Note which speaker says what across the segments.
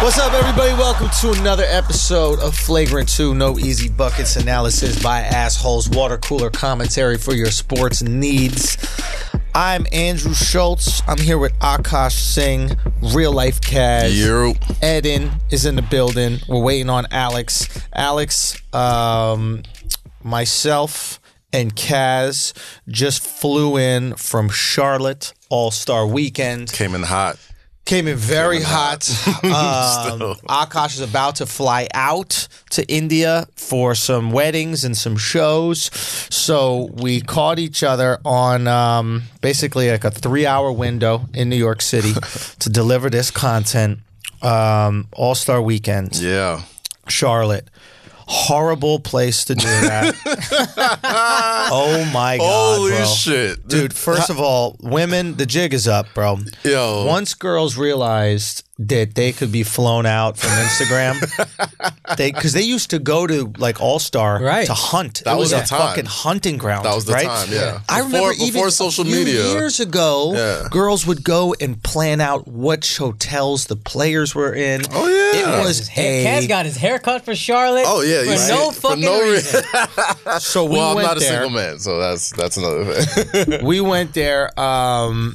Speaker 1: What's up, everybody? Welcome to another episode of Flagrant 2 No Easy Buckets Analysis by Assholes, water cooler commentary for your sports needs. I'm Andrew Schultz. I'm here with Akash Singh, real life Kaz.
Speaker 2: Yo.
Speaker 1: Eden is in the building. We're waiting on Alex. Alex, um, myself, and Kaz just flew in from Charlotte All Star Weekend.
Speaker 2: Came in hot.
Speaker 1: Came in very hot. Um, Akash is about to fly out to India for some weddings and some shows. So we caught each other on um, basically like a three hour window in New York City to deliver this content. Um, All Star Weekend,
Speaker 2: Yeah.
Speaker 1: Charlotte. Horrible place to do that. oh my God.
Speaker 2: Holy
Speaker 1: bro.
Speaker 2: shit.
Speaker 1: Dude, first of all, women, the jig is up, bro.
Speaker 2: Yo.
Speaker 1: Once girls realized that they could be flown out from Instagram, they because they used to go to like All Star
Speaker 3: Right.
Speaker 1: to hunt. it
Speaker 2: That
Speaker 1: was,
Speaker 2: was the
Speaker 1: a
Speaker 2: time.
Speaker 1: fucking hunting ground.
Speaker 2: That was the
Speaker 1: right?
Speaker 2: time, yeah.
Speaker 1: I remember
Speaker 2: Before-
Speaker 1: even
Speaker 2: before
Speaker 1: a
Speaker 2: social
Speaker 1: few
Speaker 2: media.
Speaker 1: years ago,
Speaker 2: Yeah.
Speaker 1: girls would go and plan out which hotels the players were in.
Speaker 2: Oh, yeah.
Speaker 1: it was a
Speaker 3: Kaz got his hair cut for Charlotte.
Speaker 2: Oh, yeah,
Speaker 3: for
Speaker 2: you see,
Speaker 3: no
Speaker 2: for
Speaker 3: fucking
Speaker 2: no
Speaker 3: reason.
Speaker 1: so we
Speaker 2: well, I'm
Speaker 1: went
Speaker 2: not a
Speaker 1: there.
Speaker 2: single man, so that's that's another thing.
Speaker 1: we went there. Um,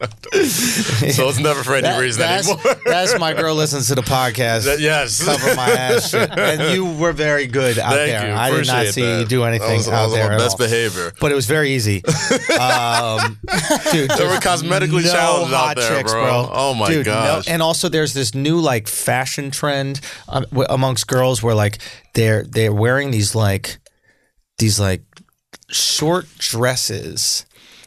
Speaker 2: so it's never for any
Speaker 1: that-
Speaker 2: reason
Speaker 1: that's,
Speaker 2: anymore.
Speaker 1: that's my girl. Listens to the podcast.
Speaker 2: yes.
Speaker 1: cover my ass shit. And you were very good out
Speaker 2: Thank
Speaker 1: there.
Speaker 2: you.
Speaker 1: I did not
Speaker 2: Appreciate
Speaker 1: see
Speaker 2: that.
Speaker 1: you do anything
Speaker 2: I was,
Speaker 1: out
Speaker 2: I was
Speaker 1: there.
Speaker 2: on my
Speaker 1: at
Speaker 2: best
Speaker 1: all.
Speaker 2: behavior.
Speaker 1: But it was very easy. Um, dude,
Speaker 2: They were
Speaker 1: just
Speaker 2: cosmetically
Speaker 1: no
Speaker 2: challenged
Speaker 1: hot
Speaker 2: out there,
Speaker 1: chicks,
Speaker 2: bro. Oh my
Speaker 1: dude, no-
Speaker 2: gosh.
Speaker 1: and also, there's this new like fashion trend um, w- amongst girls where like they're they're wearing these like these like short dresses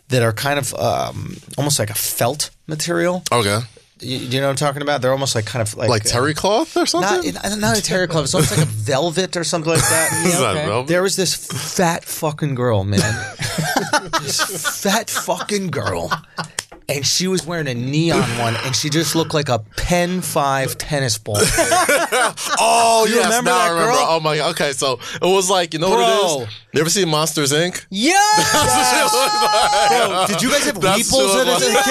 Speaker 1: that are kind of um, almost like a felt material.
Speaker 2: Okay.
Speaker 1: You, you know what I'm talking about? They're almost like kind of like
Speaker 2: Like
Speaker 1: uh,
Speaker 2: terry cloth or
Speaker 1: not,
Speaker 2: something?
Speaker 1: it- not a terry club. It's almost like a velvet or something like
Speaker 2: Is
Speaker 1: that.
Speaker 2: that
Speaker 3: okay.
Speaker 2: velvet?
Speaker 1: There was this fat fucking girl, man. this fat fucking girl. And she was wearing a neon one, and she just looked like a Pen 5 tennis ball.
Speaker 2: Oh, yes,
Speaker 1: remember
Speaker 2: now I
Speaker 1: that
Speaker 2: remember.
Speaker 1: girl?
Speaker 2: Oh my god. Okay, so it was like, you know what
Speaker 1: Bro.
Speaker 2: it is? You ever seen Monsters Inc?
Speaker 1: Yes! Bro, did you guys have
Speaker 2: That's
Speaker 1: Weeples
Speaker 2: so
Speaker 1: in as a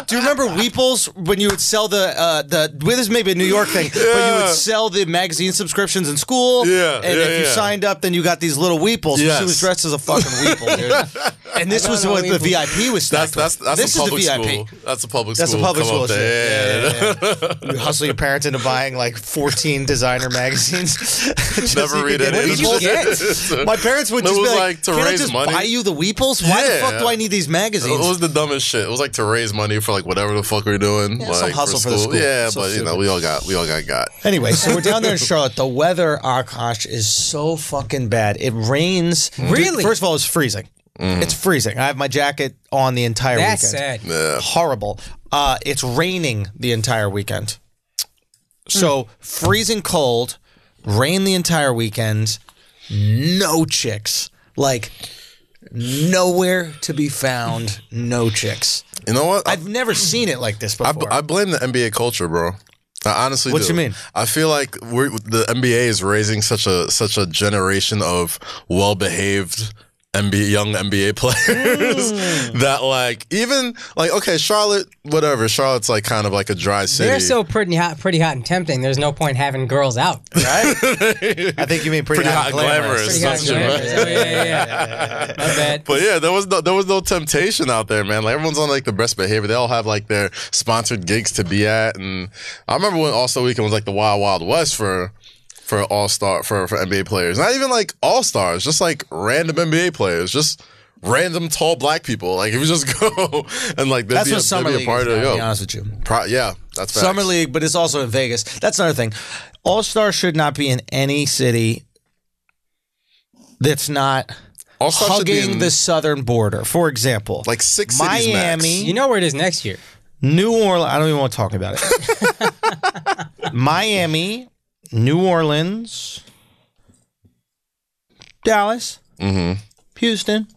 Speaker 1: kid? Do you remember Weeples when you would sell the uh, the? Well, this may be a New York thing, but you
Speaker 2: Yeah.
Speaker 1: would sell the magazine subscriptions in school.
Speaker 2: Yeah,
Speaker 1: and
Speaker 2: yeah,
Speaker 1: if you
Speaker 2: yeah.
Speaker 1: signed up, then you got these little Weeples.
Speaker 2: Yes.
Speaker 1: She was dressed as a fucking Weeple, dude. And this was
Speaker 3: know
Speaker 1: what the
Speaker 3: Weeples.
Speaker 1: VIP was.
Speaker 2: That's
Speaker 1: stacked
Speaker 2: that's
Speaker 1: with.
Speaker 2: that's
Speaker 1: this
Speaker 2: a
Speaker 1: is
Speaker 2: public
Speaker 1: the VIP.
Speaker 2: school. That's a public school.
Speaker 1: That's a public
Speaker 2: Come
Speaker 1: school
Speaker 2: up
Speaker 1: shit.
Speaker 2: there. Yeah, yeah, yeah.
Speaker 1: yeah, yeah. You hustle your parents into buying like 14 designer magazines. Just
Speaker 2: Never
Speaker 1: so you
Speaker 2: read
Speaker 1: could get-
Speaker 2: it.
Speaker 1: What did you
Speaker 2: It's-
Speaker 1: get? My parents would
Speaker 2: No, it
Speaker 1: just be
Speaker 2: was
Speaker 1: like,
Speaker 2: like to
Speaker 1: "Can I
Speaker 2: raise
Speaker 1: just
Speaker 2: money."
Speaker 1: buy you the Weeples? Why the
Speaker 2: Yeah.
Speaker 1: fuck do I need these magazines?"
Speaker 2: It was the dumbest shit. It was like to raise money for like whatever the fuck we are doing.
Speaker 1: Yeah,
Speaker 2: like
Speaker 1: some hustle for the school.
Speaker 2: Yeah,
Speaker 1: So
Speaker 2: but you know,
Speaker 1: stupid.
Speaker 2: we all got we all got got.
Speaker 1: Anyway, so we're down there in Charlotte. The weather, Akash, is so fucking bad. It rains.
Speaker 3: Really? Mm.
Speaker 1: first of all, it's freezing. It's freezing. I have my jacket on the entire
Speaker 3: That's
Speaker 1: weekend.
Speaker 3: sad.
Speaker 2: Yeah.
Speaker 1: Horrible. Uh, it's raining the entire weekend. So
Speaker 3: Hmm.
Speaker 1: freezing cold, rain the entire weekend, no chicks. Like nowhere to be found, no chicks.
Speaker 2: You know what? I,
Speaker 1: I've never seen it like this
Speaker 2: I,
Speaker 1: before.
Speaker 2: I blame the NBA culture, bro. I honestly
Speaker 1: What
Speaker 2: do.
Speaker 1: you mean?
Speaker 2: I feel like we're, the NBA is raising such a such a generation of well behaved NBA young NBA players
Speaker 1: Mm.
Speaker 2: that like even like okay Charlotte whatever Charlotte's like kind of like a dry city.
Speaker 3: They're so pretty hot, pretty hot and tempting. There's no point having girls out.
Speaker 1: I think you mean pretty,
Speaker 2: Pretty hot and
Speaker 3: Pretty
Speaker 2: glamorous.
Speaker 3: hot
Speaker 2: That's
Speaker 3: and
Speaker 2: true,
Speaker 3: glamorous.
Speaker 2: right?
Speaker 3: Oh, yeah, yeah, yeah. My bad.
Speaker 2: But yeah, there was no there was no temptation out there, man. Like everyone's on like the best behavior. They all have like their sponsored gigs to be at, and I remember when All Star Weekend was like the Wild Wild West for for All Star for for NBA players. Not even like All Stars, just like random NBA players, just random tall black people. Like if you just go and like
Speaker 1: That's
Speaker 2: be
Speaker 1: what
Speaker 2: a,
Speaker 1: summer
Speaker 2: they'd
Speaker 1: league.
Speaker 2: be a part
Speaker 1: is
Speaker 2: of
Speaker 1: now, to be
Speaker 2: yo.
Speaker 1: honest with you.
Speaker 2: Pro- yeah, that's facts.
Speaker 1: Summer league, but it's also in Vegas. That's another thing. All star should not be in any city that's not
Speaker 2: All Star should be
Speaker 1: hugging
Speaker 2: in
Speaker 1: the southern border. For example,
Speaker 2: like six cities max.
Speaker 1: Miami,
Speaker 3: You know where it is next year.
Speaker 1: New Orleans. I don't even want to talk about it. Miami, New Orleans, Dallas,
Speaker 2: Mm-hmm.
Speaker 1: Houston.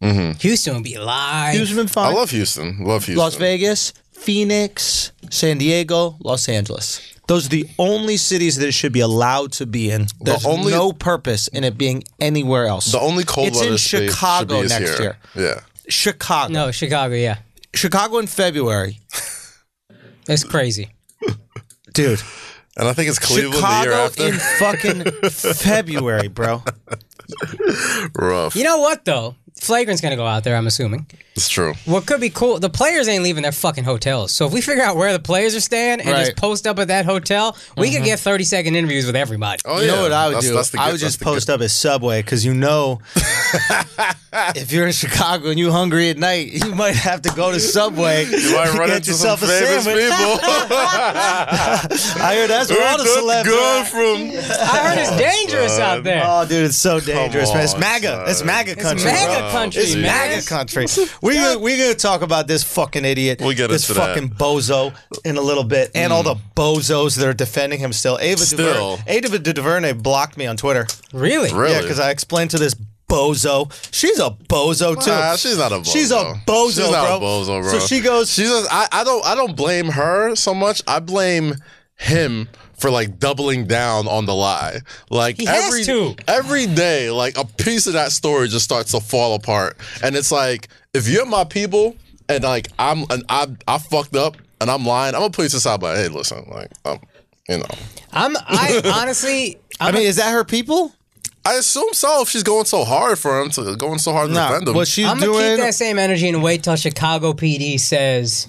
Speaker 3: Houston would be live.
Speaker 1: Houston been
Speaker 2: I
Speaker 1: fine.
Speaker 2: love Houston. Love Houston.
Speaker 1: Las Vegas, Phoenix, San Diego, Los Angeles. Those are the only cities that it should be allowed to be in. There's
Speaker 2: only-
Speaker 1: no purpose in it being anywhere else.
Speaker 2: the only cold
Speaker 1: It's
Speaker 2: weather
Speaker 1: in
Speaker 2: state should
Speaker 1: Chicago
Speaker 2: be is
Speaker 1: next
Speaker 2: here. Yeah.
Speaker 1: Chicago.
Speaker 3: No, Chicago. Yeah.
Speaker 1: Chicago in February.
Speaker 3: It's crazy.
Speaker 1: dude.
Speaker 2: And I think it's Cleveland
Speaker 1: Chicago
Speaker 2: the year
Speaker 1: in
Speaker 2: after. Oh,
Speaker 1: fucking February, bro.
Speaker 2: Rough.
Speaker 3: You know what though? Flagrant's gonna go out there. I'm assuming.
Speaker 2: It's true.
Speaker 3: What could be cool? The players ain't leaving their fucking hotels. So if we figure out where the players are staying and
Speaker 1: Right.
Speaker 3: just post up at that hotel, we could get 30 second interviews with everybody.
Speaker 2: Mm-hmm. Oh,
Speaker 1: you know what I would
Speaker 2: That's-
Speaker 1: do?
Speaker 2: that's the
Speaker 1: I
Speaker 2: good-
Speaker 1: would
Speaker 2: that's
Speaker 1: just
Speaker 2: the good-
Speaker 1: post up at Subway because you know, if you're in Chicago and you hungry at night, you might have to go to Subway.
Speaker 2: You might
Speaker 1: to
Speaker 2: run
Speaker 1: get
Speaker 2: into some
Speaker 1: yourself a
Speaker 2: famous
Speaker 1: sandwich.
Speaker 2: people.
Speaker 1: I hear that's where all the celebs.
Speaker 2: Girl
Speaker 1: are.
Speaker 2: from
Speaker 3: I heard it's dangerous out there.
Speaker 1: Oh, dude, it's so dangerous, man. It's
Speaker 2: on,
Speaker 1: MAGA.
Speaker 2: son.
Speaker 1: It's MAGA
Speaker 3: it's
Speaker 1: country.
Speaker 3: MAGA
Speaker 1: bro.
Speaker 3: country,
Speaker 1: It's
Speaker 2: geez.
Speaker 3: man.
Speaker 1: MAGA country. We gonna, we gonna talk about this fucking idiot.
Speaker 2: We'll get
Speaker 1: this
Speaker 2: into that. Mm.
Speaker 1: fucking bozo in a little bit, and all the bozos that are defending him still. Ava
Speaker 2: Still.
Speaker 1: DuVernay, Ava DuVernay blocked me on Twitter.
Speaker 3: Really?
Speaker 2: Really?
Speaker 1: Yeah, because I explained to this bozo. She's a bozo too.
Speaker 2: Nah, she's not a bozo.
Speaker 1: She's a bozo,
Speaker 2: She's not
Speaker 1: bro.
Speaker 2: a bozo, bro.
Speaker 1: So she goes-
Speaker 2: She does. I, I don't. I don't blame her so much. I blame him for like doubling down on the lie. Like
Speaker 3: has
Speaker 2: every
Speaker 3: to.
Speaker 2: every day, like a piece of that story just starts to fall apart, and it's like if you're my people, and like I'm, and I, I fucked up, and I'm lying. I'm gonna put you to the side, but hey, listen, like, um, you know.
Speaker 3: I'm. I honestly.
Speaker 1: I
Speaker 3: I'm
Speaker 1: mean, is that her people?
Speaker 2: I assume so. If she's going so hard for him, to going so hard to
Speaker 1: No.
Speaker 2: defend him.
Speaker 1: What she's
Speaker 3: I'm gonna
Speaker 1: doing?
Speaker 3: keep that same energy and wait till Chicago PD says,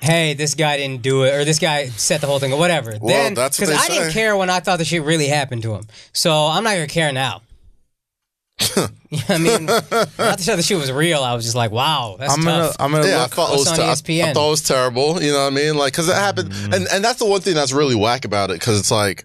Speaker 3: "Hey, this guy didn't do it, or this guy set the whole thing, or whatever." Well, then,
Speaker 2: that's what
Speaker 3: because
Speaker 2: they
Speaker 3: I didn't
Speaker 2: say.
Speaker 3: care when I thought the shit really happened to him, so I'm not gonna care now. You know what I mean, not to say the shit was real. I was just like, "Wow, that's
Speaker 1: I'm gonna.
Speaker 3: tough."
Speaker 1: I'm gonna
Speaker 2: Yeah, I
Speaker 1: look. E
Speaker 2: thought, it was
Speaker 3: what's on
Speaker 2: ter- I- I,
Speaker 3: ESPN.
Speaker 2: thought it was terrible. You know what I mean? Like, because it happened,
Speaker 1: Mm-hmm.
Speaker 2: and and that's the one thing that's really whack about it. Because it's like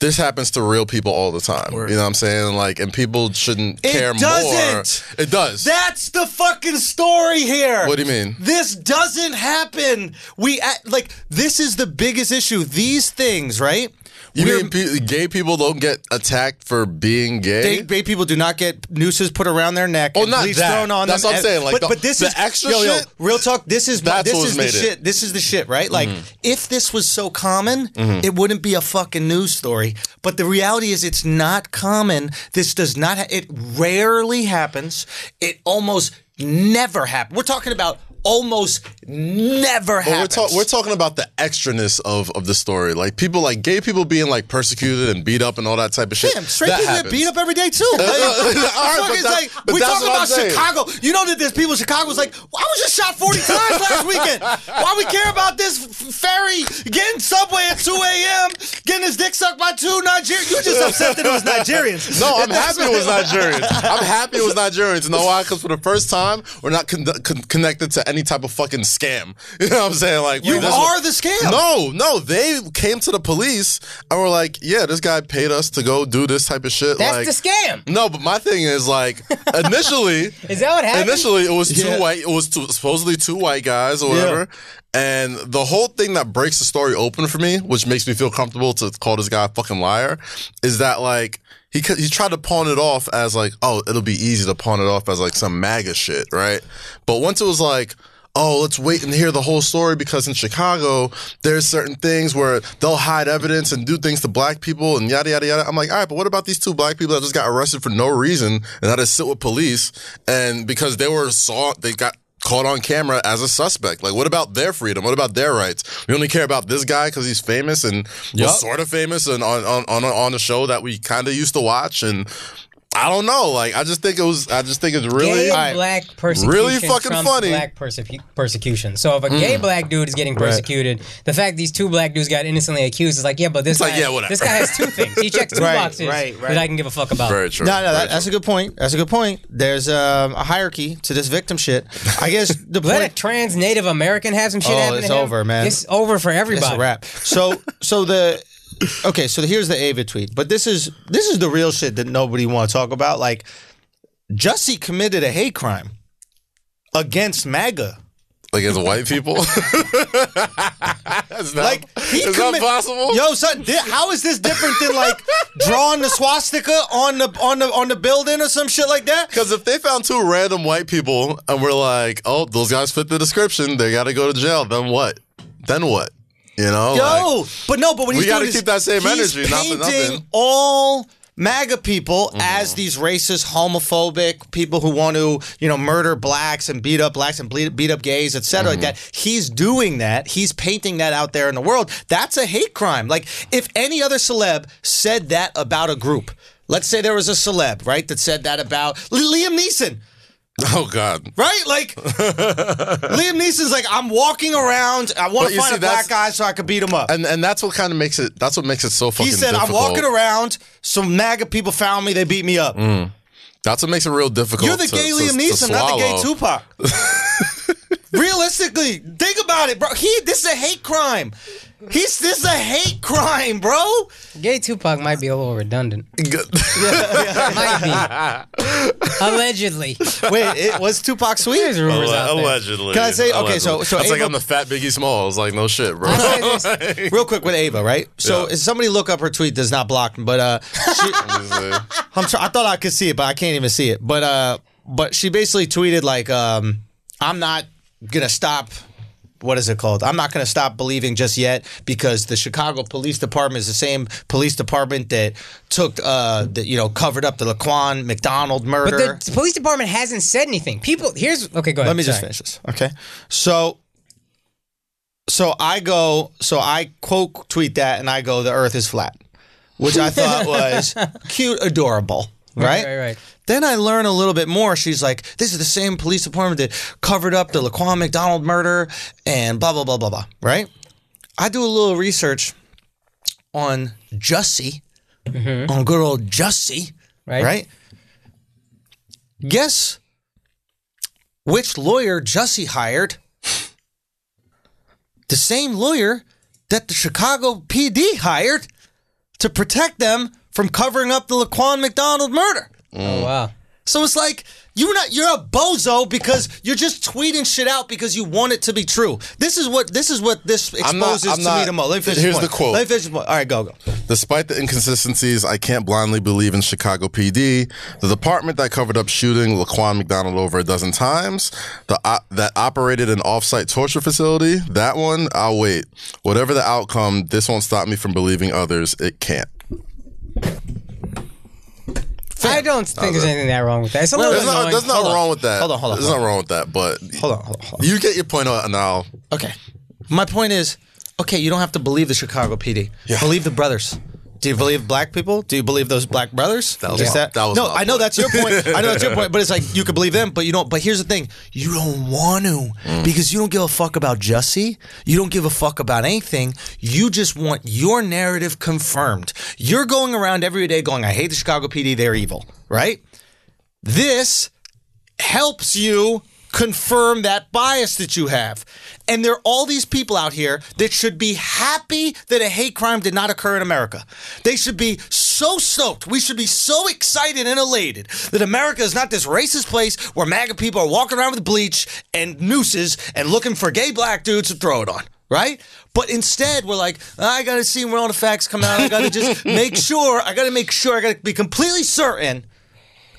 Speaker 2: this happens to real people all the time. You know what I'm saying? Like, and people shouldn't
Speaker 1: It
Speaker 2: care
Speaker 1: doesn't.
Speaker 2: more. It does.
Speaker 1: That's the fucking story here.
Speaker 2: What do you mean?
Speaker 1: This doesn't happen. We act, like this is the biggest issue. These things, right?
Speaker 2: you
Speaker 1: We're-
Speaker 2: mean pe- gay people don't get attacked for being
Speaker 1: Gay,
Speaker 2: gay?
Speaker 1: gay people do not get nooses put around their neck.
Speaker 2: Oh,
Speaker 1: and
Speaker 2: not
Speaker 1: leash
Speaker 2: that.
Speaker 1: thrown on
Speaker 2: That's
Speaker 1: them.
Speaker 2: what I'm
Speaker 1: And-
Speaker 2: saying, like,
Speaker 1: but,
Speaker 2: the-
Speaker 1: but this
Speaker 2: the
Speaker 1: is
Speaker 2: extra
Speaker 1: yo, yo,
Speaker 2: shit,
Speaker 1: real talk. This is
Speaker 2: that's
Speaker 1: this
Speaker 2: what's
Speaker 1: is the
Speaker 2: made it. Mm-hmm.
Speaker 1: shit. This is the shit, right? Like, if this was so common, it wouldn't be a fucking news story. But the reality is, it's not common. This does not. Ha- it rarely happens. It almost never happens. We're talking about almost never
Speaker 2: But we're,
Speaker 1: happens.
Speaker 2: talk- we're talking about the extraness of, of the story. Like people, like gay people being like persecuted and beat up and all that type of shit.
Speaker 1: Damn, straight
Speaker 2: That
Speaker 1: people
Speaker 2: happens.
Speaker 1: get beat up every day too. Like,
Speaker 2: All right,
Speaker 1: fuck,
Speaker 2: but
Speaker 1: it's
Speaker 2: that-
Speaker 1: like,
Speaker 2: but
Speaker 1: we
Speaker 2: that's
Speaker 1: talking
Speaker 2: what I'm
Speaker 1: about
Speaker 2: saying.
Speaker 1: Chicago. You know that there's people in Chicago was like, well, I was just shot 40 times last weekend. Why we care about this f- ferry getting subway at 2 a.m. getting his dick sucked by two Nigerians? You just upset that it was Nigerians.
Speaker 2: No, I'm
Speaker 1: That's
Speaker 2: happy it was
Speaker 1: what-
Speaker 2: Nigerians. I'm happy it was Nigerians. You know why? Because for the first time, we're not con- con- connected to any type of fucking scam. You know what I'm saying? Like
Speaker 1: You
Speaker 2: we- that's
Speaker 1: are
Speaker 2: what-
Speaker 1: the scam.
Speaker 2: No, no, they came to the police and were like, "Yeah, this guy paid us to go do this type of shit."
Speaker 3: that's
Speaker 2: like,
Speaker 3: the scam.
Speaker 2: No, but my thing is like initially.
Speaker 3: Is that what happened?
Speaker 2: Initially, it was two
Speaker 1: Yeah.
Speaker 2: white. It was two, supposedly two white guys or whatever. And the whole thing that breaks the story open for me, which makes me feel comfortable to call this guy a fucking liar, is that like he cou- he tried to pawn it off as like, oh, it'll be easy to pawn it off as like some MAGA shit, right? But once it was like. Oh, let's wait and hear the whole story because in Chicago, there's certain things where they'll hide evidence and do things to black people and yada, yada, yada. I'm like, all right, but what about these two black people that just got arrested for no reason and had to sit with police? And because they were saw, they got caught on camera as a suspect. Like, what about their freedom? What about their rights? We only care about this guy because he's famous and was sort of famous and on on on on the show that we kind of used to watch. And I don't know. Like, I just think it was. I just think it's really.
Speaker 3: Gay
Speaker 2: I-
Speaker 3: black persecution.
Speaker 2: Really fucking
Speaker 3: trumps
Speaker 2: funny. Mm.
Speaker 3: Black persecu- persecution. So if a gay black dude is getting persecuted, the fact these two black dudes got innocently accused is like, yeah, but this
Speaker 2: like,
Speaker 3: guy,
Speaker 2: yeah, whatever.
Speaker 3: this guy has two things. He checks two
Speaker 1: Right,
Speaker 3: boxes
Speaker 1: right, right.
Speaker 3: that I can give a fuck about.
Speaker 2: very true.
Speaker 1: No, no,
Speaker 2: Very
Speaker 1: that, that's a good point. That's a good point. There's um, a hierarchy to this victim shit. I guess the
Speaker 3: Let
Speaker 1: point
Speaker 3: a trans Native American have some shit
Speaker 1: Oh,
Speaker 3: happen.
Speaker 1: it's
Speaker 3: to him.
Speaker 1: over, man.
Speaker 3: It's over for everybody.
Speaker 1: It's a wrap. So so the okay. So here's the Ava tweet, but this is this is the real shit that nobody want to talk about. Like, Jussie committed a hate crime against MAGA.
Speaker 2: Like as white people. That's not,
Speaker 1: Like he
Speaker 2: is
Speaker 1: commi-
Speaker 2: that possible?
Speaker 1: Yo, son, thi- how is this different than like drawing the swastika on the on the on the building or some shit like that?
Speaker 2: Because if they found two random white people and we're like, oh, those guys fit the description, they got to go to jail. Then what? Then what? You know?
Speaker 1: Yo,
Speaker 2: like-
Speaker 1: but no, but what
Speaker 2: We
Speaker 1: he's
Speaker 2: gotta
Speaker 1: doing is
Speaker 2: keep that same
Speaker 1: he's
Speaker 2: energy, Mm-hmm. not for
Speaker 1: painting
Speaker 2: nothing.
Speaker 1: all MAGA people as these racist, homophobic people who want to, you know, murder blacks and beat up blacks and bleed, beat up gays, etc.
Speaker 2: Mm-hmm.
Speaker 1: Like that. He's doing that. He's painting that out there in the world. That's a hate crime. Like if any other celeb said that about a group, let's say there was a celeb, right, that said that about Liam Neeson.
Speaker 2: Oh God.
Speaker 1: Right? Like Liam Neeson's like, I'm walking around. I want
Speaker 2: But
Speaker 1: to
Speaker 2: you
Speaker 1: find
Speaker 2: see,
Speaker 1: a black
Speaker 2: that's-
Speaker 1: guy so I could beat him up.
Speaker 2: And and that's what kind of makes it. That's what makes it so fucking.
Speaker 1: he said,
Speaker 2: difficult.
Speaker 1: I'm walking around. Some MAGA people found me. They beat me up.
Speaker 2: That's what makes it real difficult.
Speaker 1: You're the
Speaker 2: Mm, to-
Speaker 1: gay
Speaker 2: to-
Speaker 1: Liam
Speaker 2: to
Speaker 1: Neeson, not the gay
Speaker 2: swallow.
Speaker 1: Tupac. Realistically, think about it, bro. He this is a hate crime. He's this is a hate crime, bro.
Speaker 3: Gay Tupac might be a little redundant. Might be. Allegedly.
Speaker 1: Wait, it was Tupac
Speaker 3: There's
Speaker 1: Sweet?
Speaker 3: rumors
Speaker 2: Oh, uh,
Speaker 3: out there.
Speaker 2: Allegedly.
Speaker 1: Can I say- okay, so-
Speaker 2: Allegedly.
Speaker 1: so
Speaker 2: That's like
Speaker 1: Abel-
Speaker 2: I'm the fat Biggie Smalls. Like no shit, bro.
Speaker 1: Real quick with Ava, right? So
Speaker 2: uh, Yeah.
Speaker 1: somebody look up her tweet. Does not block, but uh, she, I'm try- I thought I could see it, but I can't even see it. But uh, but she basically tweeted like, um, "I'm not gonna stop. What is it called? I'm not gonna stop believing just yet because the Chicago Police Department is the same police department that took uh, that you know covered up the Laquan McDonald
Speaker 3: But
Speaker 1: murder.
Speaker 3: the police department hasn't said anything. People, here's okay. Go ahead.
Speaker 1: Let me just
Speaker 3: Sorry.
Speaker 1: finish this. Okay. So so I go so I quote tweet that and I go the earth is flat, which I thought was cute adorable, right?
Speaker 3: right, right.
Speaker 1: Then I learn a little bit more. She's like, this is the same police department that covered up the Laquan McDonald murder and blah blah blah blah blah, right? I do a little research on Jussie, on good old Jussie,
Speaker 3: Right.
Speaker 1: right? Guess which lawyer Jussie hired? The same lawyer that the Chicago PD hired to protect them from covering up the Laquan McDonald murder.
Speaker 3: Oh wow.
Speaker 1: So it's like you're not you're a bozo because you're just tweeting shit out because you want it to be true. This is what this is what this
Speaker 2: I'm not-
Speaker 1: exposes
Speaker 2: I'm
Speaker 1: to me
Speaker 2: not-
Speaker 1: the most. Let me finish
Speaker 2: here's
Speaker 1: this point.
Speaker 2: the quote.
Speaker 1: Let me finish this point. All right, go go.
Speaker 2: Despite the inconsistencies, I can't blindly believe in Chicago PD, the department that covered up shooting Laquan McDonald over a dozen times, the op- that operated an off-site torture facility. That one, I'll wait. Whatever the outcome, this won't stop me from believing others. It can't.
Speaker 3: I don't think there's anything that wrong with that. It's a little
Speaker 2: There's not,
Speaker 3: annoying.
Speaker 2: there's not
Speaker 1: Hold on.
Speaker 2: wrong with that.
Speaker 1: Hold on, hold on,
Speaker 2: There's
Speaker 1: hold
Speaker 2: not wrong with that. But
Speaker 1: Hold on, hold on, hold
Speaker 2: you get your point out now.
Speaker 1: on. Okay. My point is, okay, you don't have to believe the Chicago PD. Believe the brothers. Do you believe black people? Do you believe those black brothers? That
Speaker 2: was my- that was
Speaker 1: no,
Speaker 2: my
Speaker 1: I know that's your point. I know that's your point, but it's like you could believe them, but you don't. But here's the thing: you don't want to
Speaker 2: Mm.
Speaker 1: because you don't give a fuck about Jussie. You don't give a fuck about anything. You just want your narrative confirmed. You're going around every day going, "I hate the Chicago PD. They're evil." Right? This helps you confirm that bias that you have. And there are all these people out here that should be happy that a hate crime did not occur in America. They should be so stoked. We should be so excited and elated that America is not this racist place where MAGA people are walking around with bleach and nooses and looking for gay black dudes to throw it on. Right? But instead, we're like, I gotta see when all the facts come out. I gotta just make sure. I gotta make sure. I gotta be completely certain.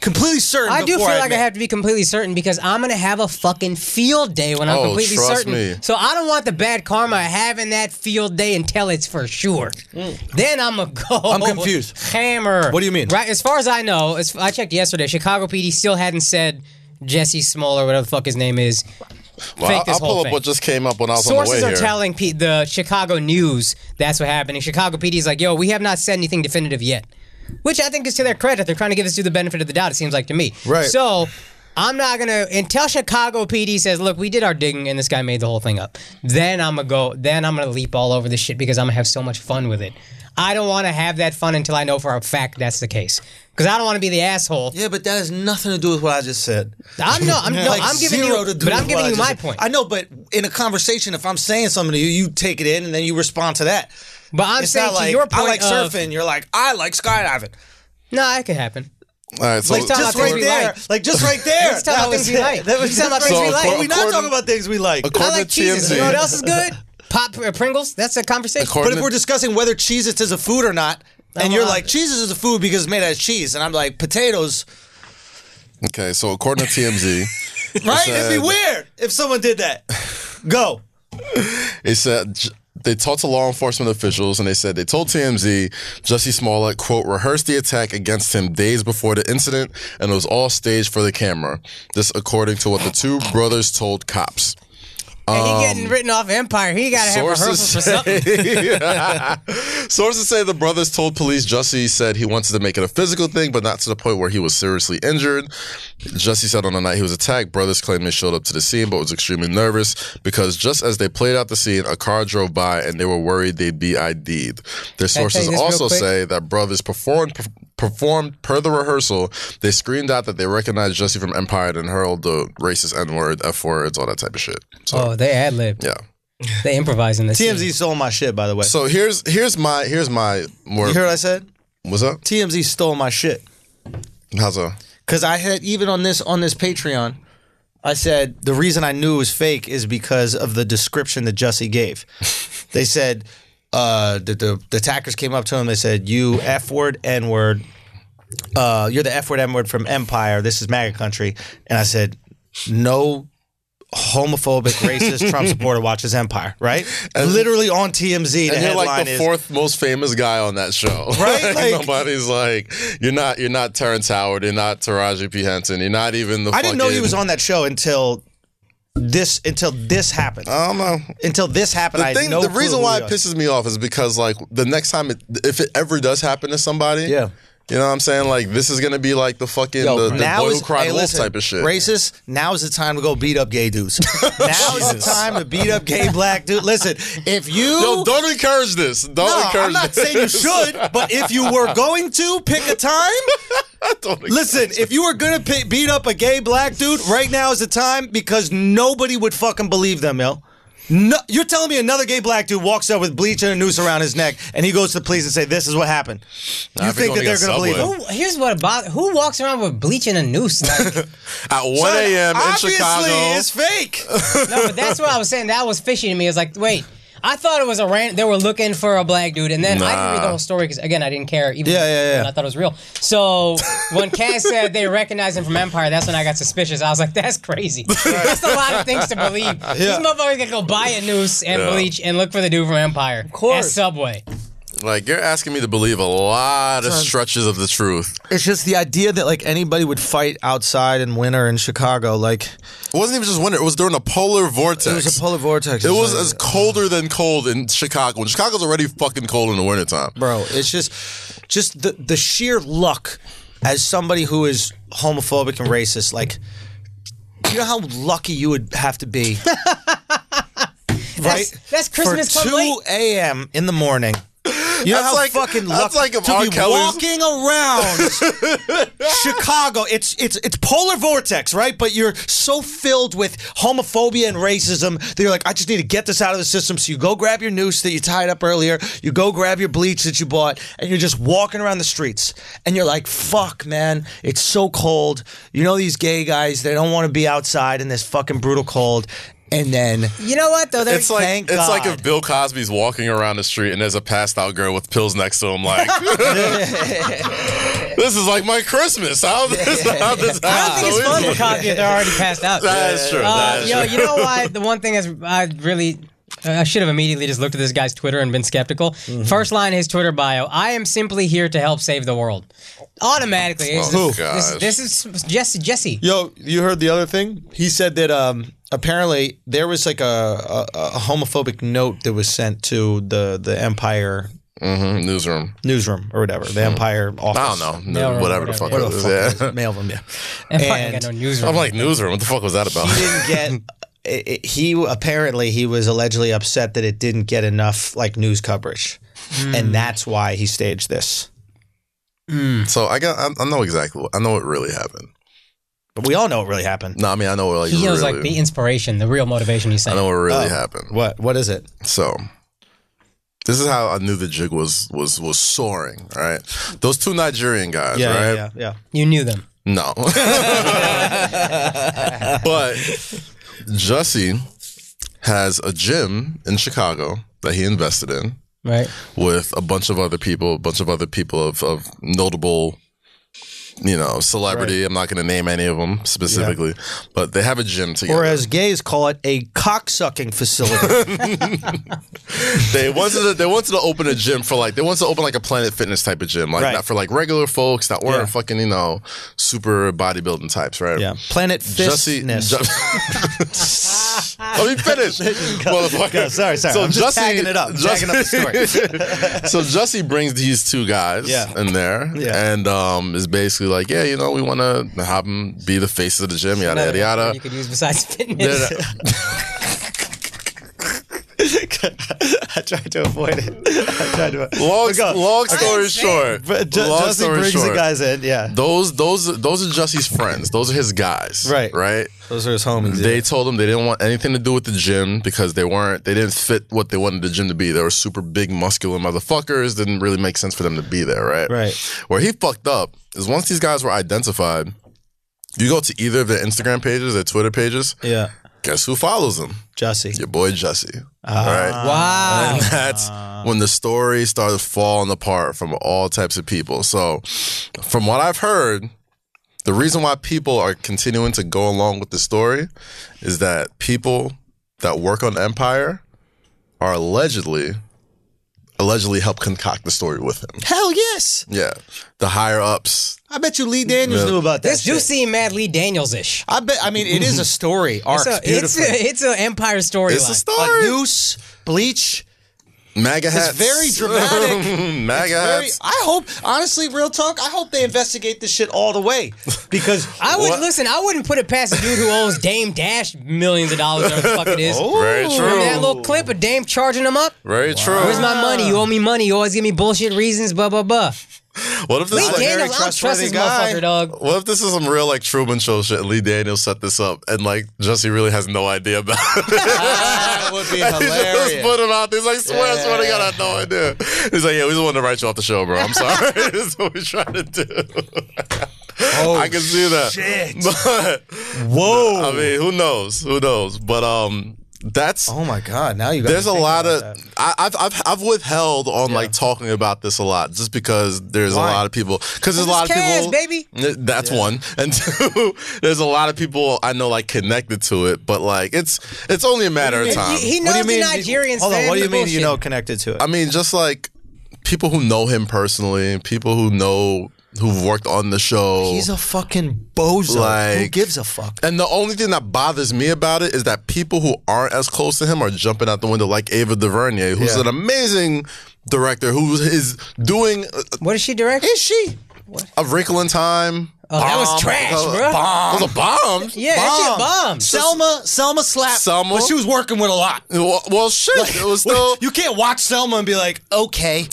Speaker 1: Completely certain.
Speaker 3: I do feel
Speaker 1: before
Speaker 3: like I
Speaker 1: admit.
Speaker 3: have to be completely certain because I'm gonna have a fucking field day when I'm
Speaker 2: Oh,
Speaker 3: completely
Speaker 2: trust
Speaker 3: certain.
Speaker 2: me.
Speaker 3: So I don't want the bad karma of having that field day until it's for sure. Then I'm gonna go.
Speaker 1: I'm confused.
Speaker 3: Hammer.
Speaker 1: What do you mean?
Speaker 3: Right. As far as I know, as I checked yesterday, Chicago PD still hadn't said Jesse Smoller, whatever the fuck his name is.
Speaker 2: Well,
Speaker 3: Fake
Speaker 2: I'll,
Speaker 3: this
Speaker 2: I'll pull
Speaker 3: whole
Speaker 2: up
Speaker 3: thing.
Speaker 2: what just came up when I was on
Speaker 3: Sources
Speaker 2: the way
Speaker 3: are
Speaker 2: here.
Speaker 3: telling P- the Chicago News that's what happened. And Chicago PD is like, yo, we have not said anything definitive yet, which I think is to their credit. They're trying to give us to the benefit of the doubt, it seems like to me.
Speaker 1: Right.
Speaker 3: So I'm not going to, until Chicago PD says, look, we did our digging and this guy made the whole thing up, then I'm going to go, then I'm going to leap all over this shit because I'm going to have so much fun with it. I don't want to have that fun until I know for a fact that's the case. Because I don't want to be the asshole.
Speaker 1: Yeah, but that has nothing to do with what I just said.
Speaker 3: I'm no, I'm, no,
Speaker 1: Like,
Speaker 3: I'm giving
Speaker 1: zero
Speaker 3: you,
Speaker 1: to do
Speaker 3: but
Speaker 1: with
Speaker 3: I'm giving
Speaker 1: what I
Speaker 3: you
Speaker 1: just
Speaker 3: my
Speaker 1: said.
Speaker 3: point.
Speaker 1: I know, but in a conversation, if I'm saying something to you, you take it in and then you respond to that.
Speaker 3: but I'm
Speaker 1: it's
Speaker 3: saying
Speaker 1: not like
Speaker 3: to your point,
Speaker 1: I like
Speaker 3: of-
Speaker 1: surfing. You're like I like skydiving.
Speaker 3: No, it could happen.
Speaker 2: All right, so
Speaker 3: Like, talk
Speaker 1: Just
Speaker 3: about things
Speaker 1: right
Speaker 3: we
Speaker 1: there,
Speaker 3: like.
Speaker 1: like just right there.
Speaker 3: Let's talk about things we
Speaker 1: it.
Speaker 3: like.
Speaker 1: That was
Speaker 3: Let's talk about
Speaker 1: just
Speaker 3: things we
Speaker 1: right
Speaker 3: like.
Speaker 1: there. We're not
Speaker 2: According-
Speaker 1: talking about things we like.
Speaker 2: according
Speaker 3: I like
Speaker 2: to
Speaker 3: cheeses.
Speaker 2: TMZ,
Speaker 3: You know what else is good? Pop uh, Pringles. That's a conversation.
Speaker 1: But
Speaker 2: According
Speaker 1: if
Speaker 2: to-
Speaker 1: we're discussing whether Cheez-Its is a food or not, and
Speaker 3: I'm
Speaker 1: you're
Speaker 3: allowed
Speaker 1: like
Speaker 3: it.
Speaker 1: Cheez-Its is a food because it's made out of cheese, and I'm like potatoes,
Speaker 2: okay, so according to
Speaker 1: right?
Speaker 2: TMZ.
Speaker 1: It'd be
Speaker 2: said-
Speaker 1: weird if someone did that. Go.
Speaker 2: It said J- they talked to law enforcement officials and they said they told TMZ Jesse Smollett, quote, rehearsed the attack against him days before the incident and it was all staged for the camera. This according to what the two brothers told cops.
Speaker 3: and he getting written off Empire. He got to have rehearsals for something.
Speaker 2: sources say the brothers told police Jussie said he wanted to make it a physical thing, but not to the point where he was seriously injured. Jussie said on the night he was attacked, brothers claimed they showed up to the scene but was extremely nervous because just as they played out the scene, a car drove by and they were worried they'd be ID'd. Their sources
Speaker 3: this real
Speaker 2: also
Speaker 3: quick?
Speaker 2: say that brothers performed performed per the rehearsal. They screamed out that they recognized Jussie from Empire and hurled the racist N word, F words, all that type of shit. So
Speaker 3: Oh, they ad lib.
Speaker 2: yeah.
Speaker 3: They improvise in this.
Speaker 1: TMZ stole my shit, by the way.
Speaker 2: So here's here's my here's my more
Speaker 1: you hear what I said?
Speaker 2: what's up?
Speaker 1: TMZ stole my shit.
Speaker 2: How's a
Speaker 1: Cause I had even on this on this Patreon, I said the reason I knew it was fake is because of the description that Jussie gave. they said uh, the, the the attackers came up to him. They said, "You f word, n word. Uh, you're the f word, n word from Empire. This is MAGA country." And I said, "No." Homophobic, racist Trump supporter watches Empire, right? Literally on TMZ. the
Speaker 2: and you're
Speaker 1: headline
Speaker 2: like the
Speaker 1: is
Speaker 2: fourth most famous guy on that show,
Speaker 1: Right? Like-
Speaker 2: nobody's like you're not you're not Terrence Howard, you're not Taraji P Henson, you're not even the.
Speaker 1: I didn't know he
Speaker 2: fucking-
Speaker 1: was on that show until this until this happened.
Speaker 2: I don't know.
Speaker 1: until this happened, I
Speaker 2: The,
Speaker 1: had
Speaker 2: thing,
Speaker 1: no
Speaker 2: the
Speaker 1: clue
Speaker 2: reason
Speaker 1: who
Speaker 2: why
Speaker 1: he
Speaker 2: it
Speaker 1: was.
Speaker 2: pisses me off is because like the next time it, if it ever does happen to somebody,
Speaker 1: Yeah.
Speaker 2: you know what I'm saying? Like this is gonna be like the fucking the, the boy who cried
Speaker 1: hey,
Speaker 2: wolf
Speaker 1: listen,
Speaker 2: type of shit.
Speaker 1: Racist. Now is the time to go beat up gay dudes. now is the time to beat up gay black dudes. Listen, if you
Speaker 2: Yo, don't encourage this. Don't
Speaker 1: no,
Speaker 2: encourage
Speaker 1: I'm not
Speaker 2: this.
Speaker 1: saying you should, but if you were going to pick a time,
Speaker 2: Don't encourage
Speaker 1: listen. If you were gonna pi beat up a gay black dude, right now is the time because nobody would fucking believe them, yo. No, you're telling me another gay black dude walks up with bleach and a noose around his neck, and he goes to the police and say, "This is what happened." You
Speaker 2: Nah, if you're
Speaker 1: think that
Speaker 2: gonna
Speaker 1: they're
Speaker 2: get
Speaker 1: gonna believe
Speaker 2: Subway.
Speaker 1: him?
Speaker 3: Who, here's what about who walks around with bleach and a noose? Like,
Speaker 2: at 1
Speaker 1: But
Speaker 2: a.m. in
Speaker 1: obviously
Speaker 2: Chicago.
Speaker 1: It's fake.
Speaker 3: no, but that's what I was saying. That was fishy to me. It's like, wait, I thought it was a random. They were looking for a black dude, and then I didn't read the
Speaker 2: Nah.
Speaker 3: whole story because again, I didn't care. Even
Speaker 1: Yeah, yeah, yeah.
Speaker 3: when I thought it was real. So when Cass said they recognized him from Empire, that's when I got suspicious. I was like, that's crazy. That's a lot of things to believe. These motherfuckers gonna go buy a noose and
Speaker 2: Yeah.
Speaker 3: bleach and look for the dude from Empire. Of
Speaker 1: course.
Speaker 3: at Subway.
Speaker 2: Like you're asking me to believe a lot of stretches of the truth.
Speaker 1: It's just the idea that like anybody would fight outside in winter in Chicago, like
Speaker 2: It wasn't even just winter; it was during a polar vortex.
Speaker 1: it was a polar vortex.
Speaker 2: It was
Speaker 1: like-
Speaker 2: as colder than cold in Chicago. And Chicago's already fucking cold in the wintertime.
Speaker 1: bro. It's just, just the the sheer luck as somebody who is homophobic and racist. Like, you know how lucky you would have to be, right?
Speaker 3: That's Christmas
Speaker 1: for
Speaker 3: come late.
Speaker 1: two a.m. in the morning. You know
Speaker 2: That's
Speaker 1: how
Speaker 2: like-
Speaker 1: fucking
Speaker 2: that's
Speaker 1: lucky
Speaker 2: like if
Speaker 1: to
Speaker 2: R.
Speaker 1: be
Speaker 2: Kelly's-
Speaker 1: walking around Chicago. It's it's it's polar vortex, right? But you're so filled with homophobia and racism that you're like, I just need to get this out of the system. So you go grab your noose that you tied up earlier. You go grab your bleach that you bought, and you're just walking around the streets. And you're like, fuck, man, it's so cold. You know these gay guys? They don't want to be outside in this fucking brutal cold. And then.
Speaker 3: You know what though? They're-
Speaker 2: It's like
Speaker 1: Thank
Speaker 2: it's like
Speaker 1: God.
Speaker 2: if Bill Cosby's walking around the street and there's a passed out girl with pills next to him. Like this is like my Christmas. How this? How this
Speaker 3: I don't think it's fun for Cosby if they're already passed out.
Speaker 2: That is true. that
Speaker 3: Uh,
Speaker 2: is
Speaker 3: yo,
Speaker 2: true.
Speaker 3: you know why? The one thing is, I really. I should have immediately just looked at this guy's Twitter and been skeptical.
Speaker 2: Mm-hmm.
Speaker 3: First line of his Twitter bio: "I am simply here to help save the world." Automatically, it's
Speaker 2: Oh,
Speaker 3: just-
Speaker 2: gosh.
Speaker 3: this, this is Jesse. Jesse.
Speaker 1: Yo, you heard the other thing? He said that um, apparently there was like a, a, a homophobic note that was sent to the the Empire
Speaker 2: Mhm, Newsroom.
Speaker 1: newsroom or whatever, the Empire office.
Speaker 2: Hmm. I don't know.
Speaker 3: Mailroom,
Speaker 2: whatever the fuck.
Speaker 1: What
Speaker 2: it
Speaker 1: the
Speaker 2: is,
Speaker 1: fuck
Speaker 2: yeah.
Speaker 1: it was, mailroom, yeah.
Speaker 3: And, fucking
Speaker 1: And-
Speaker 3: got no newsroom.
Speaker 2: I'm like newsroom. What the fuck was that about?
Speaker 1: he didn't get. It, it- he apparently he was allegedly upset that it didn't get enough like news coverage, and that's why he staged this.
Speaker 2: So I got. I, I know exactly. What, I know what really happened.
Speaker 1: But we all know it really happened.
Speaker 2: No, I mean I know what like
Speaker 3: he was
Speaker 2: really.
Speaker 3: like the inspiration, the real motivation. He's
Speaker 2: I
Speaker 3: saying,
Speaker 2: know what really happened.
Speaker 1: What what is it?
Speaker 2: So this is how I knew the jig was was was soaring. Right, those two Nigerian guys.
Speaker 1: Yeah,
Speaker 2: right.
Speaker 1: yeah, yeah,
Speaker 3: "You knew them."
Speaker 2: No, but Jussie has a gym in Chicago that he invested in
Speaker 3: Right,
Speaker 2: with a bunch of other people, a bunch of other people of, of notable you know, celebrity. I'm not going to name any of them specifically, but they have a gym together.
Speaker 1: Or as gays call it, a cocksucking facility.
Speaker 2: they wanted to, they wanted to open a gym for like they wanted to open like a Planet Fitness type of gym, like
Speaker 1: Right.
Speaker 2: not for like regular folks that weren't
Speaker 1: Yeah.
Speaker 2: fucking you know super bodybuilding types, right?
Speaker 1: yeah. Planet
Speaker 2: Jussie,
Speaker 1: Fistness.
Speaker 2: Ju- Let me finish, motherfucker.
Speaker 1: Go, sorry, sorry. I'm just tagging it up. tagging up the story.
Speaker 2: so Jussie brings these two guys
Speaker 1: Yeah.
Speaker 2: in there,
Speaker 1: Yeah.
Speaker 2: and um, is basically like, yeah, you know, we want to have them be the faces of the gym, yada
Speaker 3: Another
Speaker 2: yada
Speaker 3: word
Speaker 2: yada.
Speaker 3: You could use besides
Speaker 2: They're
Speaker 3: fitness.
Speaker 2: not-
Speaker 1: I tried to avoid it. I tried to.
Speaker 2: long,
Speaker 1: But go.
Speaker 2: long story
Speaker 3: I'm saying-
Speaker 2: short,
Speaker 1: But Ju-
Speaker 2: long
Speaker 1: Jussie
Speaker 2: story
Speaker 1: brings
Speaker 2: short,
Speaker 1: the guys in. Yeah.
Speaker 2: Those, those, those are Jussie's friends. Those are his guys.
Speaker 1: Right.
Speaker 2: Right.
Speaker 1: Those are his homies.
Speaker 2: They told him they didn't want anything to do with the gym because they weren't, they didn't fit what they wanted the gym to be. They were super big, muscular motherfuckers. Didn't really make sense for them to be there, right?
Speaker 1: Right.
Speaker 2: Where he fucked up is once these guys were identified, you go to either of their Instagram pages, their Twitter pages,
Speaker 1: yeah.
Speaker 2: guess who follows them?
Speaker 1: Jussie.
Speaker 2: Your boy Jesse. All right.
Speaker 3: Wow.
Speaker 2: And that's
Speaker 1: Ah.
Speaker 2: when the story started falling apart from all types of people. So, from what I've heard, the reason why people are continuing to go along with the story is that people that work on Empire are allegedly allegedly help concoct the story with him.
Speaker 1: Hell yes.
Speaker 2: Yeah. The higher ups.
Speaker 1: I bet you Lee Daniels knew about that.
Speaker 3: This do
Speaker 1: shit.
Speaker 3: seem Mad Lee Daniels ish.
Speaker 1: I bet. I mean, it is a story. Arc.
Speaker 3: It's a, it's a it's a Empire
Speaker 2: It's a
Speaker 3: storyline.
Speaker 1: a
Speaker 2: story.
Speaker 1: noose, bleach.
Speaker 2: MAGA hats.
Speaker 1: very dramatic.
Speaker 2: MAGA
Speaker 1: Very,
Speaker 2: hats.
Speaker 1: I hope, honestly, real talk. I hope they investigate this shit all the way because
Speaker 3: I would
Speaker 2: What?
Speaker 3: listen. I wouldn't put it past a dude who owes Dame Dash millions of dollars. Whatever the fuck it is.
Speaker 1: Oh.
Speaker 2: Very
Speaker 3: Remember that
Speaker 2: true.
Speaker 3: little clip of Dame charging him up.
Speaker 2: Very true.
Speaker 3: Where's my money? You owe me money. You always give me bullshit reasons. Blah blah blah.
Speaker 2: what if this
Speaker 3: Lee
Speaker 2: is like-
Speaker 3: Daniels, I don't trust
Speaker 1: trustworthy
Speaker 3: this
Speaker 1: guy.
Speaker 3: motherfucker, dog.
Speaker 2: What if this is some real like Truman Show shit? And Lee Daniels set this up, and like Jesse really has no idea about it.
Speaker 1: that would be
Speaker 2: He just
Speaker 1: hilarious.
Speaker 2: put him out. there. He's like, swear, I swear to God, I had no idea. He's like, yeah, we just wanted to write you off the show, bro. I'm sorry. this is what we're trying to do.
Speaker 1: Oh,
Speaker 2: I can see that.
Speaker 1: shit.
Speaker 2: But
Speaker 1: Whoa.
Speaker 2: I mean, who knows? Who knows? But um, that's
Speaker 1: oh my god. Now you. got
Speaker 2: there's
Speaker 1: me
Speaker 2: a
Speaker 1: thinking
Speaker 2: lot
Speaker 1: about
Speaker 2: of I, I've, I've I've withheld on like talking about this a lot just because there's
Speaker 1: Why?
Speaker 2: a lot of people because there's a
Speaker 3: Well,
Speaker 2: lot
Speaker 3: it's Kaz,
Speaker 2: of people
Speaker 3: baby.
Speaker 2: Th- that's one and two there's a lot of people I know like connected to it but like it's it's only a matter of
Speaker 3: mean?
Speaker 2: time
Speaker 3: He- he
Speaker 1: that.
Speaker 3: knows-
Speaker 1: What do you
Speaker 3: the
Speaker 1: mean?
Speaker 3: Nigerians
Speaker 1: Hold on.
Speaker 3: saying
Speaker 1: What do you
Speaker 3: the
Speaker 1: mean? You
Speaker 3: bullshit.
Speaker 1: know, connected to it.
Speaker 2: I mean just like people who know him personally people who know who've worked on the show
Speaker 1: He's a fucking bozo. Who
Speaker 2: Like-
Speaker 1: gives a fuck?
Speaker 2: And the only thing that bothers me about it is that people who aren't as close to him are jumping out the window, like Ava DuVernay, who's
Speaker 1: Yeah.
Speaker 2: an amazing director who is doing
Speaker 3: What is she direct?
Speaker 1: Is she?
Speaker 2: A Wrinkle in Time.
Speaker 3: Oh, that was trash, bro.
Speaker 2: It was a bomb.
Speaker 3: Yeah, that shit bombs.
Speaker 1: Selma, Selma slapped.
Speaker 2: Selma?
Speaker 1: But she was working with a lot.
Speaker 2: Well, well, shit. it was still.
Speaker 1: Well, you can't watch Selma and be like, okay,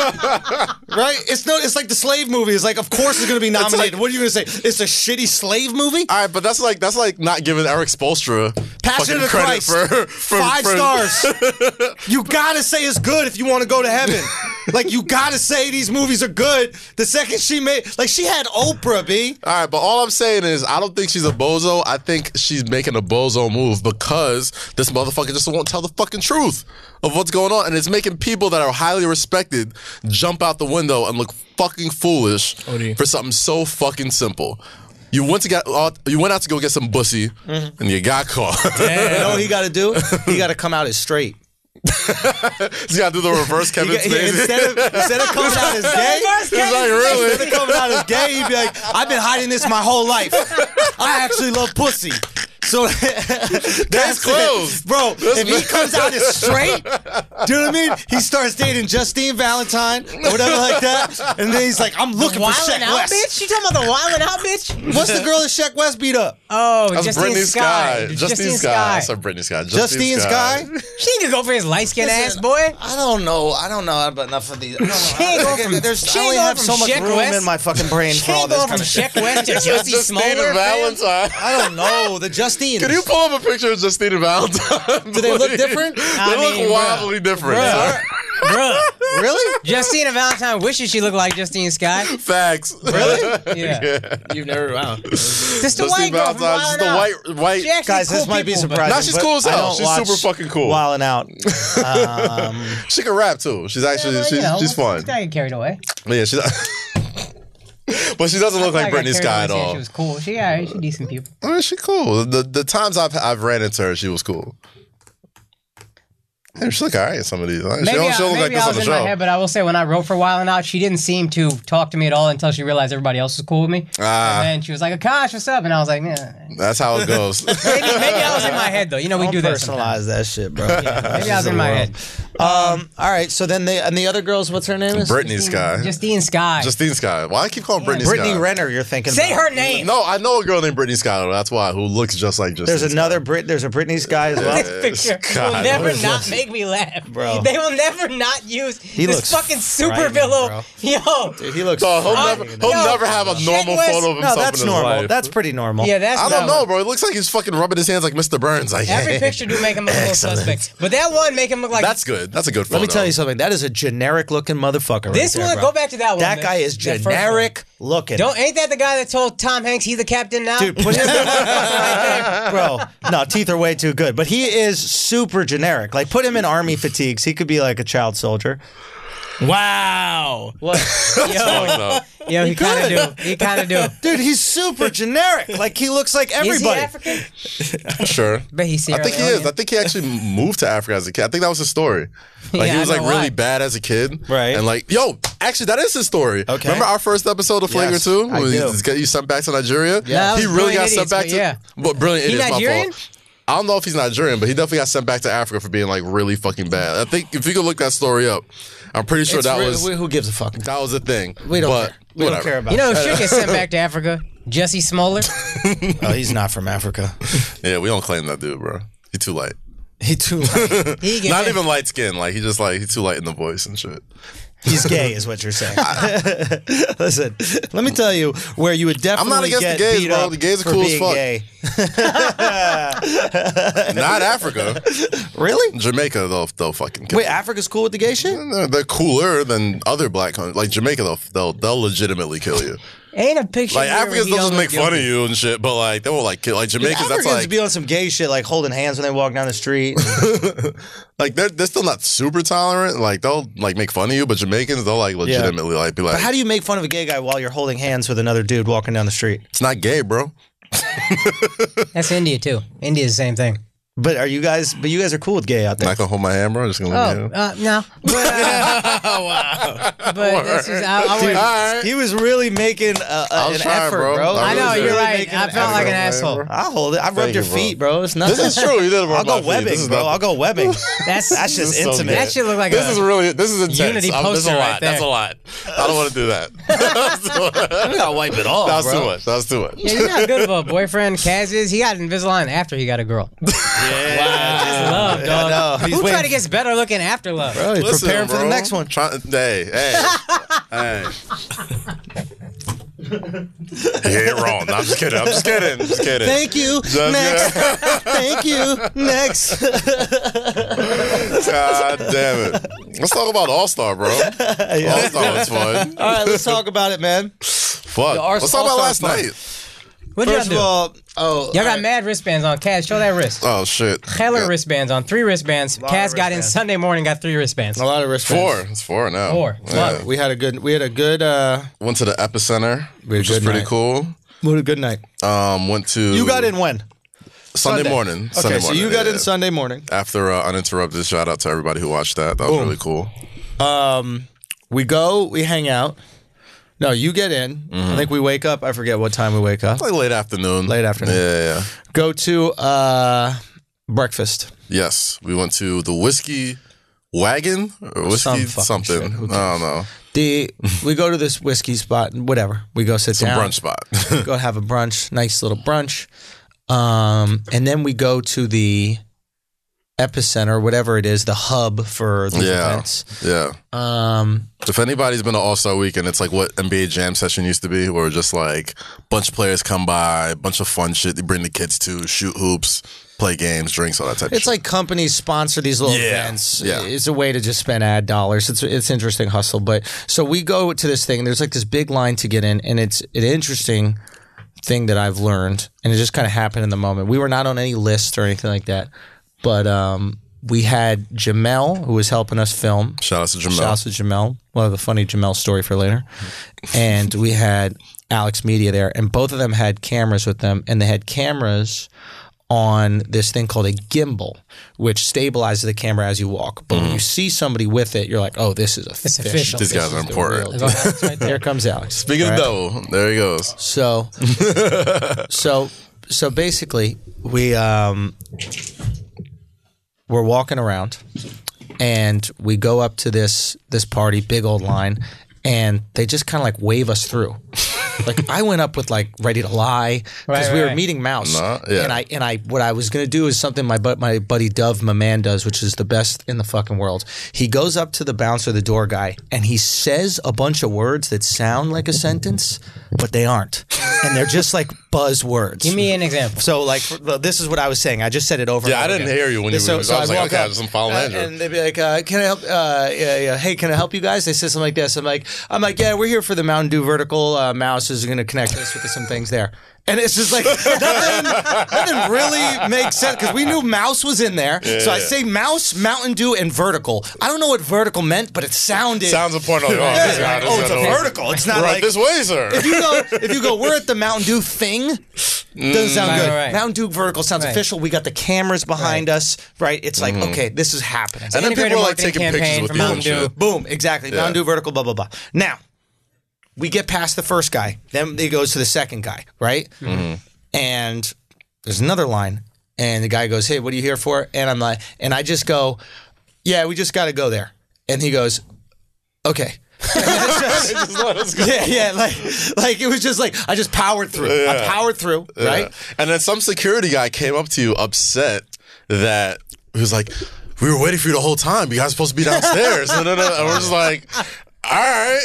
Speaker 1: right? It's no, it's like the slave movie. It's like, of course, it's gonna be nominated. what are you gonna say? It's a shitty slave movie.
Speaker 2: all right, but that's like that's like not giving Eric Spolstra
Speaker 1: Passion of
Speaker 2: fucking
Speaker 1: the
Speaker 2: credit
Speaker 1: Christ,
Speaker 2: for, for
Speaker 1: five
Speaker 2: for-
Speaker 1: stars. you gotta say it's good if you want to go to heaven. like you gotta say these movies are good. The second she made, like she had Oprah, b.
Speaker 2: All right, but all I'm saying is I don't think she's a bozo. I think she's making a bozo move because this motherfucker just won't tell the fucking truth of what's going on, and it's making people that are highly respected jump out the window and look fucking foolish
Speaker 4: OD.
Speaker 2: for something so fucking simple. You went to get out, you went out to go get some bussy, and you got caught.
Speaker 1: You know what he got to do? He got to come out as straight.
Speaker 2: you got to do the reverse
Speaker 1: He
Speaker 2: Kevin
Speaker 1: got- he-
Speaker 2: Spacey.
Speaker 1: instead, of, instead of coming out as gay,
Speaker 3: Reverse
Speaker 2: It's like
Speaker 3: Kevin
Speaker 2: really.
Speaker 1: instead of coming out as gay, he'd be like, I've been hiding this my whole life. I actually love pussy. So that's
Speaker 2: closed.
Speaker 1: it. Bro, if he comes out as straight, do you know what I mean? He starts dating Justine Valentine or whatever like that. And then he's like, I'm looking for Sheck
Speaker 3: Wildin' out,
Speaker 1: West.
Speaker 3: bitch. You talking about the wildin' out, bitch?
Speaker 1: What's the girl that Sheck West beat up?
Speaker 3: Oh,
Speaker 2: That's
Speaker 3: Justine
Speaker 2: Brittany Sky.
Speaker 3: Sky.
Speaker 2: Justine, Sky. That's not Brittany Sky.
Speaker 1: Justine Sky?
Speaker 3: She could go for his light skinned ass
Speaker 1: Listen,
Speaker 3: boy.
Speaker 1: I don't know. I don't know about enough of these. I don't know.
Speaker 3: She ain't going from-
Speaker 1: There's,
Speaker 3: she
Speaker 1: I
Speaker 3: ain't
Speaker 1: only
Speaker 3: going
Speaker 1: have
Speaker 3: from
Speaker 1: so much
Speaker 3: Sheck
Speaker 1: room
Speaker 3: West.
Speaker 1: in my fucking brain
Speaker 3: She
Speaker 1: for all
Speaker 3: ain't
Speaker 1: this
Speaker 3: going
Speaker 1: kind
Speaker 3: from
Speaker 1: of shit.
Speaker 3: Check West to Jussie
Speaker 2: Justine
Speaker 3: Smollett. man.
Speaker 2: Valentine.
Speaker 1: I don't know. The Justine.
Speaker 2: Can you pull up a picture of Justine and Valentine? Do
Speaker 1: they look different?
Speaker 2: they
Speaker 3: I
Speaker 2: look
Speaker 3: mean, bruh.
Speaker 2: wildly different.
Speaker 3: Bruh.
Speaker 2: sir.
Speaker 3: Bruh.
Speaker 1: Really?
Speaker 3: Justina Valentine wishes she looked like Justine Sky.
Speaker 2: Facts.
Speaker 1: Really?
Speaker 3: Yeah.
Speaker 4: You've never. Wow.
Speaker 3: Just the white girl from
Speaker 2: Valentine's
Speaker 3: Wild
Speaker 2: is
Speaker 3: and Out.
Speaker 2: the white, white.
Speaker 3: She actually
Speaker 1: Guys,
Speaker 3: cool
Speaker 1: this might be
Speaker 3: people, but-
Speaker 1: surprising.
Speaker 2: Nah, she's
Speaker 1: but
Speaker 2: cool as
Speaker 1: I
Speaker 2: hell.
Speaker 1: don't
Speaker 2: She's
Speaker 1: watch
Speaker 2: super fucking cool.
Speaker 1: Wildin' out. Um,
Speaker 2: She can rap too. She's actually
Speaker 3: Well, you
Speaker 2: she's,
Speaker 3: know,
Speaker 2: she's fun.
Speaker 3: let's not get carried away.
Speaker 2: But yeah, she's. but she doesn't look like
Speaker 3: I got
Speaker 2: Britney
Speaker 3: carried
Speaker 2: Sky at
Speaker 3: away saying
Speaker 2: all.
Speaker 3: She was cool. She yeah, she decent people.
Speaker 2: I mean, she cool. The the times I've I've ran into her, she was cool. Hey, she look alright in some of these. Like, she
Speaker 3: Maybe,
Speaker 2: don't,
Speaker 3: I,
Speaker 2: she don't look like
Speaker 3: maybe
Speaker 2: this
Speaker 3: I
Speaker 2: on
Speaker 3: was
Speaker 2: the
Speaker 3: in
Speaker 2: show.
Speaker 3: my head, but I will say when I wrote for Wild and Out, she didn't seem to talk to me at all until she realized everybody else was cool with me.
Speaker 2: Ah.
Speaker 3: And then she was like, "Akash, what's up?" And I was like, "Yeah."
Speaker 2: That's how it goes.
Speaker 3: Maybe, maybe I was in my head though. You know, we
Speaker 1: Don't
Speaker 3: do that.
Speaker 1: personalize
Speaker 3: sometimes.
Speaker 1: that shit, bro.
Speaker 3: Maybe I was in my head.
Speaker 1: Um, all right. So then they and the other girls, what's her name? Is
Speaker 2: Britney Sky.
Speaker 3: Justine Sky.
Speaker 2: Justine Sky. Why I keep calling Britney Sky?
Speaker 1: Brittany Renner. You're thinking.
Speaker 3: Say
Speaker 1: about.
Speaker 3: her name.
Speaker 2: No, I know a girl named Britney Sky. though. That's why who looks just like Justine.
Speaker 1: There's another Brit. There's a Britney guy as well.
Speaker 2: Yeah.
Speaker 3: picture
Speaker 2: God,
Speaker 3: will never
Speaker 2: what is
Speaker 3: not
Speaker 2: this?
Speaker 3: make me laugh,
Speaker 1: Bro.
Speaker 3: They will never not use this
Speaker 1: looks
Speaker 3: fucking super
Speaker 1: frightening,
Speaker 3: villain.
Speaker 1: bro.
Speaker 3: Yo,
Speaker 1: He looks.
Speaker 2: So he'll
Speaker 1: fine.
Speaker 2: never, he'll
Speaker 3: Yo,
Speaker 2: never have a
Speaker 3: Jake
Speaker 2: normal
Speaker 3: West-
Speaker 2: photo of himself
Speaker 1: Uh, no, that's
Speaker 2: in his
Speaker 1: normal.
Speaker 2: life.
Speaker 1: That's pretty normal.
Speaker 3: yeah, that's
Speaker 2: I don't
Speaker 3: not-
Speaker 2: know, bro. It looks like he's fucking rubbing his hands like Mr. Burns. Like
Speaker 3: Every picture do make him look a little
Speaker 2: Excellent.
Speaker 3: suspect, but that one make him look like
Speaker 2: That's good. That's a good photo.
Speaker 1: Let me tell you something. That is a generic looking motherfucker.
Speaker 3: This
Speaker 1: right there,
Speaker 3: one,
Speaker 1: bro.
Speaker 3: go back to that one.
Speaker 1: That
Speaker 3: man.
Speaker 1: guy is
Speaker 3: That first
Speaker 1: generic looking.
Speaker 3: one. Don't ain't that the guy that told Tom Hanks he's the captain now?
Speaker 1: Dude, put his bro. No, teeth are way too good. But he is super generic. Like, put him in army fatigues. He could be like a child soldier.
Speaker 4: Wow.
Speaker 3: what? Yo,
Speaker 2: No.
Speaker 3: yo, he kind
Speaker 1: good.
Speaker 3: of do. He kind of do.
Speaker 1: Dude, he's super generic. Like, he looks like
Speaker 3: Is he
Speaker 1: everybody.
Speaker 3: African?
Speaker 2: Sure.
Speaker 3: But
Speaker 2: I
Speaker 3: he's Sierra
Speaker 2: think he
Speaker 3: Leonean.
Speaker 2: is. I think he actually moved to Africa as a kid. I think that was his story. Like
Speaker 3: Yeah,
Speaker 2: he was
Speaker 3: I
Speaker 2: like
Speaker 3: know
Speaker 2: really
Speaker 3: why.
Speaker 2: bad as a kid,
Speaker 1: Right.
Speaker 2: And like, yo, actually, that is his story.
Speaker 1: Okay.
Speaker 2: Remember our first episode of Flagrant
Speaker 1: Yes,
Speaker 2: Two?
Speaker 1: I
Speaker 2: When he
Speaker 1: do.
Speaker 2: just got you sent back to Nigeria.
Speaker 3: Yeah, that
Speaker 2: he
Speaker 3: was
Speaker 2: really got
Speaker 3: Brilliant
Speaker 2: sent
Speaker 3: Idiots,
Speaker 2: back
Speaker 3: but
Speaker 2: to.
Speaker 3: yeah.
Speaker 2: But brilliant
Speaker 3: He
Speaker 2: idiots, my
Speaker 3: Nigerian?
Speaker 2: fault. I don't know if he's Nigerian, but he definitely got sent back to Africa for being like really fucking bad. I think if you could look that story up, I'm pretty sure
Speaker 1: It's
Speaker 2: that
Speaker 1: re-
Speaker 2: was
Speaker 1: who gives a fuck?
Speaker 2: that was a thing.
Speaker 1: We don't
Speaker 2: but
Speaker 1: care. We don't
Speaker 2: whatever.
Speaker 1: care about.
Speaker 3: You know, who should get sent back to Africa. Jesse Smollett.
Speaker 1: that. oh, he's not from Africa.
Speaker 2: Yeah, we don't claim that dude, bro. He too light.
Speaker 1: He too.
Speaker 3: He get
Speaker 2: Not
Speaker 3: that-
Speaker 2: even light skin. Like he just like he too light in the voice and shit.
Speaker 1: He's gay, is what you're saying. Listen, let me tell you where you would definitely.
Speaker 2: not against
Speaker 1: get
Speaker 2: the gays,
Speaker 1: beat
Speaker 2: bro.
Speaker 1: up
Speaker 2: The gays are
Speaker 1: for
Speaker 2: cool as
Speaker 1: being
Speaker 2: fuck.
Speaker 1: Gay.
Speaker 2: Not Africa.
Speaker 1: Really?
Speaker 2: Jamaica, they'll they'll fucking kill.
Speaker 1: Wait, Africa's cool with the gay shit?
Speaker 2: They're, they're cooler than other black countries. Like Jamaica, they'll they'll, they'll legitimately kill you.
Speaker 3: Ain't a picture.
Speaker 2: Like
Speaker 3: here where
Speaker 2: Africans,
Speaker 3: he
Speaker 2: they'll just
Speaker 3: don't
Speaker 2: make
Speaker 3: look
Speaker 2: fun of
Speaker 3: guilty.
Speaker 2: you and shit. But like they won't like kill. Like Jamaicans,
Speaker 1: Africans
Speaker 2: that's like
Speaker 1: be on some gay shit, like holding hands when they walk down the street.
Speaker 2: like they're they're still not super tolerant. Like they'll like make fun of you, but Jamaicans, they'll like legitimately like be like,
Speaker 1: How do you make fun of a gay guy while you're holding hands with another dude walking down the street?
Speaker 2: it's not gay, bro.
Speaker 3: That's India too. India's the same thing.
Speaker 1: But are you guys? But you guys are cool with gay out
Speaker 2: I'm
Speaker 1: there.
Speaker 2: not gonna hold my hand, bro. I'm just gonna leave
Speaker 3: Oh
Speaker 2: you.
Speaker 3: uh, no. But, uh, But this is I, I,
Speaker 2: All
Speaker 3: wouldn't-
Speaker 2: right.
Speaker 1: He was really making a, a-
Speaker 2: I was
Speaker 1: an
Speaker 2: trying,
Speaker 1: effort,
Speaker 2: bro.
Speaker 1: bro.
Speaker 2: I
Speaker 3: I know
Speaker 2: really
Speaker 3: you're
Speaker 2: do.
Speaker 3: right.
Speaker 1: Making
Speaker 3: I
Speaker 1: an
Speaker 3: felt like an
Speaker 2: effort, man.
Speaker 3: asshole.
Speaker 1: I'll hold it. I've rubbed
Speaker 2: Thank
Speaker 1: your
Speaker 2: you, bro.
Speaker 1: feet, bro. It's nothing.
Speaker 2: This is true. You did it.
Speaker 1: I'll go webbing, bro. I'll go webbing.
Speaker 3: That's
Speaker 1: That's just
Speaker 2: is so
Speaker 1: intimate.
Speaker 2: good.
Speaker 3: that should look like
Speaker 2: This
Speaker 3: a,
Speaker 2: is really this is intense.
Speaker 3: Unity
Speaker 2: I'm- this is a
Speaker 3: poster
Speaker 2: lot.
Speaker 3: right there.
Speaker 2: That's a lot. I don't want to do that.
Speaker 4: I gotta wipe it off.
Speaker 2: that was
Speaker 4: bro.
Speaker 2: too much. That was too much.
Speaker 3: Yeah, you know how good of a boyfriend Kaz is. He got Invisalign after he got a girl. Love, dog.
Speaker 1: know. He's
Speaker 3: Who
Speaker 1: waiting-
Speaker 3: try to get better looking after love?
Speaker 1: Bro, he's
Speaker 2: Listen,
Speaker 1: preparing for
Speaker 2: bro.
Speaker 1: the next one.
Speaker 2: Try, hey, hey, hey. You're wrong. No, I'm just kidding. I'm just kidding. Just kidding.
Speaker 1: Thank you.
Speaker 2: Just-
Speaker 1: Next. Thank you. Next.
Speaker 2: God damn it. Let's talk about All Star, bro. All Star was fun.
Speaker 1: All right, let's talk about it, man.
Speaker 2: Fuck.
Speaker 1: All-
Speaker 2: Let's talk about
Speaker 1: All-Star's
Speaker 2: last
Speaker 1: fun.
Speaker 2: night.
Speaker 3: What y'all
Speaker 1: First
Speaker 3: do?
Speaker 1: of all, oh,
Speaker 3: y'all got mad wristbands on. Kaz, show that wrist.
Speaker 2: Oh shit.
Speaker 3: Hella
Speaker 2: Yeah.
Speaker 3: wristbands on. Three wristbands.
Speaker 1: of
Speaker 3: Kaz got in
Speaker 1: wristbands.
Speaker 3: Sunday morning. Got three wristbands.
Speaker 1: a lot of risk.
Speaker 2: Four. It's four now.
Speaker 3: Four.
Speaker 2: Yeah.
Speaker 3: Fuck.
Speaker 1: We had a good. We had a good. uh
Speaker 2: Went to the epicenter,
Speaker 1: had a
Speaker 2: which was
Speaker 1: good
Speaker 2: pretty
Speaker 1: night.
Speaker 2: cool.
Speaker 1: What a good night.
Speaker 2: Um, went to
Speaker 1: You got in when?
Speaker 2: Sunday, morning.
Speaker 1: Okay,
Speaker 2: Sunday
Speaker 1: so
Speaker 2: morning.
Speaker 1: you got
Speaker 2: yeah.
Speaker 1: in Sunday morning.
Speaker 2: after uh, uninterrupted. Shout out to everybody who watched that. That was really cool.
Speaker 1: Um, We go. We hang out. No, you get in. I think we wake up. I forget what time we wake up.
Speaker 2: Like late afternoon.
Speaker 1: Late afternoon.
Speaker 2: Yeah, yeah, yeah.
Speaker 1: Go to uh breakfast.
Speaker 2: Yes, we went to the whiskey wagon or
Speaker 1: Some
Speaker 2: whiskey
Speaker 1: fucking
Speaker 2: something.
Speaker 1: shit. Who cares?
Speaker 2: I don't know.
Speaker 1: The we go to this whiskey spot and whatever. We go sit
Speaker 2: Some
Speaker 1: down.
Speaker 2: brunch spot.
Speaker 1: go have a brunch, nice little brunch. Um, and then we go to the epicenter, whatever it is, the hub for the
Speaker 2: Yeah.
Speaker 1: events.
Speaker 2: yeah.
Speaker 1: Um,
Speaker 2: If anybody's been to All Star Weekend, it's like what NBA Jam session used to be, where just like bunch of players come by, bunch of fun shit. They bring the kids to shoot hoops, play games, drinks, all that type.
Speaker 1: it's
Speaker 2: of shit.
Speaker 1: like companies sponsor these little
Speaker 2: Yeah,
Speaker 1: events.
Speaker 2: yeah.
Speaker 1: It's a way to just spend ad dollars. It's it's interesting hustle. But so we go to this thing and there's like this big line to get in and it's an interesting thing that I've learned and it just kind of happened in the moment. We were not on any list or anything like that. But um we had Jamel, who was helping us film.
Speaker 2: Shout out to Jamel.
Speaker 1: Shout out to Jamel. We'll have a funny Jamel story for later. And we had Alex Media there, and both of them had cameras with them, and they had cameras on this thing called a gimbal, which stabilizes the camera as you walk. But when you see somebody with it, you're like, oh, this is
Speaker 3: It's
Speaker 1: official.
Speaker 3: official.
Speaker 2: Mm-hmm. These guys are important.
Speaker 3: Look, Alex right there.
Speaker 1: Here comes Alex.
Speaker 2: Speaking
Speaker 1: All
Speaker 2: of
Speaker 1: right?
Speaker 2: double, there he goes.
Speaker 1: So, so, so basically, we um, we're walking around, and we go up to this this party, big old line, and they just kind of like wave us through. like I went up with like ready to lie because
Speaker 3: Right,
Speaker 1: we were
Speaker 3: right.
Speaker 1: meeting Mouse,
Speaker 2: Nah, yeah.
Speaker 1: and I and I what I was gonna do is something my but my buddy Dove my man does, which is the best in the fucking world. He goes up to the bouncer, the door guy, and he says a bunch of words that sound like a sentence, but they aren't, and they're just like buzzwords.
Speaker 3: Give me an example.
Speaker 1: So like for- well, this is what I was saying. I just said it over.
Speaker 2: Yeah, I
Speaker 1: and over
Speaker 2: didn't
Speaker 1: again.
Speaker 2: hear you when you
Speaker 1: so,
Speaker 2: were-
Speaker 1: so
Speaker 2: I was like,
Speaker 1: walk
Speaker 2: okay, I
Speaker 1: up,
Speaker 2: just follow
Speaker 1: uh,
Speaker 2: Andrew.
Speaker 1: And they'd be like, uh, "Can I help? Uh, yeah, yeah, hey, can I help you guys?" They said something like this. I'm like, "I'm like, yeah, we're here for the Mountain Dew vertical. Uh, mouse is going to connect us with some things there." And it's just like nothing, nothing really makes sense because we knew mouse was in there. so I
Speaker 2: yeah.
Speaker 1: say mouse, Mountain Dew, and vertical. I don't know what vertical meant, but it sounded
Speaker 2: Sounds important. Oh,
Speaker 1: Yeah,
Speaker 2: this guy
Speaker 1: like, oh, it's
Speaker 2: doesn't
Speaker 1: a
Speaker 2: know.
Speaker 1: vertical. It's not
Speaker 2: We're up
Speaker 1: like
Speaker 2: this way, sir.
Speaker 1: if you go, if you go, we're at the Mountain Dew thing. Doesn't sound
Speaker 3: right,
Speaker 1: good.
Speaker 3: right, right.
Speaker 1: Mountain Dew vertical sounds
Speaker 3: Right.
Speaker 1: official. We got the cameras behind us, right? It's like, okay, this is happening.
Speaker 2: And then
Speaker 3: Integrated
Speaker 2: people are like
Speaker 3: marketing
Speaker 2: taking pictures
Speaker 3: campaign
Speaker 2: with
Speaker 3: for
Speaker 2: you and
Speaker 3: Mountain Dew.
Speaker 2: shit.
Speaker 1: Boom, exactly. Mountain Dew vertical, blah blah blah. Now, we get past the first guy, then it goes to the second guy, right? And there's another line, and the guy goes, "Hey, what are you here for?" And I'm like, and I just go, "Yeah, we just got to go there." And he goes, "Okay."
Speaker 2: Just let us go.
Speaker 1: yeah, yeah, like, like it was just like I just powered through. I powered through, right?
Speaker 2: Yeah. And then some security guy came up to you upset that he was like, "We were waiting for you the whole time. You guys were supposed to be downstairs." no, no, no. And we're just like, "All right."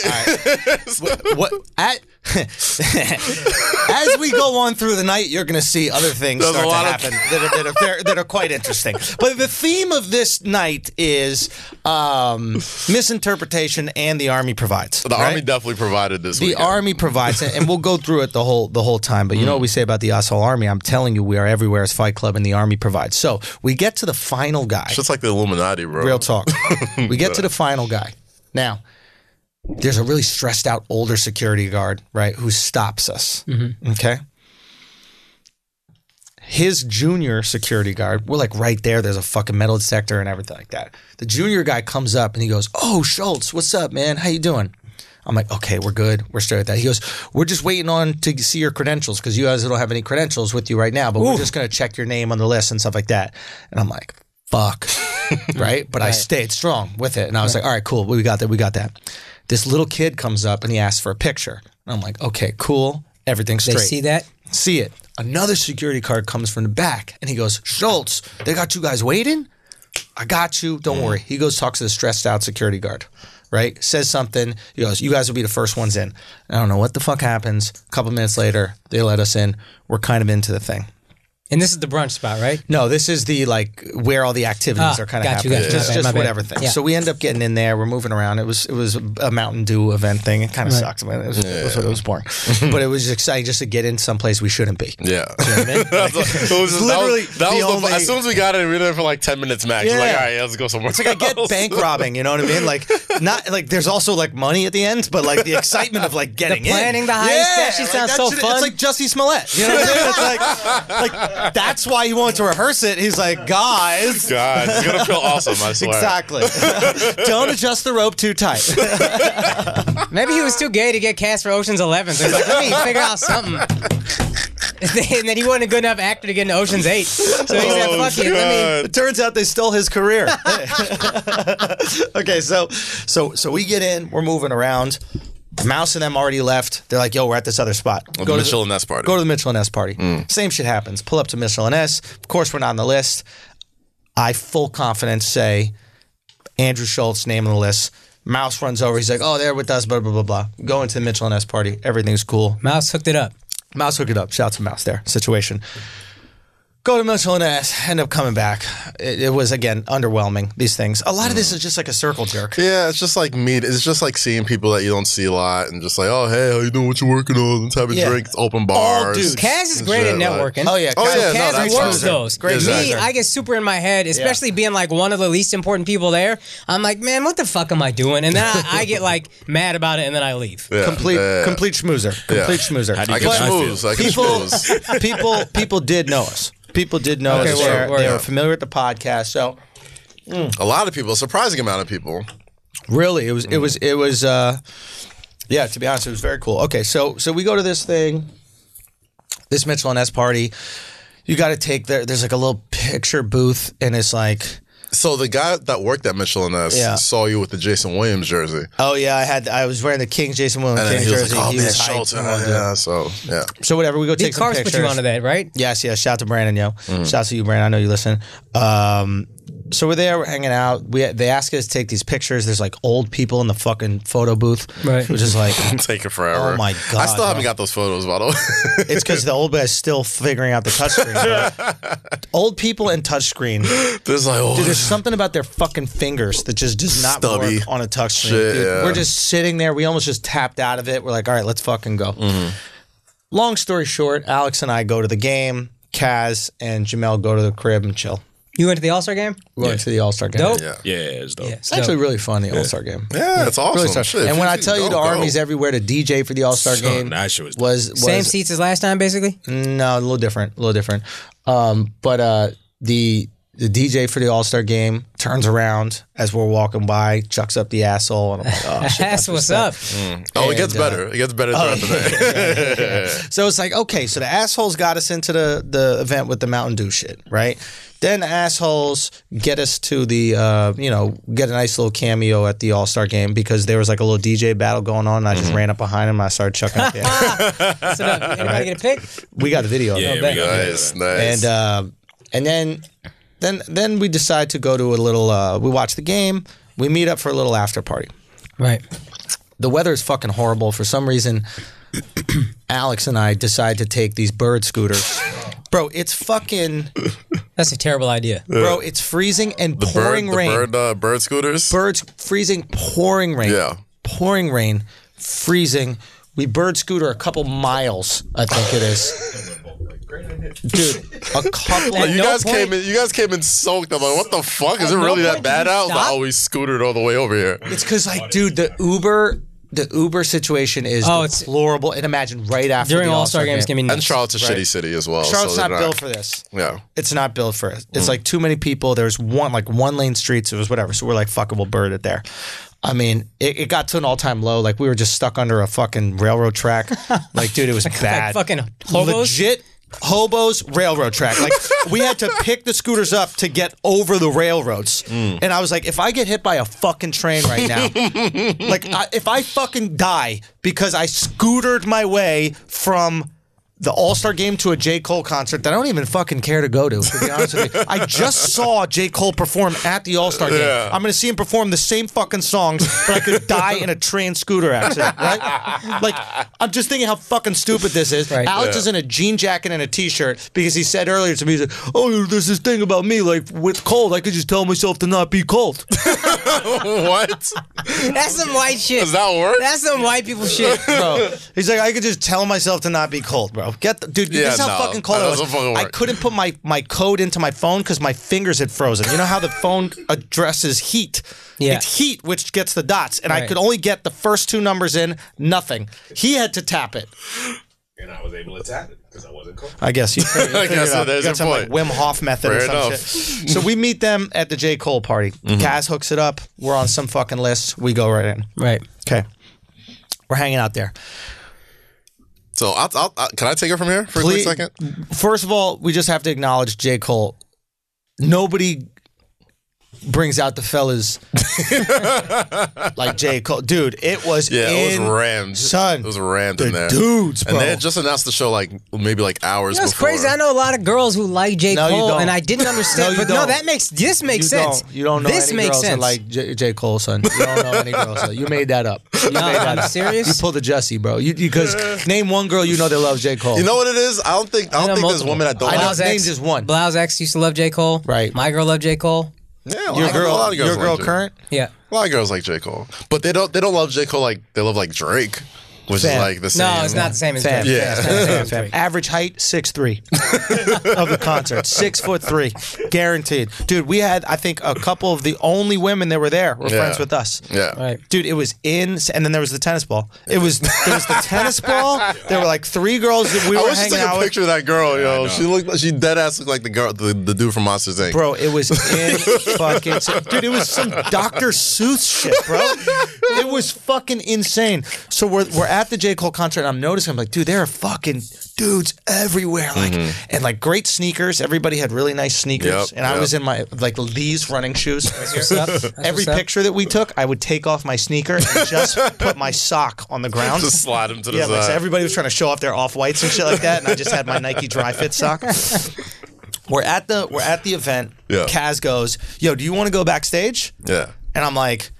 Speaker 1: what at as we go on through the night, you're going to see other things
Speaker 2: There's
Speaker 1: start
Speaker 2: a
Speaker 1: to
Speaker 2: lot of-
Speaker 1: happen that are, that, are, fair- that are quite interesting. But the theme of this night is um, misinterpretation and the army provides.
Speaker 2: the
Speaker 1: right?
Speaker 2: army definitely provided this.
Speaker 1: The
Speaker 2: weekend.
Speaker 1: army provides, it, and we'll go through it the whole the whole time. But you know what we say about the asshole army? I'm telling you, we are everywhere as Fight Club, and the army provides. So we get to the final guy.
Speaker 2: It's just like the Illuminati, bro.
Speaker 1: Real talk. we get to the final guy. Now, there's a really stressed out older security guard, right, who stops us. Okay. His junior security guard, we're like right there. There's a fucking metal detector and everything like that. The junior guy comes up and he goes, "Oh, Schultz, what's up, man? How you doing?" I'm like, "Okay, we're good. We're straight at that." He goes, "We're just waiting on to see your credentials because you guys don't have any credentials with you right now, but we're just gonna check your name on the list and stuff like that." And I'm like, "Fuck." right? But I stayed strong with it. And I was like, all right, cool. We got that. We got that. This little kid comes up and he asks for a picture. And I'm like, okay, cool. Everything's
Speaker 3: They
Speaker 1: straight.
Speaker 3: see that?
Speaker 1: See it. Another security card comes from the back and he goes, Schultz, they got you guys waiting? I got you.
Speaker 3: Mm.
Speaker 1: Don't worry. He goes, talks to the stressed out security guard, right? Says something. He goes, You guys will be the first ones in. I don't know what the fuck happens. A couple minutes later, they let us in. We're kind of into the thing.
Speaker 3: And this is the brunch spot, right?
Speaker 1: No, this is the like where all the activities
Speaker 3: Ah,
Speaker 1: are kind of
Speaker 3: got you,
Speaker 1: happening.
Speaker 3: got you.
Speaker 1: Just,
Speaker 3: My bad,
Speaker 1: just
Speaker 3: my bad.
Speaker 1: whatever thing.
Speaker 3: Yeah.
Speaker 1: So we end up getting in there. We're moving around. It was it was a Mountain Dew event thing. It kind of sucked. I mean, It was, it was what it was boring, but it was exciting just to get in someplace we shouldn't be.
Speaker 2: Yeah. That's what- it was just- that
Speaker 1: literally
Speaker 2: was, that
Speaker 1: the
Speaker 2: was
Speaker 1: only-
Speaker 2: as soon as we got in, we were there for like 10 minutes max.
Speaker 1: Yeah.
Speaker 2: Like, all right, let's go somewhere. It's
Speaker 1: Like I get bank robbing, you know what I mean? Like not like there's also like money at the end, but like the excitement of like getting
Speaker 3: planning
Speaker 1: in.
Speaker 3: the heist, that shit sounds
Speaker 1: that
Speaker 3: so
Speaker 1: should-
Speaker 3: fun.
Speaker 1: It's like Jussie Smollett, you know what I mean? It's like, like that's why he wanted to rehearse it. He's like, guys,
Speaker 2: God, it's going to feel awesome, I swear.
Speaker 1: exactly. Don't adjust the rope too tight.
Speaker 3: Maybe he was too gay to get cast for Ocean's Eleven. So he's like, let me figure out something. and then he wasn't a good enough actor to get into Ocean's Eight. So he's like,
Speaker 2: Oh,
Speaker 3: fuck it, let me.
Speaker 2: God.
Speaker 1: It turns out they stole his career. okay, so so so we get in, we're moving around. Mouse and them already left. They're like, "Yo, we're at this other spot."
Speaker 2: Well,
Speaker 1: Go to
Speaker 2: Mitchell
Speaker 1: the,
Speaker 2: and that's part
Speaker 1: go to the Mitchell and S party.
Speaker 2: Mm.
Speaker 1: Same shit happens. Pull up to Mitchell and S. Of course, we're not on the list. I full confidence say Andrew Schultz name on the list. Mouse runs over. He's like, "Oh, they're with us." Blah blah blah blah. Go into the Mitchell and S party. Everything's cool.
Speaker 3: Mouse hooked it up.
Speaker 1: Mouse hook it up. Shout out to Mouse there. Situation. Go to Mitchell and Ness, end up coming back. It, it was again underwhelming. These things. A lot of this is just like a circle jerk.
Speaker 2: Yeah, it's just like meet. It's just like seeing people that you don't see a lot, and just like, oh hey, how you doing? What you working on? Let's have a
Speaker 1: Yeah.
Speaker 2: drink. It's open bars.
Speaker 1: dudes.
Speaker 3: Kaz is great at
Speaker 2: Shit, like-
Speaker 3: networking.
Speaker 1: Oh yeah.
Speaker 2: Oh,
Speaker 1: Kyle-
Speaker 2: yeah, no,
Speaker 1: Kaz-
Speaker 3: Kaz
Speaker 2: that's
Speaker 3: works
Speaker 2: true.
Speaker 3: those.
Speaker 1: Great
Speaker 3: Me,
Speaker 1: networker.
Speaker 3: I get super in my head, especially being like one of the least important people there. I'm like, man, what the fuck am I doing? And then I, I get like mad about it, and then I leave.
Speaker 2: Yeah,
Speaker 1: Complete,
Speaker 2: yeah, yeah.
Speaker 1: complete schmoozer. Complete schmoozer.
Speaker 4: How do
Speaker 2: I
Speaker 4: you
Speaker 2: can
Speaker 4: But-
Speaker 2: schmooze. I can
Speaker 1: people,
Speaker 2: schmooze.
Speaker 1: people, people did know us. People did know
Speaker 3: Okay,
Speaker 1: us.
Speaker 3: word,
Speaker 1: They're-
Speaker 3: word.
Speaker 1: they
Speaker 3: Yeah.
Speaker 1: were familiar with the podcast. So
Speaker 2: A lot of people, a surprising amount of people.
Speaker 1: really, it was, it was, it was. uh Yeah, to be honest, it was very cool. Okay, so so we go to this thing, this Mitchell and S party. You got to take there. There's like a little picture booth, and it's like.
Speaker 2: So the guy that worked at Michelin S
Speaker 1: Yeah.
Speaker 2: saw you with the Jason Williams jersey,
Speaker 1: Oh yeah, I had I was wearing the Kings Jason Williams
Speaker 2: and then
Speaker 1: Kings
Speaker 2: he was
Speaker 1: jersey.
Speaker 2: like, "Oh
Speaker 1: He
Speaker 2: man,
Speaker 1: was hyped.
Speaker 2: Shelton,
Speaker 1: Oh,
Speaker 2: yeah.
Speaker 1: dude.
Speaker 2: So yeah,
Speaker 1: So whatever, we go
Speaker 3: Did
Speaker 1: take some
Speaker 3: Cars
Speaker 1: pictures.
Speaker 3: put you onto that, right?
Speaker 1: Yes, yes. Shout out to Brandon, yo.
Speaker 2: Mm.
Speaker 1: Shout out to you, Brandon. I know you listen. Um, so we're there, we're hanging out. We they ask us to take these pictures. There's like old people in the fucking photo booth,
Speaker 3: Right.
Speaker 1: Which is like
Speaker 2: take it forever.
Speaker 1: Oh, my
Speaker 2: I
Speaker 1: God,
Speaker 2: still haven't
Speaker 1: bro.
Speaker 2: got those photos, by the way.
Speaker 1: it's because the old guy's still figuring out the touchscreen. but old people and touchscreen.
Speaker 2: There's like, oh,
Speaker 1: Dude, there's something about their fucking fingers that just does not
Speaker 2: Stubby.
Speaker 1: work on a touch screen.
Speaker 2: Shit,
Speaker 1: Dude,
Speaker 2: yeah.
Speaker 1: We're just sitting there. We almost just tapped out of it. We're like, all right, let's fucking go.
Speaker 2: Mm-hmm.
Speaker 1: Long story short, Alex and I go to the game. Kaz and Jamel go to the crib and chill.
Speaker 3: You went to the All Star game?
Speaker 1: We went to the All Star game.
Speaker 3: Dope.
Speaker 2: Yeah.
Speaker 4: Yeah, it's dope.
Speaker 1: It's actually really fun, the All Star game.
Speaker 2: yeah, it's awesome.
Speaker 1: Really fun.
Speaker 2: Shit,
Speaker 1: and when I
Speaker 2: you
Speaker 1: tell you
Speaker 2: go,
Speaker 1: the
Speaker 2: go.
Speaker 1: armies everywhere to DJ for the All Star
Speaker 4: Son,
Speaker 1: game
Speaker 4: that shit was-
Speaker 1: was, was Mm.
Speaker 3: Same seats as last time, basically.
Speaker 1: No, a little different, a little different. Um, but uh, the the DJ for the All Star game turns around as we're walking by, chucks up the asshole, and I'm like, oh shit.
Speaker 3: That's what's up.
Speaker 2: Oh, it gets
Speaker 1: and, uh,
Speaker 2: better. It gets better throughout the day.
Speaker 1: So it's like, okay, so the assholes got us into the the event with the Mountain Dew shit, right? Then assholes get us to the, uh, you know, get a nice little cameo at the All Star game because there was like a little DJ battle going on. And I just
Speaker 4: Mm-hmm.
Speaker 1: ran up behind him and I started chucking up the asshole.
Speaker 3: What's up?
Speaker 1: Mm.
Speaker 3: Anybody get a pick?
Speaker 1: We got the video. of it.
Speaker 4: Yeah, we
Speaker 3: bet.
Speaker 4: got that.
Speaker 2: Nice, nice.
Speaker 1: and uh, and then then then we decide to go to a little. Uh, we watch the game. We meet up for a little after party.
Speaker 3: Right.
Speaker 1: The weather is fucking horrible for some reason. Alex and I decide to take these bird scooters. Bro, it's fucking
Speaker 3: That's a terrible idea.
Speaker 1: bro, it's freezing and
Speaker 2: bird,
Speaker 1: pouring
Speaker 2: the
Speaker 1: rain.
Speaker 2: bird, uh, bird scooters.
Speaker 1: Birds freezing, pouring rain.
Speaker 2: Yeah.
Speaker 1: Pouring rain, freezing. We bird scooter a couple miles, I think it is. Dude, a couple
Speaker 2: Like, Oh, you
Speaker 3: no
Speaker 2: guys
Speaker 3: point-
Speaker 2: came in. You guys came in soaked. I'm like, what the fuck? Is it
Speaker 3: no
Speaker 2: really that
Speaker 3: point did
Speaker 2: bad
Speaker 3: you
Speaker 2: out? I was Like,
Speaker 3: stop.
Speaker 2: oh, we scootered all the way over here.
Speaker 1: It's because, like, dude, the Uber, the Uber situation is
Speaker 3: Oh, it's-
Speaker 1: deplorable. And imagine right after
Speaker 3: During
Speaker 1: the
Speaker 3: All Star games,
Speaker 1: game.
Speaker 3: can be
Speaker 2: And
Speaker 3: nuts.
Speaker 2: Charlotte's a shitty city as well. so
Speaker 1: Charlotte's
Speaker 2: they're
Speaker 1: not built for this.
Speaker 2: Yeah.
Speaker 1: It's not built for it.
Speaker 3: Mm.
Speaker 1: It's like too many people. There's one like one lane streets. It was whatever. So we're like, fuck it, we'll bird it there. I mean, it, it got to an all time low. Like we were just stuck under a fucking railroad track. Like, dude, it was bad.
Speaker 3: fucking hobos?
Speaker 1: Legit hobos railroad track. Like we had to pick the scooters up to get over the railroads.
Speaker 3: Mm.
Speaker 1: And I was like, if I get hit by a fucking train right now, like I, if I fucking die because I scootered my way from the All Star game to a J Cole concert that I don't even fucking care to go to. To be honest with you, I just saw J Cole perform at the All Star game.
Speaker 2: Yeah.
Speaker 1: I'm gonna see him perform the same fucking songs, but I could die in a train scooter accident, right? Like I'm just thinking how fucking stupid this is.
Speaker 3: Right.
Speaker 1: Alex is in a jean jacket and a T-shirt because he said earlier to me, he's like, "Oh, there's this thing about me, like with cold, I could just tell myself to not be cold."
Speaker 2: what?
Speaker 3: That's some white shit.
Speaker 2: Does that work?
Speaker 3: That's some white people shit.
Speaker 1: bro. He's like, I could just tell myself to not be cold, bro. Get the, dude.
Speaker 2: Yeah,
Speaker 1: this is how
Speaker 2: no,
Speaker 1: fucking cold
Speaker 2: that
Speaker 1: I was.
Speaker 2: doesn't fucking
Speaker 1: I
Speaker 2: work.
Speaker 1: couldn't put my my code into my phone because my fingers had frozen. You know how the phone addresses heat.
Speaker 3: Yeah.
Speaker 1: It's heat which gets the dots, and I
Speaker 3: Right.
Speaker 1: could only get the first two numbers in. Nothing. He had to tap it.
Speaker 4: And I was able to tap it because I wasn't cold.
Speaker 1: I guess you. figured-
Speaker 2: I guess
Speaker 1: figured it out.
Speaker 2: there's
Speaker 1: You got
Speaker 2: your
Speaker 1: some, like, Wim
Speaker 2: point.
Speaker 1: Hof method or
Speaker 2: Fair
Speaker 1: some
Speaker 2: enough. Mm-hmm.
Speaker 1: shit. So we meet them at the J Cole party. Kaz hooks it up. We're on some fucking list. We go right in.
Speaker 3: Right.
Speaker 1: Okay. We're hanging out there.
Speaker 2: So I'll, I'll, i can I take it from here for
Speaker 1: Please-
Speaker 2: a quick second?
Speaker 1: First of all, we just have to acknowledge J. Cole. Nobody brings out the fellas like J. Cole. Dude, it was
Speaker 2: Yeah, it was
Speaker 1: in-
Speaker 2: rammed.
Speaker 1: Son,
Speaker 2: it was rammed
Speaker 1: the
Speaker 2: in there.
Speaker 1: dudes,
Speaker 2: and
Speaker 1: bro.
Speaker 2: they had just announced the show like maybe like hours.
Speaker 3: That's
Speaker 2: before.
Speaker 3: crazy. I know a lot of girls who like J.
Speaker 1: No, you
Speaker 3: Cole,
Speaker 1: don't.
Speaker 3: and I didn't understand.
Speaker 1: No, you
Speaker 3: but no,
Speaker 1: don't.
Speaker 3: that makes this makes
Speaker 1: you
Speaker 3: sense.
Speaker 1: Don't, you don't know
Speaker 3: this
Speaker 1: any
Speaker 3: makes
Speaker 1: girls that
Speaker 3: sense.
Speaker 1: like J. J. Cole, son. You don't know any girls. That, you made that up. You
Speaker 3: No,
Speaker 1: made that
Speaker 3: I'm
Speaker 1: up.
Speaker 3: serious?
Speaker 1: You pulled a Jesse, bro. You because name one girl you know that loves J. Cole.
Speaker 2: You know what it is? I don't think I don't
Speaker 3: know
Speaker 2: think there's
Speaker 3: multiple.
Speaker 2: women that don't.
Speaker 1: I know.
Speaker 2: like
Speaker 3: Blouse
Speaker 2: it.
Speaker 1: Name
Speaker 3: X
Speaker 1: just one.
Speaker 3: Blouse X used to love J. Cole.
Speaker 1: Right.
Speaker 3: My girl loved J. Cole.
Speaker 2: Yeah, a lot
Speaker 1: your
Speaker 2: of- a
Speaker 1: girl,
Speaker 2: lot of
Speaker 1: your
Speaker 2: girls like
Speaker 1: girl
Speaker 2: J.
Speaker 1: current.
Speaker 3: Yeah.
Speaker 2: A lot of girls like J Cole, but they don't they don't love J Cole like they love like Drake, which
Speaker 1: Fam.
Speaker 2: is like the same.
Speaker 3: No, it's not the same as
Speaker 1: Fam.
Speaker 3: Drake.
Speaker 2: Yeah.
Speaker 3: It's not the same as Drake.
Speaker 1: Average height six three of the concert, six foot three, guaranteed. Dude, we had I think a couple of the only women that were there were
Speaker 2: Yeah.
Speaker 1: friends with us.
Speaker 2: Yeah,
Speaker 3: Right.
Speaker 1: Dude, it was in, and then there was the tennis ball. It was there was the tennis ball. There were like three girls that we
Speaker 2: I
Speaker 1: were
Speaker 2: wish you
Speaker 1: hanging
Speaker 2: took
Speaker 1: out
Speaker 2: a
Speaker 1: with.
Speaker 2: picture of that girl, yo.
Speaker 4: know.
Speaker 2: she looked like she dead ass looked like the girl, the, the dude from Monsters Inc.
Speaker 1: Bro, it was in fucking dude. It was some Dr. Seuss shit, bro. It was fucking insane. So we're we're at the J Cole concert, and I'm noticing, I'm like, dude, there are fucking dudes everywhere, like, and like great sneakers. Everybody had really nice sneakers,
Speaker 2: Mm-hmm. Yep,
Speaker 1: and I
Speaker 2: yep.
Speaker 1: was in my like these running shoes.
Speaker 3: What's up? That's
Speaker 1: Every
Speaker 3: what's up.
Speaker 1: picture that we took, I would take off my sneaker and just put my sock on the ground.
Speaker 2: just slide him to the
Speaker 1: Yeah,
Speaker 2: side.
Speaker 1: like so everybody was trying to show off their off whites and shit like that, and I just had my Nike Dry Fit sock. We're at the we're at the event.
Speaker 2: Yeah.
Speaker 1: Kaz goes, "Yo, do you want to go backstage?"
Speaker 2: yeah.
Speaker 1: And I'm like,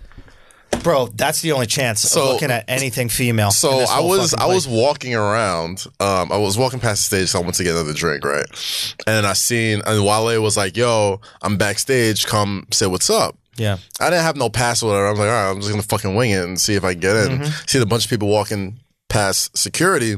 Speaker 1: "Bro, that's the only chance
Speaker 2: So-
Speaker 1: of looking at anything female." in
Speaker 2: So
Speaker 1: this
Speaker 2: I
Speaker 1: whole
Speaker 2: was
Speaker 1: fucking
Speaker 2: I was
Speaker 1: place."
Speaker 2: walking around. Um, I was walking past the stage, so I went to get another drink, right? And I seen and Wale was like, "Yo, I'm backstage. Come say what's up."
Speaker 1: yeah.
Speaker 2: I didn't have no pass or whatever. I was like, all right, I'm just gonna fucking wing it and see if I can get in. See a bunch of people walking past security.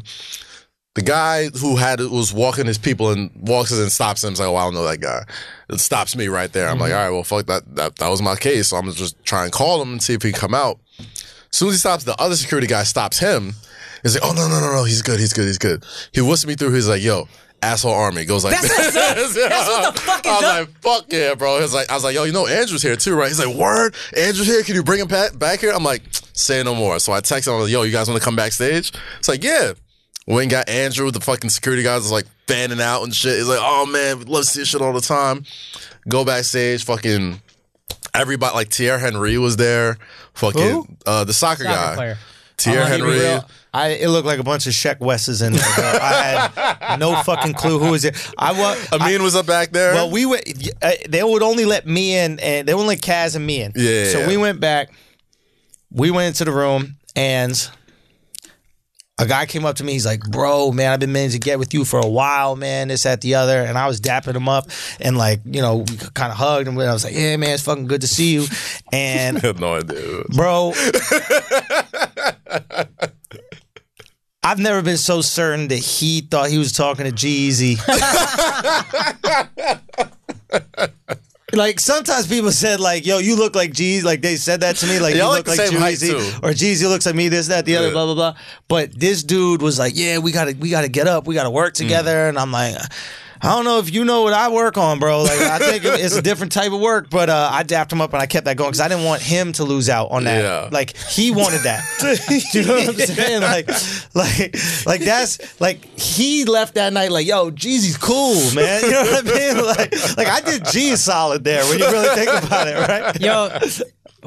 Speaker 2: The guy who had was walking his people and walks in and stops him. He's like, "Oh, I don't know that guy." It stops me right there. I'm like, "All right, well, fuck that. That that was my case. So I'm just trying to call him and see if he come out." As soon as he stops, the other security guy stops him. He's like, "Oh no, no, no, no. He's good. He's good. He's good." He whisks me through. He's like, "Yo." Asshole army goes like
Speaker 3: That's what's up. That's what the fuck is
Speaker 2: I was
Speaker 3: up.
Speaker 2: like, fuck yeah, bro. He's like, I was like, yo, you know Andrew's here too, right? He's like, word, Andrew's here. Can you bring him back, back here? I'm like, say no more. So I text him. I was like, yo, you guys want to come backstage? It's like, yeah. Wayne got Andrew. The fucking security guys is like fanning out and shit. He's like, oh man, we love to see this shit all the time. Go backstage, fucking. Everybody like Thierre Henry was there,
Speaker 1: Who?
Speaker 2: fucking uh, the soccer,
Speaker 3: Soccer
Speaker 2: guy.
Speaker 3: player.
Speaker 2: Thierre
Speaker 1: I'm gonna be
Speaker 2: Henry.
Speaker 1: real. I, it looked like a bunch of Sheck Wesses in there. bro. I had no fucking clue who was it. I was
Speaker 2: Amin was up back there.
Speaker 1: Well, we went. Uh, they would only let me in, and they wouldn't let Kaz and me in.
Speaker 2: Yeah, yeah,
Speaker 1: So we
Speaker 2: yeah.
Speaker 1: went back. We went into the room, and a guy came up to me. He's like, "Bro, man, I've been meaning to get with you for a while, man. This, that, the other." And I was dapping him up, and like, you know, we kind of hugged, and I was like, "Yeah, man, it's fucking good to see you." And
Speaker 2: had no idea.
Speaker 1: bro. I've never been so certain that he thought he was talking to Jeezy. like sometimes people said, like, "Yo, you look like Jeezy." Like they said that to me, like,
Speaker 2: Y'all
Speaker 1: "You
Speaker 2: like
Speaker 1: look
Speaker 2: the
Speaker 1: like
Speaker 2: same height,
Speaker 1: Jeezy,"
Speaker 2: too.
Speaker 1: or "Jeezy looks like me." This, that, the other,
Speaker 2: Yeah.
Speaker 1: blah, blah, blah. But this dude was like, "Yeah, we gotta, we gotta get up. We gotta
Speaker 2: Mm.
Speaker 1: work together." And I'm like. I don't know if you know what I work on, bro. Like I think it's a different type of work, but uh, I dapped him up and I kept that going because I didn't want him to lose out on that.
Speaker 2: Yeah.
Speaker 1: Like he wanted that. Do you know what I'm saying? Like, like, like that's like he left that night like, yo, Jeezy's cool, man. You know what I mean? Like, like I did G a solid there when you really think about it, right?
Speaker 3: Yo,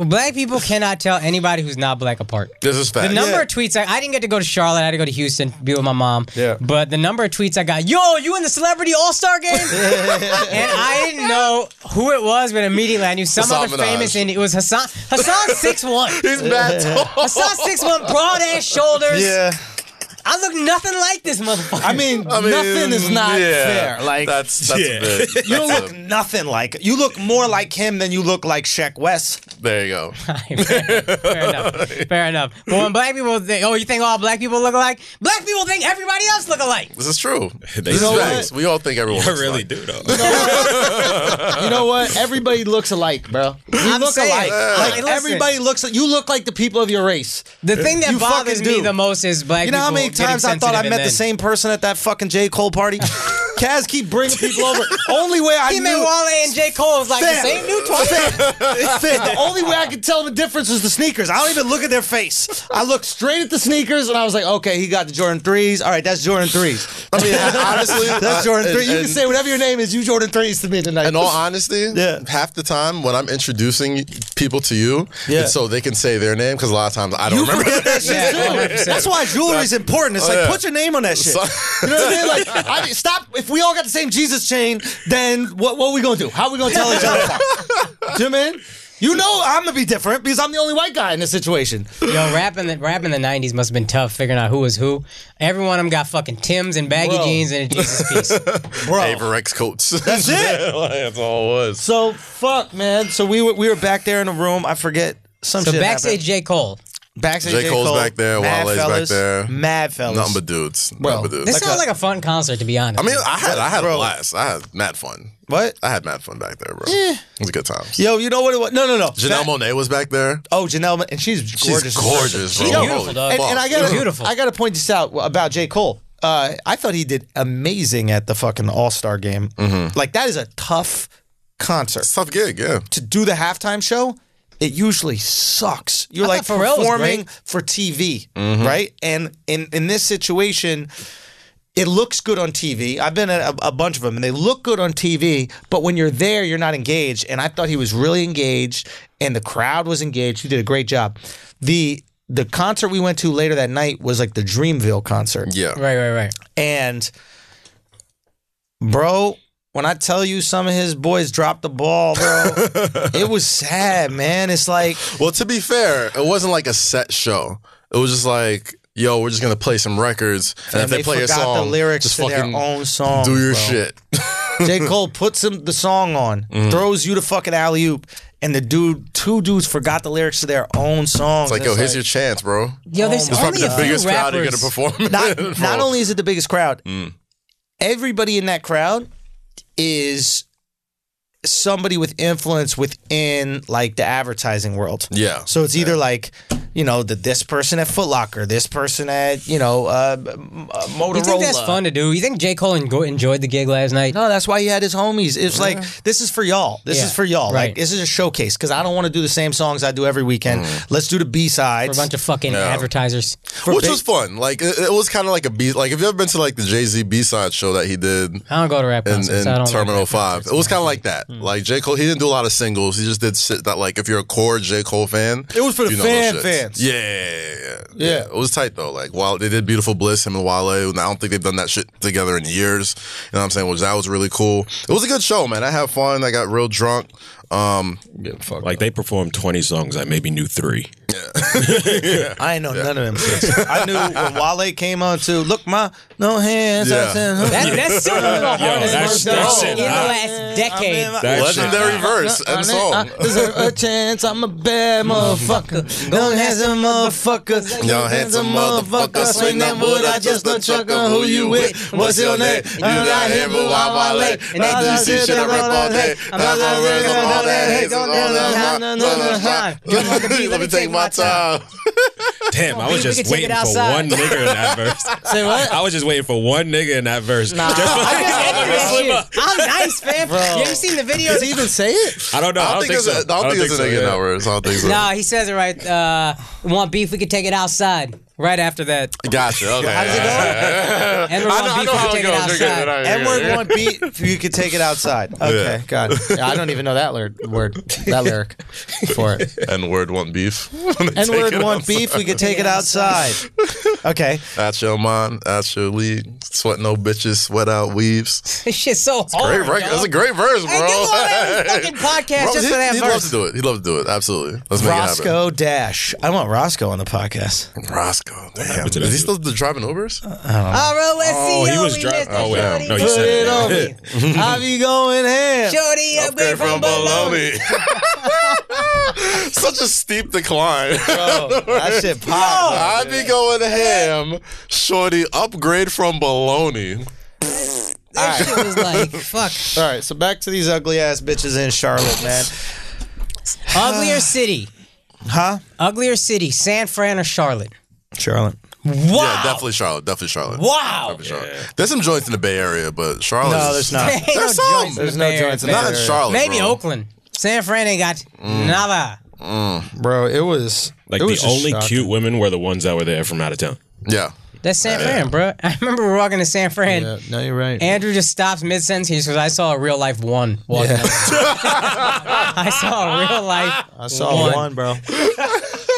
Speaker 3: black people cannot tell anybody who's not black apart.
Speaker 2: This is fact.
Speaker 3: The number of tweets I, I didn't get to go to Charlotte. I had to go to Houston to be with my mom.
Speaker 1: Yeah.
Speaker 3: But the number of tweets I got, yo, you in the celebrity all star game? and I didn't know who it was, but immediately I knew some
Speaker 2: Hassan
Speaker 3: other
Speaker 2: Minhaj.
Speaker 3: famous Indian. It was Hassan. Hassan six one.
Speaker 2: He's mad tall.
Speaker 3: Hassan six one, broad ass shoulders.
Speaker 1: Yeah.
Speaker 3: I look nothing like this motherfucker.
Speaker 1: I mean,
Speaker 2: I mean,
Speaker 1: nothing is not
Speaker 2: yeah.
Speaker 1: fair. Like
Speaker 2: that's that's
Speaker 4: Yeah.
Speaker 2: a bit.
Speaker 1: you
Speaker 2: that's
Speaker 1: look
Speaker 2: a-
Speaker 1: nothing like you look more like him than you look like Shaq West.
Speaker 2: there you go.
Speaker 3: fair, fair enough. Fair enough. But when black people think, oh, you think all black people look alike? Black people think everybody else look alike.
Speaker 2: This is true.
Speaker 4: They
Speaker 2: This
Speaker 4: know
Speaker 2: is
Speaker 4: what?
Speaker 2: facts. We all think everyone.
Speaker 4: I
Speaker 2: looks
Speaker 4: really
Speaker 2: alike.
Speaker 4: do though.
Speaker 1: You know what? Everybody looks alike, bro. We
Speaker 3: I'm
Speaker 1: look
Speaker 3: saying,
Speaker 1: alike.
Speaker 3: uh,
Speaker 1: Like
Speaker 3: listen.
Speaker 1: everybody looks like you look like the people of your race.
Speaker 3: The thing that
Speaker 1: You
Speaker 3: bothers
Speaker 1: fucking
Speaker 3: me
Speaker 1: do.
Speaker 3: the most is black
Speaker 1: You know how
Speaker 3: people
Speaker 1: many
Speaker 3: getting
Speaker 1: times I thought I
Speaker 3: sensitive and
Speaker 1: met the
Speaker 3: then-
Speaker 1: same person at that fucking J. Cole party? Kaz keep bringing people over. Only way I
Speaker 3: He made
Speaker 1: knew.
Speaker 3: Wale and J. Cole was like, this ain't new to us.
Speaker 1: Finn, the only way I could tell the difference was the sneakers. I don't even look at their face. I looked straight at the sneakers and I was like, okay, he got the Jordan 3s. All right, that's Jordan 3s.
Speaker 2: I mean, honestly,
Speaker 1: That's
Speaker 2: I-
Speaker 1: Jordan
Speaker 2: and-
Speaker 1: 3. You can
Speaker 2: and-
Speaker 1: say whatever your name is, you Jordan 3s to me tonight.
Speaker 2: In all honesty,
Speaker 1: Yeah.
Speaker 2: half the time when I'm introducing people to you,
Speaker 1: Yeah.
Speaker 2: it's so they can say their name because a lot of times I don't remember. Oh,
Speaker 1: forget that shit
Speaker 3: Yeah,
Speaker 1: too.
Speaker 3: 100%.
Speaker 1: That's why jewelry is important. It's like
Speaker 2: yeah.
Speaker 1: put your name on that shit.
Speaker 2: So-
Speaker 1: you know what I mean? Like, I, stop. If we all got the same Jesus chain, then what? What we gonna do? How we gonna tell each other? apart? do you know what I mean? You know I'm gonna be different because I'm the only white guy in this situation.
Speaker 3: Yo, rap in the rap in the '90s must have been tough figuring out who was who. Every one of them got fucking Tims and baggy
Speaker 1: Bro.
Speaker 3: jeans and a Jesus piece.
Speaker 2: "Oh."
Speaker 1: Bro.
Speaker 2: Averex coats. That's
Speaker 1: it.
Speaker 2: That's all it was.
Speaker 1: So fuck, man. So we were, we were back there in a room. I forget some
Speaker 3: So
Speaker 1: shit.
Speaker 3: backstage,
Speaker 1: happened.
Speaker 3: J. Cole.
Speaker 1: backstage.
Speaker 2: J. Cole's
Speaker 1: Cole,
Speaker 2: back there,
Speaker 1: mad
Speaker 2: Wale's back
Speaker 1: fellas,
Speaker 2: there.
Speaker 1: Mad fellas.
Speaker 2: Nothing but dudes.
Speaker 1: Bro,
Speaker 2: Nothing but dudes.
Speaker 3: This sounds like a fun concert, to be honest.
Speaker 2: I mean, I had I had
Speaker 1: Bro.
Speaker 2: a blast. I had mad fun.
Speaker 1: what?
Speaker 2: I had mad fun back there, bro.
Speaker 1: Eh.
Speaker 2: It was good times.
Speaker 1: Yo, you know what it was? No, no, no.
Speaker 2: Janelle Monet was back there.
Speaker 1: Oh, Janelle, Ma- and she's
Speaker 2: She's
Speaker 1: gorgeous.
Speaker 2: gorgeous, bro.
Speaker 1: Yo,
Speaker 3: beautiful,
Speaker 2: Holy
Speaker 3: dog.
Speaker 1: and,
Speaker 2: fuck.
Speaker 1: and I gotta,
Speaker 3: Beautiful.
Speaker 1: I gotta point this out about J. Cole. Uh, I thought he did amazing at the fucking All Star game.
Speaker 2: Mm-hmm.
Speaker 1: Like that is a tough concert
Speaker 2: It's a tough gig, yeah.
Speaker 1: to do the halftime show. It usually sucks. You're
Speaker 3: I
Speaker 1: like
Speaker 3: thought Pharrell was
Speaker 1: performing
Speaker 3: great.
Speaker 1: for TV, right? And in in this situation, it looks good on TV. I've been at a, a bunch of them, and they look good on TV. But when you're there, you're not engaged. And I thought he was really engaged, and the crowd was engaged. He did a great job. the The concert we went to later that night was like the Dreamville concert,
Speaker 2: Yeah.
Speaker 3: right, right, right.
Speaker 1: and bro, when I tell you some of his boys dropped the ball, bro, it was sad, man. It's like
Speaker 2: Well, to be fair, it wasn't like a set show. It was just like, yo, we're just gonna play some records, and, if
Speaker 1: they
Speaker 2: they play a
Speaker 1: forgot
Speaker 2: song,
Speaker 1: the lyrics
Speaker 2: just
Speaker 1: to their
Speaker 2: fucking
Speaker 1: own song.
Speaker 2: do your
Speaker 1: bro.
Speaker 2: shit.
Speaker 1: J. Cole puts him the song on,
Speaker 2: Mm.
Speaker 1: throws you the fucking alley oop, and the dude, two dudes forgot the lyrics to their own song.
Speaker 2: It's like, yo, here's your chance, bro.
Speaker 3: Yo, there's
Speaker 1: my
Speaker 3: only
Speaker 2: Probably
Speaker 3: a
Speaker 2: the
Speaker 3: few
Speaker 2: biggest crowd you're gonna
Speaker 3: rappers.
Speaker 2: perform. in,
Speaker 1: not,
Speaker 2: bro.
Speaker 1: not only is it the biggest crowd,
Speaker 2: Mm.
Speaker 1: everybody in that crowd is somebody with influence within like the advertising world.
Speaker 2: Yeah.
Speaker 1: So it's either like, you know, the, this person at Foot Locker, this person at, you know, uh, m- uh, Motorola.
Speaker 3: You think that's fun to do? You think J. Cole engo- enjoyed the gig last night?
Speaker 1: No, that's why he had his homies. It's like this is for y'all. This
Speaker 3: Yeah,
Speaker 1: is for y'all. Like
Speaker 3: right.
Speaker 1: this is a showcase because I don't want to do the same songs I do every weekend. Let's do the B
Speaker 3: For a
Speaker 1: sides.
Speaker 3: bunch of fucking advertisers.
Speaker 2: Which was fun. Like it, it was kind of like a B. Like if you ever been to like the Jay Z B side show that he did in,
Speaker 3: I don't go to rap
Speaker 2: in
Speaker 3: concerts. I don't.
Speaker 2: Terminal
Speaker 3: like rap
Speaker 2: Five, it was kind of like that.
Speaker 4: Hmm.
Speaker 2: Like J Cole, he didn't do a lot of singles. He just did shit that like if you're a core J Cole fan,
Speaker 1: It was for the
Speaker 2: you know those
Speaker 1: fan
Speaker 2: shits.
Speaker 1: fans.
Speaker 2: Yeah yeah, yeah, yeah,
Speaker 1: Yeah.
Speaker 2: yeah. It was tight though. Like while they did Beautiful Bliss, him and Wale, and I don't think they've done that shit together in years. You know what I'm saying? Which that was really cool. It was a good show, man. I had fun. I got real drunk. Um,
Speaker 4: Like they performed 20 songs, I maybe knew three.
Speaker 1: I ain't know none of them. shits. I knew when Wale came on to look my no hands. I
Speaker 2: Yeah.
Speaker 1: said, huh?
Speaker 3: That, that's still one of the hardest
Speaker 4: that's-
Speaker 3: verses
Speaker 4: that's
Speaker 3: in
Speaker 4: it.
Speaker 3: the
Speaker 4: I-
Speaker 3: last decade.
Speaker 1: I'm in my-
Speaker 4: That
Speaker 2: legendary
Speaker 4: shit.
Speaker 2: verse and song.
Speaker 1: I deserve a chance. I'm a bad motherfucker. No handsome motherfucker.
Speaker 2: Yo, handsome motherfucker, swing that wood. I just a chucker. Who you with? What's your name? You got him, but why Wale? Uh-huh. And I do see shit I rip all day. I'm not gonna rip them all that hate. Don't Let me take my time.
Speaker 4: Damn, I
Speaker 3: we
Speaker 4: was
Speaker 3: could
Speaker 4: just
Speaker 3: take
Speaker 4: waiting
Speaker 3: it
Speaker 4: for
Speaker 3: outside.
Speaker 4: one nigga in that verse.
Speaker 3: Say what?
Speaker 4: I was just waiting for one nigga in that verse. Just for-
Speaker 3: I just entered that
Speaker 4: Slip
Speaker 3: shit.
Speaker 4: up.
Speaker 3: I'm nice, fam. You ever seen the video?
Speaker 1: Does he even say it?
Speaker 4: I don't know.
Speaker 2: I don't think it's
Speaker 4: so.
Speaker 2: a- I don't think it's a
Speaker 4: so,
Speaker 2: nigga in
Speaker 4: yeah.
Speaker 2: that verse. I don't think so.
Speaker 3: Nah, he says it right. Uh, want beef? We could take it outside. Right after that,
Speaker 2: Gotcha. Okay. How does it go?
Speaker 3: and want beef? We could take it outside.
Speaker 1: N word one beat, you could take it outside. Okay,
Speaker 2: Yeah.
Speaker 1: God, Yeah, I don't even know that lyric, word, that lyric for it.
Speaker 2: N word one beef.
Speaker 1: N word one beef, we could take it outside. Okay,
Speaker 2: That's your mind. That's your lead. Sweat no bitches. Sweat out weaves.
Speaker 3: This shit's so hard.
Speaker 2: Great record.
Speaker 3: dog.
Speaker 2: That's a great verse,
Speaker 3: Hey, give all
Speaker 2: bro.
Speaker 3: that fucking podcast
Speaker 2: Bro,
Speaker 3: just
Speaker 2: he,
Speaker 3: for that
Speaker 2: he
Speaker 3: verse.
Speaker 2: loves to do it. He loves to do it. Absolutely. Let's make it happen.
Speaker 1: Roscoe Dash. I want Roscoe on the podcast.
Speaker 2: Roscoe. Damn.
Speaker 4: to that
Speaker 2: Is he
Speaker 4: dude?
Speaker 2: still driving Ubers?
Speaker 3: All right, let's
Speaker 4: Oh,
Speaker 3: see.
Speaker 4: he
Speaker 3: yo,
Speaker 4: was
Speaker 3: we
Speaker 4: driving.
Speaker 3: missed it,
Speaker 4: Oh, wait.
Speaker 3: shorty.
Speaker 4: No, you
Speaker 1: Put
Speaker 4: said
Speaker 1: it
Speaker 4: it.
Speaker 1: on me. I be going ham.
Speaker 3: Shorty upgrade from, from Bologna.
Speaker 2: Such a steep decline.
Speaker 1: That shit pop.
Speaker 2: I be going ham. Shorty upgrade from baloney.
Speaker 3: That shit was like, fuck.
Speaker 1: All right, so back to these ugly ass bitches in Charlotte, man.
Speaker 3: Uglier city.
Speaker 1: Huh?
Speaker 3: Uglier city, San Fran or Charlotte?
Speaker 1: Charlotte.
Speaker 3: Wow.
Speaker 2: Yeah, definitely Charlotte. Definitely Charlotte.
Speaker 3: Wow.
Speaker 2: Definitely Charlotte. There's some joints in the Bay Area, but Charlotte.
Speaker 1: No,
Speaker 2: is-
Speaker 1: there's not.
Speaker 3: Ain't no
Speaker 2: There's some.
Speaker 3: joints in
Speaker 1: There's
Speaker 3: the
Speaker 1: no
Speaker 3: Bay Area,
Speaker 1: joints in
Speaker 3: man.
Speaker 1: the
Speaker 2: Not in Charlotte.
Speaker 3: Maybe
Speaker 2: bro.
Speaker 3: Oakland. San Fran ain't got
Speaker 2: Mm.
Speaker 3: nada.
Speaker 1: bro. It was
Speaker 4: Like
Speaker 1: it was
Speaker 4: the
Speaker 1: just
Speaker 4: only
Speaker 1: shocking.
Speaker 4: cute women were the ones that were there from out of town.
Speaker 2: Yeah.
Speaker 3: That's San Fran, bro. I remember we were walking to San Fran.
Speaker 1: Yeah, no, you're right.
Speaker 3: Andrew just stops mid sentence here because I saw a real life one. Walking up. I saw a real life.
Speaker 1: I saw one, bro.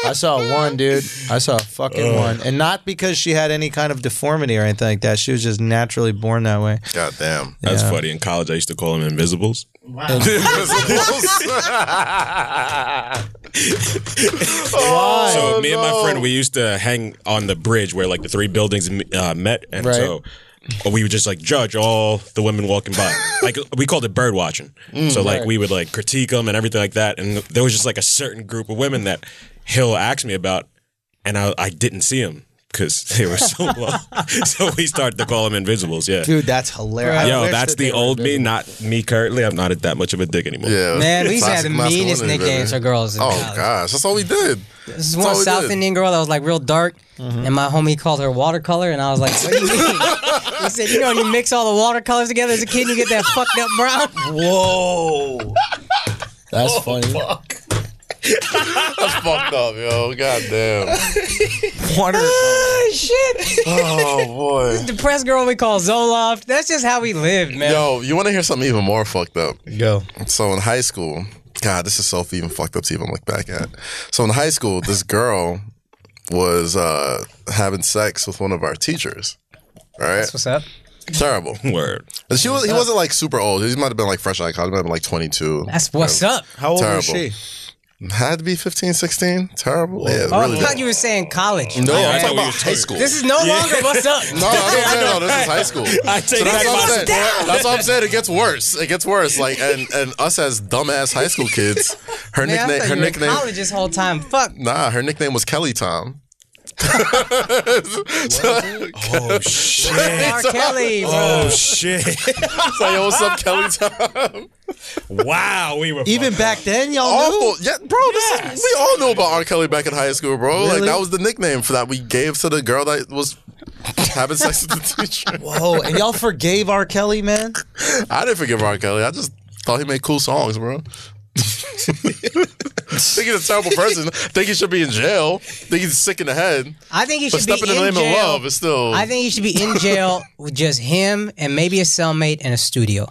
Speaker 1: I saw one, dude. I saw a fucking one, and not because she had any kind of deformity or anything like that. She was just naturally born that way.
Speaker 2: God damn.
Speaker 4: That's
Speaker 1: Yeah.
Speaker 4: funny. In college, I used to call them invisibles. so me and my friend, we used to hang on the bridge where like the three buildings uh, met, and
Speaker 1: Right.
Speaker 4: so we would just like judge all the women walking by. like we called it bird watching. so like we would like critique them and everything like that. And there was just like a certain group of women that Hill asked me about, and I, I didn't see him because they were so low. so we started to call them invisibles. Yeah.
Speaker 1: Dude, that's hilarious. I
Speaker 4: Yo,
Speaker 1: wish
Speaker 4: that's
Speaker 1: that they
Speaker 4: the
Speaker 1: were
Speaker 4: old
Speaker 1: big.
Speaker 4: me, not me currently. I'm not at that much of a dick anymore.
Speaker 2: Yeah.
Speaker 3: Man, we used to have
Speaker 2: Classic
Speaker 3: the
Speaker 2: masculinity,
Speaker 3: meanest
Speaker 2: baby.
Speaker 3: nicknames for girls. in
Speaker 2: Oh
Speaker 3: college.
Speaker 2: gosh, that's all we did.
Speaker 3: This is
Speaker 2: That's
Speaker 3: one
Speaker 2: all we
Speaker 3: South
Speaker 2: did. Mm-hmm.
Speaker 3: Indian girl that was like real dark, and my homie called her watercolor, and I was like, "What do you mean?" he said, "You know, when you mix all the watercolors together as a kid, you get that fucked up brown."
Speaker 1: Whoa, that's funny.
Speaker 2: That's fucked up, yo. God damn.
Speaker 1: Water-
Speaker 3: Ah, shit.
Speaker 2: Oh boy.
Speaker 3: Depressed girl we call Zoloft. That's just how we lived, man.
Speaker 2: Yo, you want to hear something even more fucked up?
Speaker 1: Go.
Speaker 2: So in high school, God, this is so even fucked up to even look back at. So in high school, this girl was uh, having sex with one of our teachers. Right?
Speaker 3: What's up?
Speaker 2: Terrible.
Speaker 4: Word.
Speaker 2: And she was he wasn't like super old. He might have been like fresh out of college, might have been like 22.
Speaker 3: That's what's up.
Speaker 1: How old was
Speaker 2: Terrible.
Speaker 1: she?
Speaker 2: Had to be 15, 16. Terrible. Yeah,
Speaker 3: Oh,
Speaker 2: really.
Speaker 3: I thought
Speaker 2: bad.
Speaker 3: you were saying college.
Speaker 2: no,
Speaker 4: Yeah, I
Speaker 2: I'm
Speaker 4: thought
Speaker 2: talking
Speaker 4: we
Speaker 2: about
Speaker 4: were
Speaker 2: high school.
Speaker 3: This is no longer what's up.
Speaker 2: Mm. No, that's no, no, this is high school.
Speaker 4: I take
Speaker 2: so that's what
Speaker 4: back my
Speaker 2: I'm saying. That's what I'm saying. It gets worse. It gets worse. Like and and us as dumbass high school kids, her
Speaker 3: Man, I
Speaker 2: nickname
Speaker 3: thought
Speaker 2: her
Speaker 3: you were in
Speaker 2: nickname
Speaker 3: college this whole time. Fuck.
Speaker 2: Nah, her nickname was Kelly Tom.
Speaker 4: Oh shit.
Speaker 3: R. Kelly. bro.
Speaker 4: Oh shit.
Speaker 2: So yo, what's up, Kelly Tom?
Speaker 4: Wow, we were
Speaker 1: Even back then, y'all knew.
Speaker 2: Awful. Yeah, bro, this is, we all knew about R. Kelly back in high school, bro. Like
Speaker 1: Really?
Speaker 2: that was the nickname for that we gave to the girl that was having sex with the teacher.
Speaker 1: Whoa, Oh, and y'all forgave R. Kelly, man.
Speaker 2: I didn't forgive R. Kelly. I just thought he made cool songs, bro. think he's a terrible person. Think he should be in jail. Think he's sick in the head.
Speaker 3: I think he
Speaker 2: But
Speaker 3: should be
Speaker 2: stepping in the
Speaker 3: in
Speaker 2: name of love
Speaker 3: jail.
Speaker 2: is still.
Speaker 3: I think he should be in jail with just him and maybe a cellmate and a studio.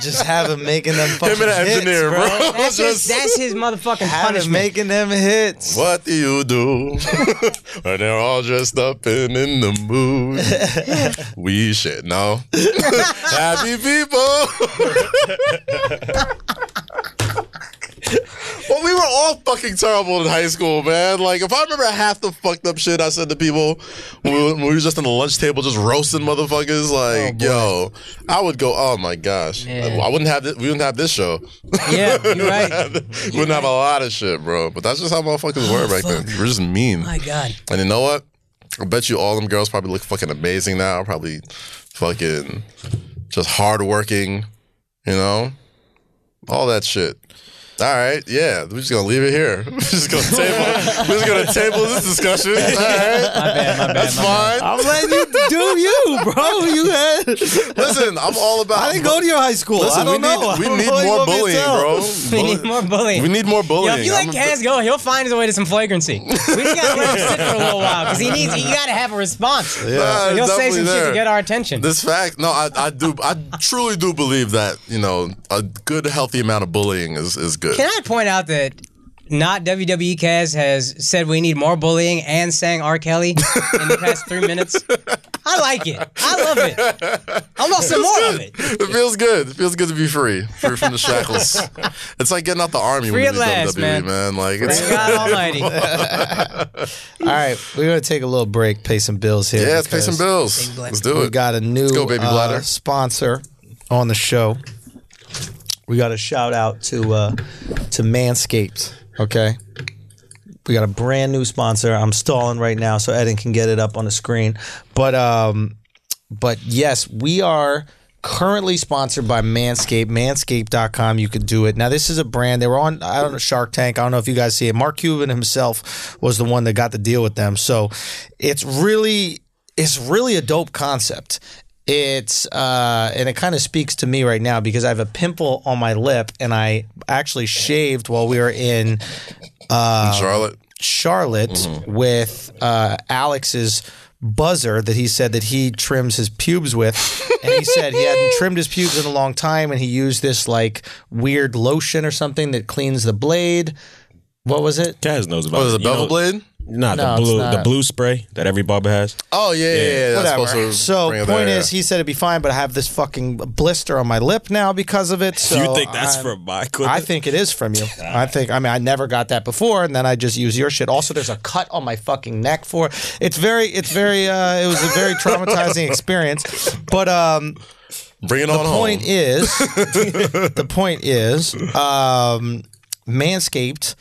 Speaker 1: Just have him making them fucking
Speaker 2: him and an
Speaker 1: hits,
Speaker 2: engineer,
Speaker 1: bro.
Speaker 2: bro.
Speaker 3: That's his,
Speaker 2: Just-
Speaker 3: that's his motherfucking
Speaker 1: Have him
Speaker 3: punishment.
Speaker 1: making them hits.
Speaker 2: What do you do when they're all dressed up and in the mood? we should know. Happy people. well, we were all fucking terrible in high school, man. Like, if I remember half the fucked up shit I said to people when we, when we were just on the lunch table, just roasting motherfuckers, like, yo, I would go, oh my gosh,
Speaker 3: Yeah.
Speaker 2: I wouldn't have this, we wouldn't have this show.
Speaker 3: Yeah, you're right.
Speaker 2: Wouldn't have a lot of shit, bro. But that's just how motherfuckers were back then. We're just mean.
Speaker 3: My God.
Speaker 2: And you know what? I bet you all them girls probably look fucking amazing now. Probably fucking just hardworking, you know? All that shit. All right, yeah, we're just gonna leave it here. We're just gonna table. we're just gonna table this discussion. All right, that's fine.
Speaker 1: I'm letting you do you, bro. You had.
Speaker 2: Listen, I'm all about.
Speaker 1: I didn't go to your high school.
Speaker 2: Listen,
Speaker 1: I don't
Speaker 2: we need
Speaker 1: know.
Speaker 2: we
Speaker 1: I don't
Speaker 2: need
Speaker 1: know what you
Speaker 2: more
Speaker 1: want me to
Speaker 2: bullying,
Speaker 1: tell.
Speaker 2: bro.
Speaker 3: We need more bullying.
Speaker 2: We need more bullying.
Speaker 3: Yo, if you
Speaker 2: I'm
Speaker 3: let
Speaker 2: a-
Speaker 3: Kaz go, he'll find his way to some flagrancy. We just gotta let him sit for a little while because he needs. He gotta have a response.
Speaker 2: Nah,
Speaker 3: so he'll say
Speaker 2: definitely
Speaker 3: some shit
Speaker 2: there.
Speaker 3: to get our attention.
Speaker 2: This fact, no, I, I do, I truly do believe that you know a good, healthy amount of bullying is is good.
Speaker 3: Can I point out that not WWE Kaz has said we need more bullying and sang R. Kelly in the past three minutes? I like it. I love it. I want some more of it.
Speaker 2: It feels good. It feels good to be free, free from the shackles. it's like getting out the army
Speaker 3: Free
Speaker 2: when
Speaker 3: at
Speaker 2: you leave
Speaker 3: last,
Speaker 2: WWE, E, man.
Speaker 3: man.
Speaker 2: Like it's
Speaker 3: Thank God Almighty.
Speaker 1: All right, we're gonna take a little break, pay some bills here.
Speaker 2: yeah, let's pay
Speaker 1: because
Speaker 2: some bills. Let's do
Speaker 1: We
Speaker 2: it.
Speaker 1: got a new
Speaker 2: go, baby
Speaker 1: uh,
Speaker 2: bladder.
Speaker 1: sponsor on the show. We got a shout out to uh, to Manscaped. Okay, we got a brand new sponsor. I'm stalling right now so Eden can get it up on the screen, but um, but yes, we are currently sponsored by Manscaped, manscaped.com. You could do it. Now, this is a brand. They were on, I don't know, Shark Tank. I don't know if you guys see it. Mark Cuban himself was the one that got the deal with them. So it's really, it's really a dope concept. It's, uh, and it kind of speaks to me right now because I have a pimple on my lip and I actually shaved while we were in um,
Speaker 2: Charlotte.
Speaker 1: Charlotte
Speaker 2: Mm-hmm.
Speaker 1: with uh, Alex's buzzer that he said that he trims his pubes with and he said he hadn't trimmed his pubes in a long time and he used this like weird lotion or something that cleans the blade what was it
Speaker 4: Kaz knows about
Speaker 2: Oh, is it
Speaker 4: You
Speaker 2: bevel
Speaker 4: know-
Speaker 2: blade?
Speaker 4: Nah,
Speaker 1: No,
Speaker 4: the
Speaker 1: it's
Speaker 4: blue, the
Speaker 1: not.
Speaker 4: blue spray that every barber has.
Speaker 2: Oh yeah, yeah, yeah. that's supposed
Speaker 1: whatever
Speaker 2: to
Speaker 1: so
Speaker 2: bring it
Speaker 1: point
Speaker 2: there.
Speaker 1: is he said it'd be fine but i have this fucking blister on my lip now because of it so
Speaker 4: you think that's
Speaker 1: I'm-
Speaker 4: from my clip?
Speaker 1: I think it is from you. I think. I mean, I never got that before, and then I just use your shit. Also, there's a cut on my fucking neck for it. it's very, it's very. Uh, it was a very traumatizing experience. But um,
Speaker 2: bring it on
Speaker 1: the point
Speaker 2: home.
Speaker 1: is, the point is, um, Manscaped.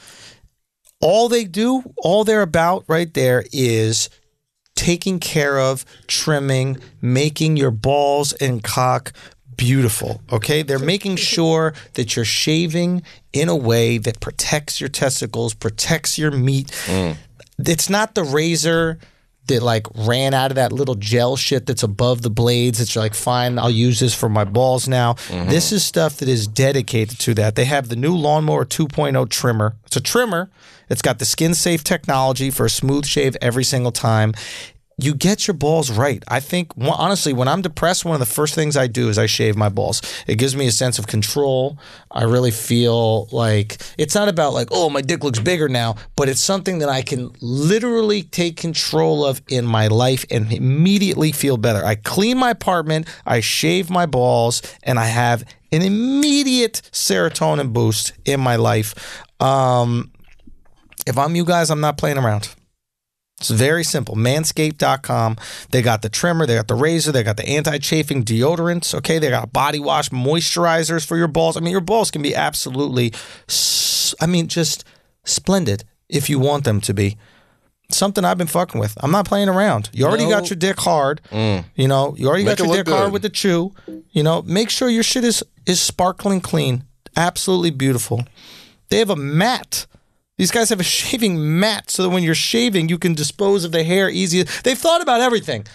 Speaker 1: All they do, all they're about right there is taking care of, trimming, making your balls and cock beautiful. Okay? They're making sure that you're shaving in a way that protects your testicles, protects your meat. It's not the razor that like ran out of that little gel shit that's above the blades that you're like fine I'll use this for my balls now. This is stuff that is dedicated to that. They have the new lawnmower 2.0 trimmer. It's a trimmer. It's got the skin safe technology for a smooth shave every single time you get your balls right. I think wh- honestly, when I'm depressed, one of the first things I do is I shave my balls. It gives me a sense of control. I really feel like it's not about like, oh, my dick looks bigger now, but it's something that I can literally take control of in my life and immediately feel better. I clean my apartment, I shave my balls, and I have an immediate serotonin boost in my life. Um, if I'm you guys, I'm not playing around. It's very simple. Manscaped.com. They got the trimmer, they got the razor, they got the anti-chafing deodorants, okay? They got body wash, moisturizers for your balls. I mean, your balls can be absolutely s- I mean, just splendid if you want them to be. Something I've been fucking with. I'm not playing around. You already got your dick hard. You know, you already
Speaker 2: Make
Speaker 1: got
Speaker 2: it
Speaker 1: your
Speaker 2: look
Speaker 1: dick hard
Speaker 2: good.
Speaker 1: with the chew. You know, make sure your shit is is sparkling clean. Absolutely beautiful. They have a mat. These guys have a shaving mat so that when you're shaving, you can dispose of the hair easier. They've thought about everything.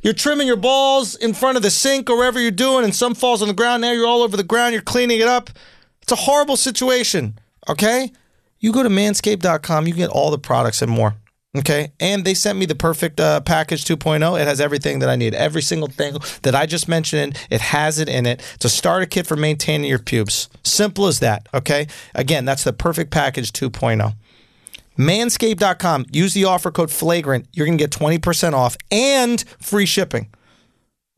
Speaker 1: You're trimming your balls in front of the sink or wherever you're doing, and some falls on the ground. Now you're all over the ground. You're cleaning it up. It's a horrible situation. Okay? You go to manscaped.com, you can get all the products and more. Okay? And they sent me the perfect uh, package 2.0. It has everything that I need. Every single thing that I just mentioned, it has it in it. It's a starter kit for maintaining your pubes. Simple as that. Okay? Again, that's the perfect package oh. 2.0. Manscaped.com. Use the offer code flagrant. You're going to get 20% off and free shipping.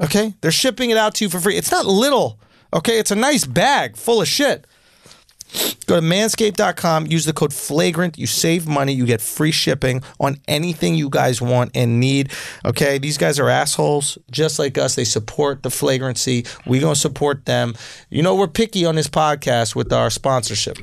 Speaker 1: Okay? They're shipping it out to you for free. It's not little. Okay? It's a nice bag full of shit. Go to manscaped.com, use the code flagrant. You save money, you get free shipping on anything you guys want and need. Okay, these guys are assholes just like us. They support the flagrancy. we going to support them. You know, we're picky on this podcast with our sponsorship.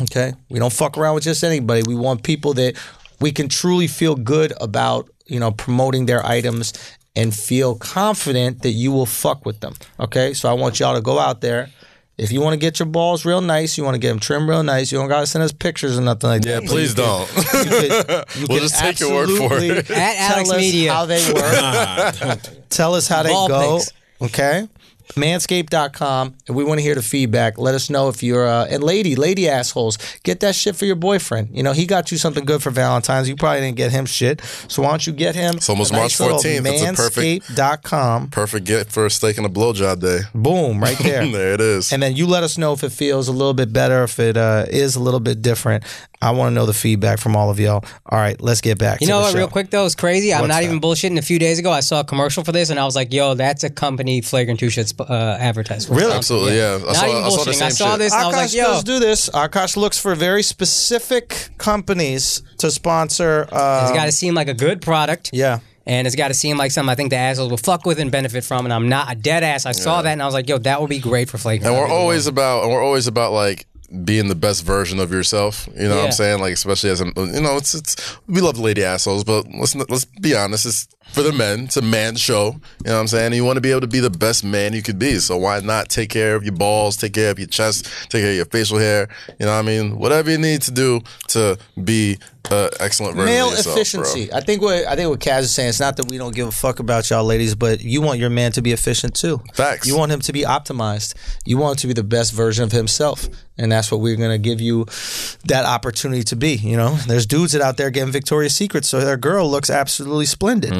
Speaker 1: Okay. We don't fuck around with just anybody. We want people that we can truly feel good about, you know, promoting their items and feel confident that you will fuck with them. Okay. So I want y'all to go out there. If you want to get your balls real nice, you want to get them trimmed real nice, you don't got to send us pictures or nothing like that.
Speaker 2: Yeah,
Speaker 1: but
Speaker 2: please
Speaker 1: you can-
Speaker 2: don't.
Speaker 1: You can, you
Speaker 2: We'll
Speaker 1: can
Speaker 2: just take your word for it.
Speaker 1: absolutely
Speaker 3: At
Speaker 1: tell
Speaker 3: Alex
Speaker 1: us
Speaker 3: Media.
Speaker 1: how they work tell us how they
Speaker 3: Ball
Speaker 1: go.
Speaker 3: pigs.
Speaker 1: Okay. Manscaped.com. And we want to hear the feedback. Let us know if you're, uh, and lady, lady assholes, get that shit for your boyfriend. You know, he got you something good for Valentine's. You probably didn't get him shit. So why don't you get him? It's
Speaker 2: almost March 14th. It's a perfect-
Speaker 1: Manscaped.com.
Speaker 2: Perfect gift for a steak and a blowjob day.
Speaker 1: Boom, right there.
Speaker 2: There it is.
Speaker 1: And then you let us know if it feels a little bit better, if it uh, is a little bit different. I want to know the feedback from all of y'all. All right, let's get back
Speaker 3: You
Speaker 1: to
Speaker 3: know
Speaker 1: the
Speaker 3: what,
Speaker 1: show.
Speaker 3: real quick though, it's crazy. I'm
Speaker 1: What's
Speaker 3: not
Speaker 1: that?
Speaker 3: even bullshitting. A few days ago, I saw a commercial for this, and I was like, "Yo, that's a company flagrant two shit uh, advertisement."
Speaker 1: Really?
Speaker 2: Absolutely, yeah. I
Speaker 3: Not
Speaker 2: saw-
Speaker 3: even
Speaker 2: I saw the
Speaker 3: bullshitting. I saw,
Speaker 2: same shit.
Speaker 3: this, and I was like,
Speaker 1: Akash
Speaker 3: "Yo,
Speaker 1: does do this. Akash looks for very specific companies to sponsor.
Speaker 3: it's
Speaker 1: Uh,
Speaker 3: got to seem like a good product."
Speaker 1: yeah.
Speaker 3: And it's got to seem like something I think the assholes will fuck with and benefit from. And I'm not a dead ass. I saw that and I was like, yo, that would be great for flagrant.
Speaker 2: And we're always about and we're always about like being the best version of yourself. You know what
Speaker 3: Yeah.
Speaker 2: I'm saying? Like especially as a, you know, it's it's we love lady assholes, but let's not- let's be honest. It's for the men. It's a man show. You know what I'm saying? You want to be able to be the best man you could be. So why not take care of your balls, take care of your chest, take care of your facial hair. You know what I mean? Whatever you need to do to be an excellent version
Speaker 1: Male
Speaker 2: of yourself. bro.
Speaker 1: efficiency. I think what I think what Kaz is saying. It's not that we don't give a fuck about y'all ladies, but you want your man to be efficient too.
Speaker 2: Facts.
Speaker 1: You want him to be optimized. You want him to be the best version of himself, and that's what we're gonna give you that opportunity to be. You know, there's dudes that out there getting Victoria's Secret, so their girl looks absolutely splendid,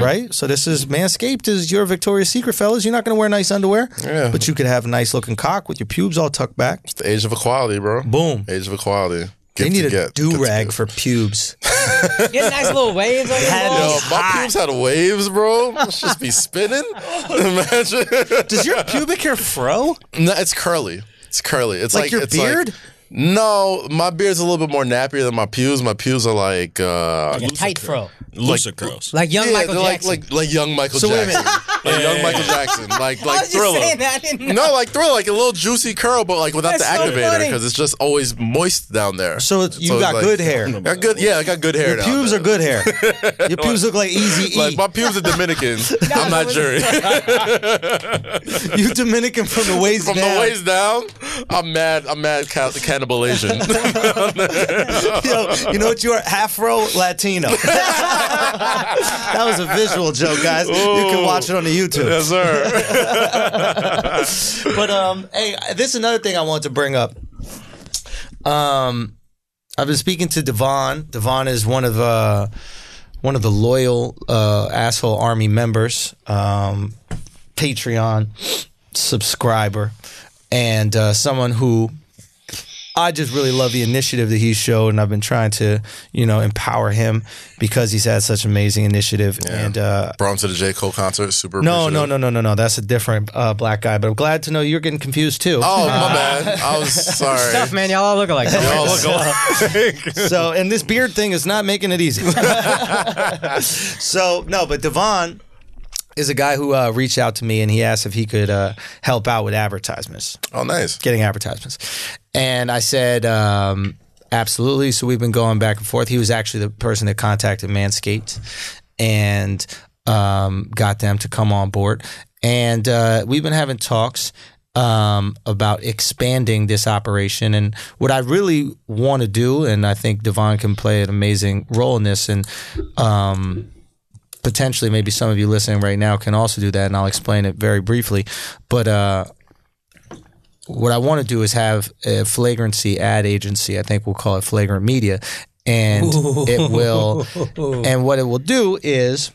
Speaker 1: right? So this is Manscaped is your Victoria's Secret, fellas. You're not gonna wear nice underwear,
Speaker 2: Yeah.
Speaker 1: but you could have a nice looking cock with your pubes all tucked back.
Speaker 2: It's the age of equality, bro.
Speaker 1: Boom.
Speaker 2: Age of equality.
Speaker 1: They
Speaker 2: Give
Speaker 1: need
Speaker 2: to
Speaker 1: a
Speaker 2: get, give to
Speaker 1: do rag
Speaker 2: give.
Speaker 1: for pubes.
Speaker 3: Get nice little waves on your
Speaker 2: Yo,
Speaker 3: balls.
Speaker 2: my pubes had waves, bro. Let's just be spinning. Imagine.
Speaker 1: Does your pubic hair fro?
Speaker 2: no, it's curly. It's curly. It's
Speaker 1: Like
Speaker 2: like,
Speaker 1: your
Speaker 2: it's
Speaker 1: beard?
Speaker 2: Like, no, my beard's a little bit more nappier than my pubes. My pubes are like, uh,
Speaker 3: Like a tight fro,
Speaker 4: Looser curls.
Speaker 3: like young
Speaker 2: yeah,
Speaker 3: Michael
Speaker 2: they're like
Speaker 3: Jackson.
Speaker 2: like like young Michael
Speaker 1: So wait a
Speaker 2: Jackson, like young Michael Jackson, like like
Speaker 3: I was
Speaker 2: Thriller.
Speaker 3: just saying that. I didn't know.
Speaker 2: No, like Thriller, like a little juicy curl, but like without
Speaker 3: That's so
Speaker 2: the activator
Speaker 3: funny.
Speaker 2: because it's just always moist down there.
Speaker 1: So it's, you
Speaker 2: it's
Speaker 1: got
Speaker 2: like-
Speaker 1: good hair.
Speaker 2: I got good, yeah, I got good hair.
Speaker 1: Your
Speaker 2: down
Speaker 1: pubes
Speaker 2: there.
Speaker 1: are good hair. Your pubes look like Easy E.
Speaker 2: Like my pubes are Dominican. I'm
Speaker 3: no,
Speaker 2: Nigerian.
Speaker 1: you Dominican from the waist
Speaker 2: From
Speaker 1: down.
Speaker 2: the waist down, I'm mad. I'm mad. Ca- cannibal Asian.
Speaker 1: Yo, you know what? You are Afro Latino. that was a visual joke, guys. You can watch it on the YouTube.
Speaker 2: yes, sir.
Speaker 1: But um, hey, this is another thing I wanted to bring up. Um, I've been speaking to Devon. Devon is one of uh, one of the loyal uh, asshole army members, um, Patreon subscriber, and uh, someone who I just really love the initiative that he's showed, and I've been trying to you know empower him because he's had such amazing initiative and. Uh,
Speaker 2: Brought him to the J Cole concert. Super.
Speaker 1: no, no,
Speaker 2: appreciative.
Speaker 1: no, no, no, no. That's a different uh, black guy. But I'm glad to know you're getting confused too.
Speaker 2: Oh my bad. I was sorry.
Speaker 3: Tough man, y'all all look alike. Don't worry.
Speaker 2: Y'all look alike.
Speaker 1: so and this beard thing is not making it easy. so no, but Devon is a guy who uh, reached out to me and he asked if he could uh, help out with advertisements,
Speaker 2: oh, nice.
Speaker 1: getting advertisements, and I said. Um, Absolutely. So we've been going back and forth. He was actually the person that contacted Manscaped and um, got them to come on board. And uh, we've been having talks um, about expanding this operation. And what I really want to do, and I think Devon can play an amazing role in this, and um, potentially maybe some of you listening right now can also do that, and I'll explain it very briefly. But uh, what I want to do is have a flagrancy ad agency. I think we'll call it Flagrant Media. And it will, and what it will do is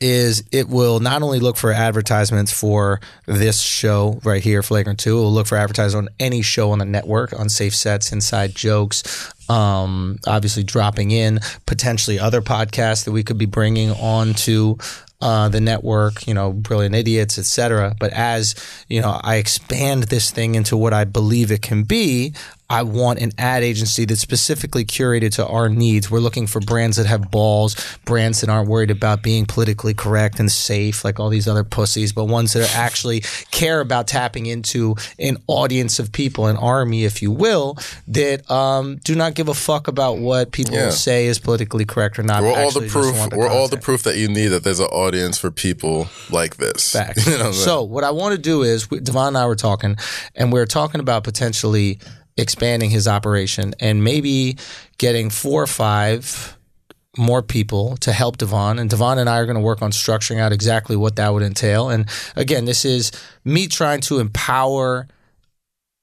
Speaker 1: is it will not only look for advertisements for this show right here, Flagrant 2, it will look for advertisements on any show on the network, on Safe Sets, Inside Jokes, um, obviously dropping in potentially other podcasts that we could be bringing onto uh, the network, you know, Brilliant Idiots, etc. But as, you know, I expand this thing into what I believe it can be, I want an ad agency that's specifically curated to our needs. We're looking for brands that have balls, brands that aren't worried about being politically correct and safe like all these other pussies, but ones that are actually care about tapping into an audience of people, an army, if you will, that um, do not give a fuck about what people
Speaker 2: Yeah.
Speaker 1: say is politically correct or not.
Speaker 2: We're all
Speaker 1: Actually
Speaker 2: the
Speaker 1: just
Speaker 2: proof.
Speaker 1: want
Speaker 2: we're all the
Speaker 1: content.
Speaker 2: proof that you need that there's an audience for people like this.
Speaker 1: Facts.
Speaker 2: You know what I'm saying?
Speaker 1: so what I want to do is we, Devon and I were talking, and we were talking about potentially expanding his operation and maybe getting four or five more people to help Devon. And Devon and I are going to work on structuring out exactly what that would entail. And again, this is me trying to empower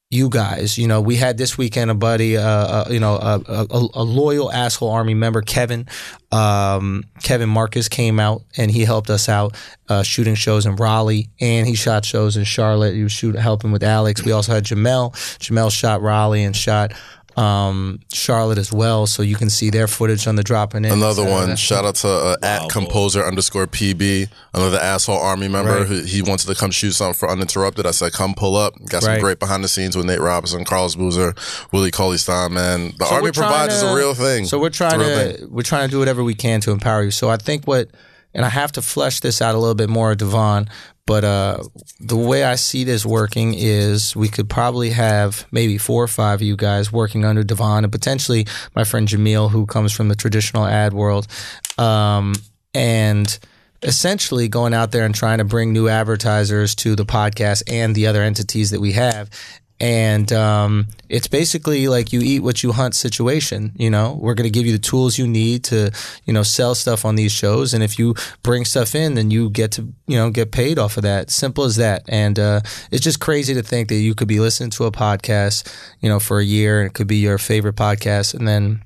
Speaker 1: you guys. You know, we had this weekend a buddy, uh, uh, you know, a, a, a loyal asshole army member, Kevin. Um, Kevin Marcus came out and he helped us out uh, shooting shows in Raleigh, and he shot shows in Charlotte. He was shoot, helping with Alex. We also had Jamel. Jamel shot Raleigh and shot um, Charlotte as well. So you can see their footage on the dropping in.
Speaker 2: Another one. Shout out to uh, at composer underscore PB. Another asshole army member.
Speaker 1: Right.
Speaker 2: Who, he wanted to come shoot something for uninterrupted. I said, come pull up. Got some
Speaker 1: Right.
Speaker 2: great behind the scenes with Nate Robinson, Carlos Boozer, Willie Cauley Stein. Man, the
Speaker 1: we're
Speaker 2: army provides
Speaker 1: trying
Speaker 2: is
Speaker 1: to-
Speaker 2: a real thing.
Speaker 1: So we're
Speaker 2: It's a
Speaker 1: trying
Speaker 2: real thing.
Speaker 1: to we're trying to do whatever we can to empower you. So I think what and I have to flesh this out a little bit more, Devon. But uh, the way I see this working is we could probably have maybe four or five of you guys working under Devon and potentially my friend Jamil, who comes from the traditional ad world, um, and essentially going out there and trying to bring new advertisers to the podcast and the other entities that we have. And um, it's basically like you eat what you hunt situation. You know, we're going to give you the tools you need to, you know, sell stuff on these shows. And if you bring stuff in, then you get to, you know, get paid off of that. Simple as that. And uh, it's just crazy to think that you could be listening to a podcast, you know, for a year and it could be your favorite podcast. And then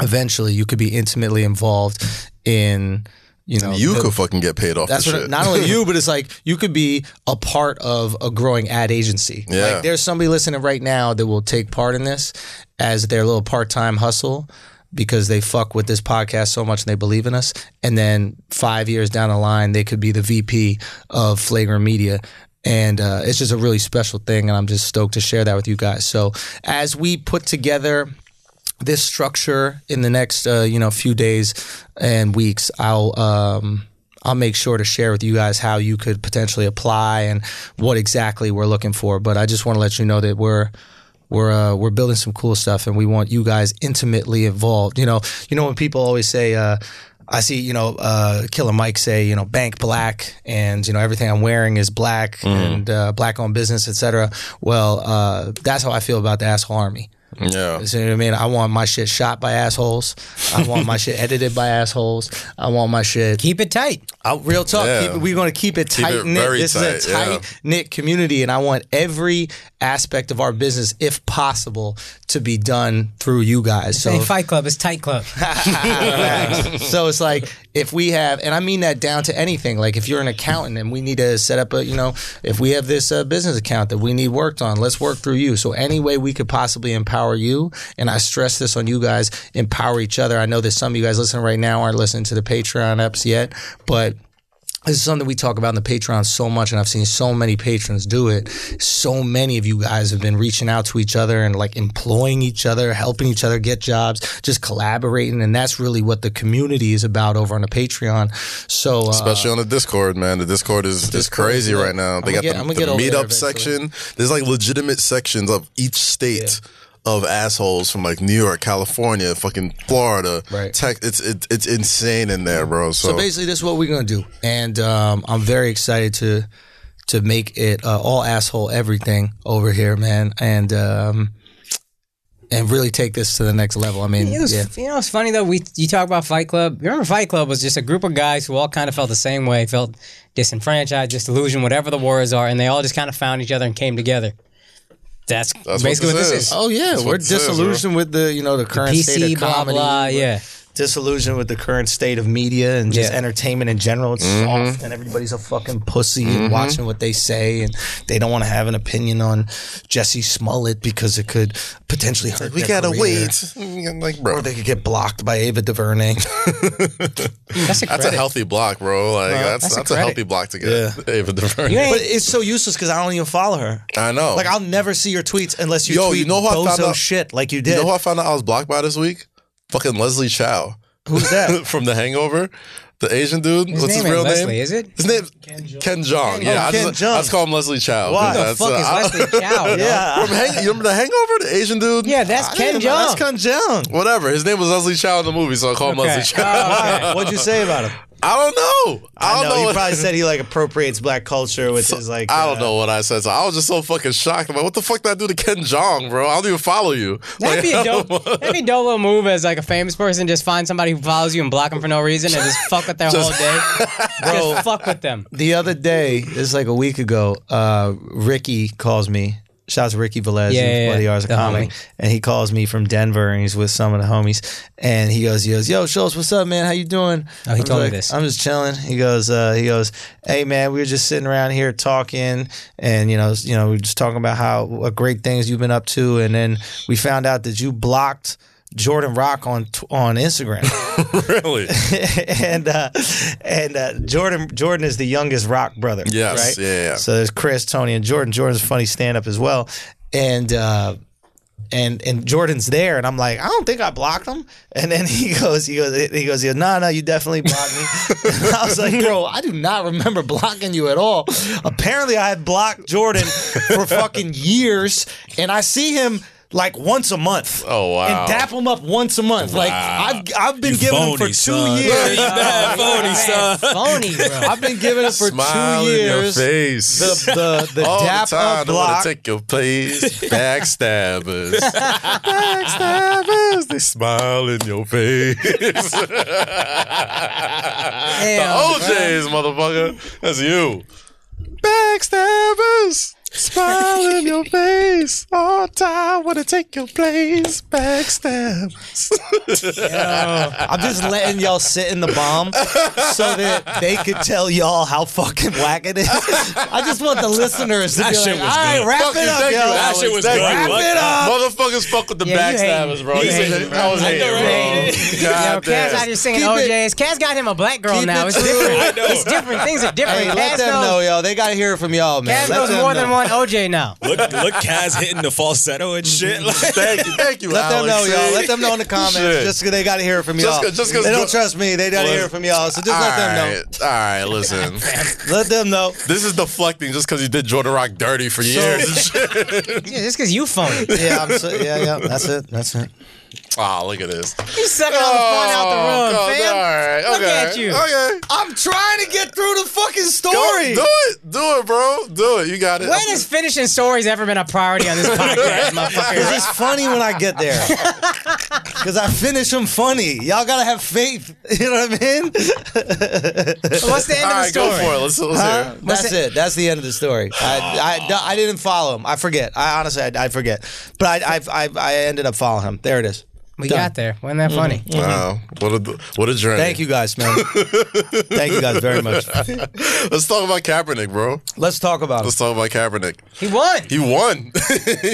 Speaker 1: eventually you could be intimately involved in, you know,
Speaker 2: You
Speaker 1: the-
Speaker 2: could fucking get paid off
Speaker 1: Um, that's
Speaker 2: this
Speaker 1: what
Speaker 2: shit.
Speaker 1: not only you, but it's like you could be a part of a growing ad agency.
Speaker 2: Yeah.
Speaker 1: Like there's somebody listening right now that will take part in this as their little part time hustle because they fuck with this podcast so much and they believe in us. And then five years down the line, they could be the VP of Flagrant Media. And uh, it's just a really special thing. And I'm just stoked to share that with you guys. So as we put together this structure in the next uh, you know few days and weeks i'll um I'll make sure to share with you guys how you could potentially apply and what exactly we're looking for. But I just want to let you know that we're we're uh, we're building some cool stuff, and we want you guys intimately involved. You know, you know when people always say, uh, I see, you know, uh, Killer Mike say, you know, bank black, and you know everything I'm wearing is black and uh, black on business, etc. Well, uh, that's how I feel about the asshole army.
Speaker 2: yeah.
Speaker 1: You know what I mean? I want my shit shot by assholes. I want my shit edited by assholes. I want my shit.
Speaker 3: Keep it tight.
Speaker 1: I, real talk.
Speaker 2: Yeah.
Speaker 1: keep it- we're going to keep it tight
Speaker 2: it
Speaker 1: knit.
Speaker 2: very
Speaker 1: This is a
Speaker 2: tight, yeah.
Speaker 1: tight knit community, and I want every aspect of our business, if possible, to be done through you guys. So
Speaker 3: Say Fight Club is tight club.
Speaker 1: so it's like if we have, and I mean that down to anything. Like if you're an accountant and we need to set up a, you know, if we have this uh, business account that we need worked on, let's work through you. So any way we could possibly empower you, and I stress this on you guys, empower each other. I know that some of you guys listening right now aren't listening to the Patreon apps yet, but this is something we talk about in the Patreon so much, and I've seen so many patrons do it. So many of you guys have been reaching out to each other and like employing each other, helping each other get jobs, just collaborating, and that's really what the community is about over on the Patreon. So, uh,
Speaker 2: Especially on the Discord, man. The Discord is, is crazy right now. They
Speaker 1: I'ma
Speaker 2: got
Speaker 1: get-
Speaker 2: the,
Speaker 1: I'ma
Speaker 2: the
Speaker 1: get over there
Speaker 2: meetup
Speaker 1: eventually.
Speaker 2: section. There's like legitimate sections of each state of assholes from like New York, California, fucking Florida,
Speaker 1: Right.
Speaker 2: Tech. It's it, it's insane in there, bro. So,
Speaker 1: so basically, this is what we're gonna do, and um, I'm very excited to to make it uh, all asshole everything over here, man, and um, and really take this to the next level. I mean,
Speaker 3: It was,
Speaker 1: yeah.
Speaker 3: You know, it's funny though. We you talk about Fight Club. You remember Fight Club was just a group of guys who all kind of felt the same way, felt disenfranchised, disillusioned, whatever the words are, and they all just kind of found each other and came together. That's,
Speaker 2: what
Speaker 3: basically what
Speaker 2: this
Speaker 3: this
Speaker 2: is.
Speaker 3: is.
Speaker 1: Oh yeah,
Speaker 2: That's
Speaker 1: we're
Speaker 2: what it says, bro.
Speaker 1: disillusioned with the you know the current state
Speaker 3: PC,
Speaker 1: of
Speaker 3: blah
Speaker 1: comedy.
Speaker 3: blah. Yeah,
Speaker 1: disillusioned with the current state of media and just
Speaker 3: Yeah.
Speaker 1: entertainment in general. It's
Speaker 2: Mm-hmm.
Speaker 1: soft and everybody's a fucking pussy and watching what they say and they don't want to have an opinion on Jesse Smollett because it could potentially hurt.
Speaker 2: we
Speaker 1: their
Speaker 2: gotta
Speaker 1: career.
Speaker 2: wait. Mm, Like, bro,
Speaker 1: Or they could get blocked by Ava DuVernay.
Speaker 3: that's a
Speaker 2: that's
Speaker 3: credit.
Speaker 2: a healthy block, bro. Like that's
Speaker 3: that's
Speaker 2: that's,
Speaker 3: a
Speaker 2: a,
Speaker 3: credit.
Speaker 2: healthy block to get. Ava DuVernay.
Speaker 3: You ain't-
Speaker 1: but it's so useless because I don't even follow her.
Speaker 2: I know.
Speaker 1: Like I'll never see your tweets unless you
Speaker 2: Yo,
Speaker 1: tweet
Speaker 2: you know who I found
Speaker 1: bozo
Speaker 2: out-
Speaker 1: shit like you
Speaker 2: You
Speaker 1: did.
Speaker 2: know who I found out I was blocked by this week? Fucking Leslie Chow.
Speaker 1: Who's that?
Speaker 2: from The Hangover. The Asian dude.
Speaker 3: His
Speaker 2: What's
Speaker 3: name
Speaker 2: his
Speaker 3: ain't
Speaker 2: real
Speaker 3: Leslie,
Speaker 2: name?
Speaker 3: is it?
Speaker 2: His name's Ken Jong. Yeah,
Speaker 1: Oh,
Speaker 2: I,
Speaker 1: Ken
Speaker 2: just,
Speaker 1: Jong.
Speaker 2: I just call him Leslie Chow.
Speaker 1: Why?
Speaker 2: because
Speaker 1: The
Speaker 3: Fuck
Speaker 2: that's- I-
Speaker 3: is Leslie Chow? yeah.
Speaker 1: yeah.
Speaker 2: from Hang- you remember The Hangover? The Asian dude?
Speaker 3: yeah, that's
Speaker 1: I
Speaker 3: Ken
Speaker 1: didn't know-
Speaker 3: Jong.
Speaker 1: That's Ken Jeong.
Speaker 2: Whatever. His name was Leslie Chow in the movie, so I call him
Speaker 3: Okay.
Speaker 2: Leslie Chow.
Speaker 3: Oh, okay.
Speaker 1: What'd you say about him?
Speaker 2: I don't know. I don't
Speaker 1: know.
Speaker 2: know.
Speaker 1: He
Speaker 2: what-
Speaker 1: probably said he like appropriates black culture with his like.
Speaker 2: I don't
Speaker 1: uh,
Speaker 2: know what I said. So I was just so fucking shocked. I'm like, what the fuck did I do to Ken Jong, bro? I don't even follow you.
Speaker 3: Oh, That'd be
Speaker 2: Like,
Speaker 3: a dope. That'd be a dope little move as like a famous person. Just find somebody who follows you and block them for no reason and just fuck with their whole day. just fuck with them.
Speaker 1: The other day, this is like a week ago, uh, Ricky calls me. Shout out to Ricky Velez,
Speaker 3: Yeah, yeah,
Speaker 1: who's Bloody
Speaker 3: yeah.
Speaker 1: R's a
Speaker 3: The
Speaker 1: comic.
Speaker 3: homie.
Speaker 1: And he calls me from Denver and he's with some of the homies. And he goes, he goes, Yo, Schultz, what's up, man? How you doing?
Speaker 3: Oh, he
Speaker 1: I'm
Speaker 3: told me
Speaker 1: like,
Speaker 3: this.
Speaker 1: I'm just chilling. He goes, uh, he goes, Hey man, we were just sitting around here talking and you know, s- you know, we are just talking about how what great things you've been up to. And then we found out that you blocked Jordan Rock on t- on Instagram.
Speaker 2: really?
Speaker 1: and uh, and uh, Jordan Jordan is the youngest Rock brother.
Speaker 2: Yes.
Speaker 1: right?
Speaker 2: Yeah, yeah.
Speaker 1: So there's Chris, Tony, and Jordan. Jordan's a funny stand up as well, and. Uh, and and Jordan's there, and I'm like, I don't think I blocked him. And then he goes, he goes, he goes, he goes, no, no, you definitely blocked me. And I was like, bro, I do not remember blocking you at all. Apparently, I had blocked Jordan for fucking years, and I see him. Like once a month.
Speaker 2: Oh, wow.
Speaker 1: And dap him up once a month. Like I've I've been giving him for
Speaker 4: phony
Speaker 1: two
Speaker 4: son.
Speaker 1: years.
Speaker 4: You bad phony son.
Speaker 3: Phony, bro.
Speaker 1: I've been giving it for
Speaker 2: Smile
Speaker 1: two years.
Speaker 2: in your face.
Speaker 1: The the, the
Speaker 2: all
Speaker 1: dap
Speaker 2: the time,
Speaker 1: up
Speaker 2: I want
Speaker 1: block.
Speaker 2: to take your place. Backstabbers. Backstabbers. They smile in your face. the
Speaker 3: Damn,
Speaker 2: OJs, motherfucker. That's you. Backstabbers. Smile in your face. All time want to take your place. Backstabbers.
Speaker 1: I'm just letting y'all sit in the bomb so that they could tell y'all how fucking whack it is. I just want the listeners to
Speaker 4: That
Speaker 1: be
Speaker 4: shit
Speaker 1: like,
Speaker 4: was
Speaker 1: all right,
Speaker 4: good.
Speaker 1: wrap
Speaker 2: Fuck you,
Speaker 1: it up,
Speaker 2: thank you,
Speaker 1: yo.
Speaker 2: Alex.
Speaker 4: shit was
Speaker 2: Thank
Speaker 4: good.
Speaker 2: you.
Speaker 4: Wrap
Speaker 1: it up.
Speaker 2: Motherfuckers fuck with the
Speaker 3: Yeah, you
Speaker 2: backstabbers,
Speaker 3: hating.
Speaker 2: bro.
Speaker 3: You
Speaker 2: You said
Speaker 3: hating,
Speaker 2: that- I was
Speaker 4: bro. I know,
Speaker 2: hating,
Speaker 4: right?
Speaker 2: bro.
Speaker 3: Yo,
Speaker 2: God
Speaker 3: Kaz
Speaker 2: damn.
Speaker 3: out here singing
Speaker 1: Keep it-
Speaker 3: OJs. Kaz got him a black girl
Speaker 1: Keep
Speaker 3: now.
Speaker 1: it
Speaker 3: It's
Speaker 1: true.
Speaker 4: I
Speaker 3: different.
Speaker 4: know.
Speaker 3: It's different. Things are different.
Speaker 1: Hey, let
Speaker 3: Kaz
Speaker 1: them
Speaker 3: knows,
Speaker 1: know, yo. They got to hear it from y'all, man.
Speaker 3: Kaz
Speaker 1: Let
Speaker 3: knows
Speaker 1: them
Speaker 3: more
Speaker 1: know.
Speaker 3: than one OJ now.
Speaker 4: Look, look, Kaz hitting the falsetto and shit. Like,
Speaker 2: Thank you, thank you,
Speaker 1: Let them know,
Speaker 2: Alex.
Speaker 1: y'all. Let them know in the comments.
Speaker 2: Shit.
Speaker 1: Just 'cause they got to hear it from
Speaker 2: Just
Speaker 1: y'all.
Speaker 2: 'cause- just 'cause
Speaker 1: they don't
Speaker 2: the-
Speaker 1: trust me. They got to hear it from y'all. So just let them
Speaker 2: Alright, alright, listen.
Speaker 1: know. Let them know.
Speaker 2: this is deflecting just because you did Jordan Rock dirty for years.
Speaker 3: Yeah, just because you phony.
Speaker 1: Yeah, I'm so, yeah, yeah. That's it. That's it.
Speaker 2: Ah, look at this. Oh,
Speaker 3: You sucking all the fun out the
Speaker 1: Oh,
Speaker 3: room,
Speaker 2: God,
Speaker 3: fam.
Speaker 2: alright,
Speaker 3: Look
Speaker 2: okay,
Speaker 3: at you.
Speaker 2: Okay.
Speaker 1: I'm trying to get through the fucking
Speaker 2: Go,
Speaker 1: story.
Speaker 2: do it. Do it, bro. Do it. You got it.
Speaker 3: When has finishing stories ever been a priority on this podcast,
Speaker 1: Because
Speaker 3: motherfucker?
Speaker 1: it's funny when I get there. Because I finish them funny. Y'all gotta have faith. You know what I mean?
Speaker 3: What's the end of the
Speaker 2: Alright, go
Speaker 3: story?
Speaker 2: for it. Let's, let's hear it.
Speaker 1: That's it. That's the end of the story. I, I, no, I didn't follow him. I forget. I honestly, I, I forget. But I, I, I, I ended up following him. There it is.
Speaker 3: We
Speaker 1: Done.
Speaker 3: got there. Wasn't that
Speaker 2: Mm-hmm.
Speaker 3: funny?
Speaker 2: Wow. What a, what a journey.
Speaker 1: Thank you guys, man. Thank you guys very much.
Speaker 2: Let's talk about Kaepernick, bro.
Speaker 1: Let's talk about
Speaker 2: Let's
Speaker 1: it.
Speaker 2: talk about Kaepernick.
Speaker 3: He won.
Speaker 2: He won.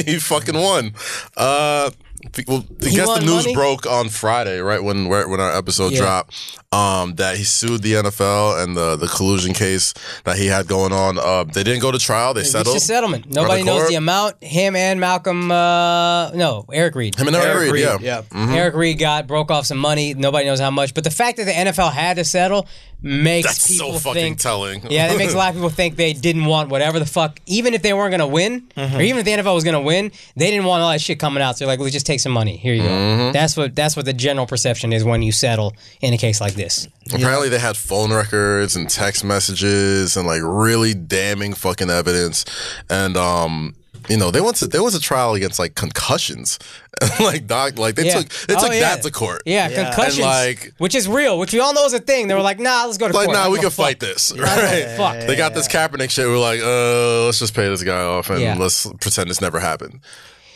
Speaker 2: he fucking won. Uh, f- well, I guess the
Speaker 3: won
Speaker 2: news
Speaker 3: money?
Speaker 2: broke on Friday, right when we're- when our episode
Speaker 3: Yeah.
Speaker 2: dropped, um, that he sued the NFL and the the collusion case that he had going on. Uh, they didn't go to trial. They
Speaker 3: It's
Speaker 2: settled.
Speaker 3: a settlement.
Speaker 2: Brother
Speaker 3: Nobody knows
Speaker 2: Corp.
Speaker 3: the amount. Him and Malcolm, uh, no, Eric Reed.
Speaker 2: Him and Eric Mm-hmm. Reed, yeah.
Speaker 1: Yeah.
Speaker 3: Eric Reed got broke off some money. Nobody knows how much. But the fact that the NFL had to settle makes
Speaker 2: That's so
Speaker 3: people
Speaker 2: fucking
Speaker 3: think.
Speaker 2: telling.
Speaker 3: Yeah, that makes a lot of people think they didn't want whatever the fuck, even if they weren't going to win, or even if the NFL was going to win, they didn't want all that shit coming out. So they're like, let's just take some money. Here you
Speaker 2: Mm-hmm.
Speaker 3: go. That's what that's what the general perception is when you settle in a case like this.
Speaker 2: Apparently, they had phone records and text messages and like really damning fucking evidence. And um, you know, they went to there was a trial against like concussions, like doc, like they
Speaker 3: Yeah.
Speaker 2: took they
Speaker 3: Oh,
Speaker 2: took
Speaker 3: yeah.
Speaker 2: that to court.
Speaker 3: Yeah,
Speaker 1: Yeah.
Speaker 3: concussions,
Speaker 2: And, like-
Speaker 3: which is real, which we all know is a thing. They were like, nah, let's go to
Speaker 2: Like,
Speaker 3: court. I
Speaker 2: nah,
Speaker 3: don't
Speaker 2: we
Speaker 3: give a
Speaker 2: can fight
Speaker 3: fuck.
Speaker 2: this.
Speaker 3: I don't
Speaker 2: Right?
Speaker 3: give a fuck.
Speaker 2: They got this Kaepernick shit. We're like, uh, let's just pay this guy off and
Speaker 3: Yeah.
Speaker 2: let's pretend this never happened.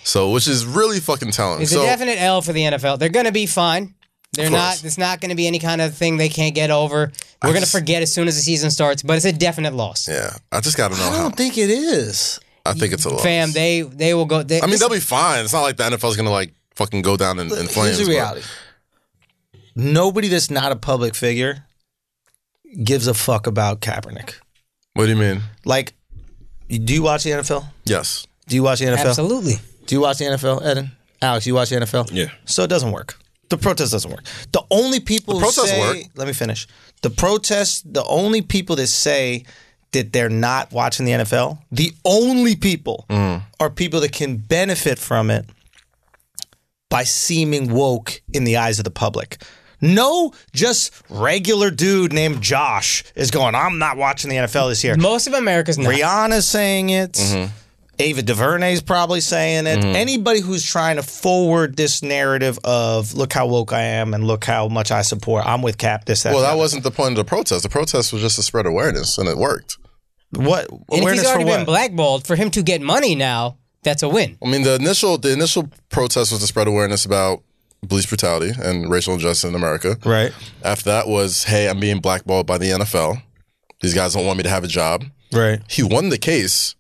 Speaker 2: So, which is really fucking telling.
Speaker 3: It's
Speaker 2: so,
Speaker 3: a definite L for the NFL. They're going to be fine. They're
Speaker 2: course.
Speaker 3: not. It's not going to be any kind of thing they can't get over. We're going to
Speaker 2: just-
Speaker 3: forget as soon as the season starts. But it's a definite loss,
Speaker 2: yeah, I just gotta know
Speaker 1: I
Speaker 2: how.
Speaker 1: don't think it is.
Speaker 2: I think it's a loss.
Speaker 3: fam. They they will go. They,
Speaker 2: I mean, they'll be fine. It's not like the NFL's gonna like fucking go down in, in flames.
Speaker 1: Here's the
Speaker 2: but-
Speaker 1: reality. Nobody that's not a public figure gives a fuck about Kaepernick.
Speaker 2: What do you mean?
Speaker 1: Like, do you watch the NFL?
Speaker 2: Yes.
Speaker 1: Do you watch the NFL?
Speaker 3: absolutely.
Speaker 1: Do you watch the NFL, Eden? Alex, you watch the NFL?
Speaker 4: Yeah.
Speaker 1: So it doesn't work. The protest doesn't work. The only people
Speaker 2: The protests
Speaker 1: say,
Speaker 2: work.
Speaker 1: let me finish. The protests, the only people that say that they're not watching the NFL, the only people
Speaker 2: Mm.
Speaker 1: are people that can benefit from it by seeming woke in the eyes of the public. No, just regular dude named Josh is going, I'm not watching the NFL this year.
Speaker 3: Most of America's not.
Speaker 1: Rihanna's saying it. Ava DuVernay's probably saying it. Anybody who's trying to forward this narrative of look how woke I am and look how much I support, I'm with Cap. This that.
Speaker 2: Well, that
Speaker 1: and
Speaker 2: wasn't the point of the protest. The protest was just to spread awareness, and it worked.
Speaker 1: the other. what
Speaker 3: and if he's
Speaker 1: awareness for
Speaker 3: already been
Speaker 1: what?
Speaker 3: blackballed, for him to get money now, that's a win.
Speaker 2: I mean, the initial the initial protest was to spread awareness about police brutality and racial injustice in America.
Speaker 1: Right.
Speaker 2: After that was, hey, I'm being blackballed by the NFL. These guys don't want me to have a job.
Speaker 1: Right.
Speaker 2: He won the case.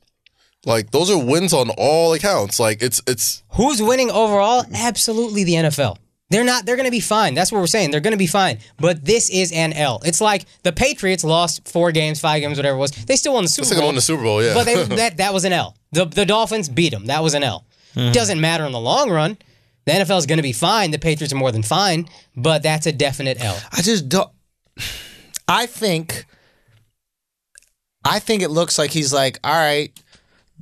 Speaker 2: Like those are wins on all accounts. Like it's it's
Speaker 3: Who's winning overall? Absolutely the NFL. They're not. They're going to be fine. That's what we're saying. They're going to be fine. But this is an L. It's like the Patriots lost four games, five games, whatever it was. They still won the Super
Speaker 2: it's like I
Speaker 3: Bowl.
Speaker 2: won the Super Bowl. Yeah,
Speaker 3: but they, that that was an L. The the Dolphins beat them. That was an L.
Speaker 1: Mm-hmm.
Speaker 3: Doesn't matter in the long run. The NFL is going to be fine. The Patriots are more than fine, but that's a definite L.
Speaker 1: I just don't. I think. I think it looks like he's like, all right,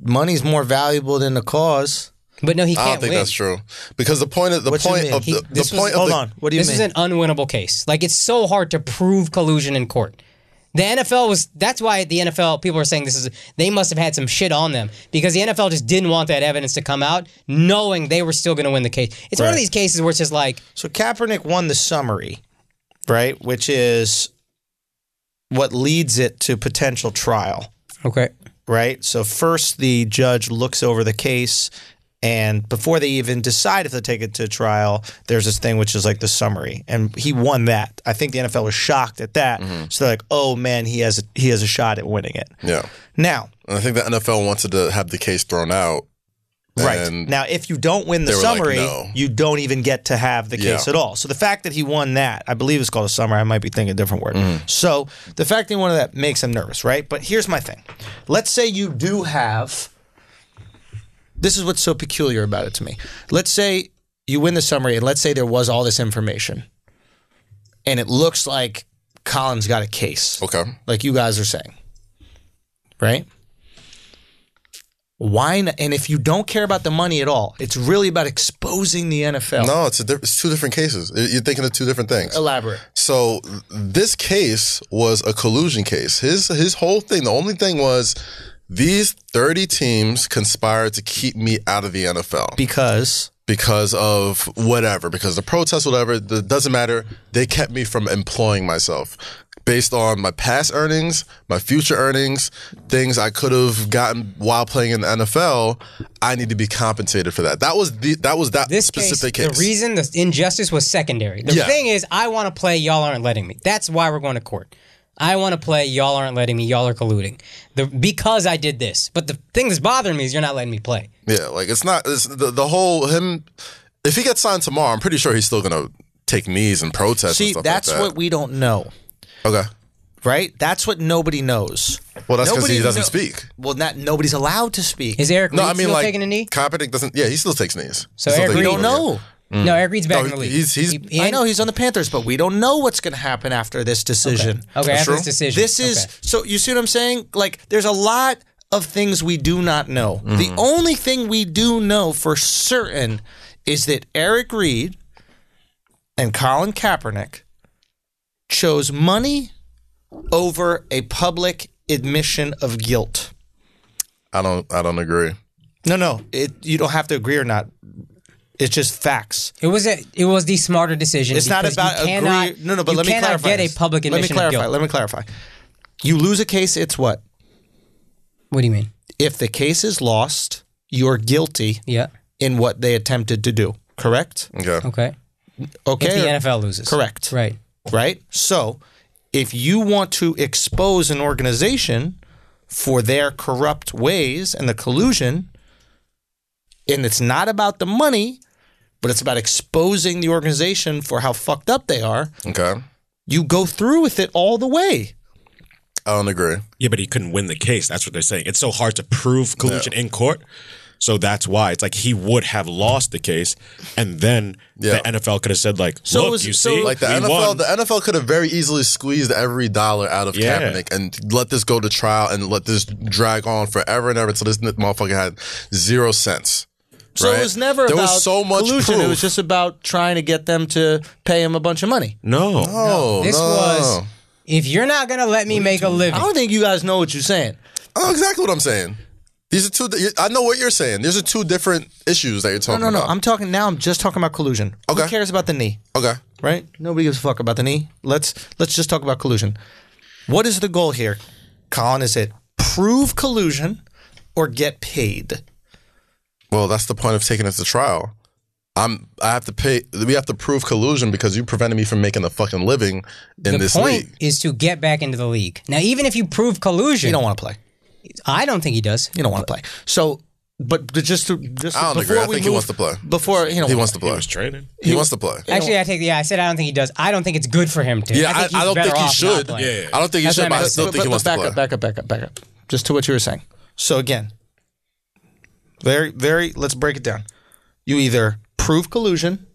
Speaker 1: money's more valuable than the cause.
Speaker 3: But no, he
Speaker 2: I
Speaker 3: can't
Speaker 2: don't think
Speaker 3: win.
Speaker 2: that's true because the point of the
Speaker 1: What you
Speaker 2: point
Speaker 1: mean?
Speaker 2: of
Speaker 1: He-
Speaker 2: the, the
Speaker 3: this was-
Speaker 2: point of
Speaker 1: Hold
Speaker 2: the,
Speaker 1: on. What do you
Speaker 3: this
Speaker 1: mean?
Speaker 3: is an unwinnable case. Like it's so hard to prove collusion in court. The NFL was that's why the NFL people are saying this is they must have had some shit on them because the NFL just didn't want that evidence to come out knowing they were still going to win the case. It's one of
Speaker 1: Right.
Speaker 3: these cases where it's just like
Speaker 1: So Kaepernick won the summary, right? Which is what leads it to potential trial,
Speaker 3: okay.
Speaker 1: right? So first the judge looks over the case and before they even decide if they take it to trial, there's this thing which is like the summary. And he won that. I think the NFL was shocked at that. So they're like, "Oh man, he has a, he has a shot at winning it."
Speaker 2: yeah.
Speaker 1: Now,
Speaker 2: And I think the NFL wanted to have the case thrown out.
Speaker 1: Right.
Speaker 2: And-
Speaker 1: Now, if you don't win the
Speaker 2: they were like,
Speaker 1: summary,
Speaker 2: "No."
Speaker 1: you don't even get to have the
Speaker 2: Yeah.
Speaker 1: case at all. So the fact that he won that, I believe it's called a summary. I might be thinking a different word.
Speaker 2: Mm-hmm.
Speaker 1: So the fact that he won that makes him nervous, right? But here's my thing. Let's say you do have. This is what's so peculiar about it to me. Let's say you win the summary, and let's say there was all this information, and it looks like Collins got a case
Speaker 2: Okay.
Speaker 1: like you guys are saying, right? Why? Not, and if you don't care about the money at all, it's really about exposing the NFL.
Speaker 2: No, it's a diff- it's two different cases. You- You're thinking of two different things.
Speaker 1: Elaborate.
Speaker 2: So this case was a collusion case. His his whole thing, the only thing was these 30 teams conspired to keep me out of the NFL
Speaker 1: Because
Speaker 2: because of whatever, because the protests, whatever, it doesn't matter. They kept me from employing myself based on my past earnings, my future earnings, things I could have gotten while playing in the NFL. I need to be compensated for that. That was the that was that
Speaker 3: This
Speaker 2: specific
Speaker 3: case,
Speaker 2: case.
Speaker 3: the reason the injustice was secondary. The
Speaker 2: Yeah.
Speaker 3: thing is, I want to play. Y'all aren't letting me. That's why we're going to court. I want to play. Y'all aren't letting me. Y'all are colluding. The, because I did this. But the thing that's bothering me is you're not letting me play.
Speaker 2: Yeah, like it's not it's the the whole him. If he gets signed tomorrow, I'm pretty sure he's still gonna take knees and protest. and
Speaker 1: see,
Speaker 2: stuff
Speaker 1: that's
Speaker 2: like that.
Speaker 1: what we don't know,
Speaker 2: Okay.
Speaker 1: right? That's what nobody knows.
Speaker 2: Well, that's 'cause
Speaker 1: Nobody
Speaker 2: he doesn't
Speaker 1: kno-
Speaker 2: speak.
Speaker 1: Well, not nobody's allowed to speak.
Speaker 3: Is Eric
Speaker 2: No,
Speaker 3: Reed
Speaker 2: I mean
Speaker 3: still
Speaker 2: like
Speaker 3: taking a knee?
Speaker 2: Kaepernick doesn't. Yeah, he still takes knees.
Speaker 3: So
Speaker 2: He still
Speaker 3: Eric
Speaker 2: takes
Speaker 1: we don't
Speaker 2: knees.
Speaker 3: Reed-
Speaker 1: know.
Speaker 4: Mm.
Speaker 3: No, Eric Reed's back
Speaker 2: No,
Speaker 3: in the league.
Speaker 2: he's- he's-
Speaker 3: He- he
Speaker 1: I
Speaker 3: ain't-
Speaker 1: know he's on the Panthers, but we don't know what's going to happen after this decision.
Speaker 3: Okay, after
Speaker 2: true.
Speaker 3: this decision.
Speaker 1: This is
Speaker 3: Okay.
Speaker 1: so you see what I'm saying? Like there's a lot of things we do not know. The only thing we do know for certain is that Eric Reed and Colin Kaepernick chose money over a public admission of guilt.
Speaker 2: I don't. I don't agree.
Speaker 1: No, no, it, you don't have to agree or not. It's just facts.
Speaker 3: It was a, it was the smarter decision.
Speaker 1: It's not
Speaker 3: because
Speaker 1: about
Speaker 3: you cannot,
Speaker 1: agree. No, no, but
Speaker 3: you
Speaker 1: let me
Speaker 3: cannot
Speaker 1: clarify.
Speaker 3: get
Speaker 1: this.
Speaker 3: a public
Speaker 1: Let me
Speaker 3: admission
Speaker 1: clarify.
Speaker 3: of guilt.
Speaker 1: Let me clarify. You lose a case, it's what?
Speaker 3: What do you mean?
Speaker 1: If the case is lost, you're guilty
Speaker 3: Yeah.
Speaker 1: in what they attempted to do. Correct?
Speaker 2: Okay.
Speaker 3: Okay.
Speaker 1: Okay.
Speaker 3: If the NFL loses.
Speaker 1: Correct.
Speaker 3: Right.
Speaker 1: Right? So, if you want to expose an organization for their corrupt ways and the collusion, and it's not about the money, but it's about exposing the organization for how fucked up they are,
Speaker 2: Okay.
Speaker 1: you go through with it all the way.
Speaker 2: I don't agree.
Speaker 4: Yeah, but he couldn't win the case. That's what they're saying. It's so hard to prove collusion in court. So that's why it's like he would have lost the case, and then
Speaker 2: Yeah.
Speaker 4: the NFL could have said like,
Speaker 1: So it
Speaker 4: "Look,
Speaker 1: was-
Speaker 4: you
Speaker 1: so-
Speaker 4: see,
Speaker 2: Like the
Speaker 4: we
Speaker 2: NFL,
Speaker 4: won."
Speaker 2: the NFL could have very easily squeezed every dollar out of
Speaker 4: Yeah.
Speaker 2: Kaepernick and let this go to trial and let this drag on forever and ever until this motherfucker had zero cents.
Speaker 1: So
Speaker 2: right?
Speaker 1: it was never
Speaker 2: there
Speaker 1: about
Speaker 2: was so much
Speaker 1: collusion.
Speaker 2: Proof.
Speaker 1: It was just about trying to get them to pay him a bunch of money.
Speaker 4: no,
Speaker 2: oh,
Speaker 3: This
Speaker 2: no.
Speaker 3: was if you're not gonna let me make a
Speaker 1: I
Speaker 3: living.
Speaker 1: don't think you guys know what you're saying.
Speaker 2: I know exactly what I'm saying. These are two. di- I know what you're saying. These are two different issues that you're
Speaker 1: No,
Speaker 2: talking
Speaker 1: no, no.
Speaker 2: about.
Speaker 1: I'm talking now. I'm just talking about collusion.
Speaker 2: Okay.
Speaker 1: Who cares about the knee?
Speaker 2: okay.
Speaker 1: Right? Nobody gives a fuck about the knee. Let's let's just talk about collusion. What is the goal here, Colin? Is it prove collusion or get paid?
Speaker 2: Well, that's the point of taking it to trial. I'm. I have to pay. We have to prove collusion because you prevented me from making a fucking living in
Speaker 3: the
Speaker 2: this
Speaker 3: point
Speaker 2: league.
Speaker 3: is to get back into the league. Now, even if you prove collusion,
Speaker 1: You don't want to play.
Speaker 3: I don't think he does.
Speaker 1: You don't want to play. So, but but just to, just
Speaker 2: I don't
Speaker 1: before
Speaker 2: agree. I
Speaker 1: we
Speaker 2: think
Speaker 1: move,
Speaker 2: he wants to play.
Speaker 1: Before you know
Speaker 2: He wants to
Speaker 4: he
Speaker 2: play.
Speaker 4: was training.
Speaker 2: He, wants to play.
Speaker 3: Actually, I take the. Yeah, I said I don't think he does. I don't think it's good for him to.
Speaker 2: Yeah,
Speaker 3: think
Speaker 2: I, I
Speaker 3: he's
Speaker 2: don't
Speaker 3: better
Speaker 2: think he
Speaker 3: off not
Speaker 2: should.
Speaker 3: playing.
Speaker 4: Yeah.
Speaker 2: I don't think he
Speaker 3: That's
Speaker 2: should.
Speaker 3: what I
Speaker 2: But I
Speaker 3: meant.
Speaker 2: still
Speaker 1: But-
Speaker 2: think he
Speaker 1: but
Speaker 2: wants to
Speaker 1: back
Speaker 2: play.
Speaker 1: up, back up, back up, back up. Just to what you were saying. So again, Very, very. Let's break it down. You either prove collusion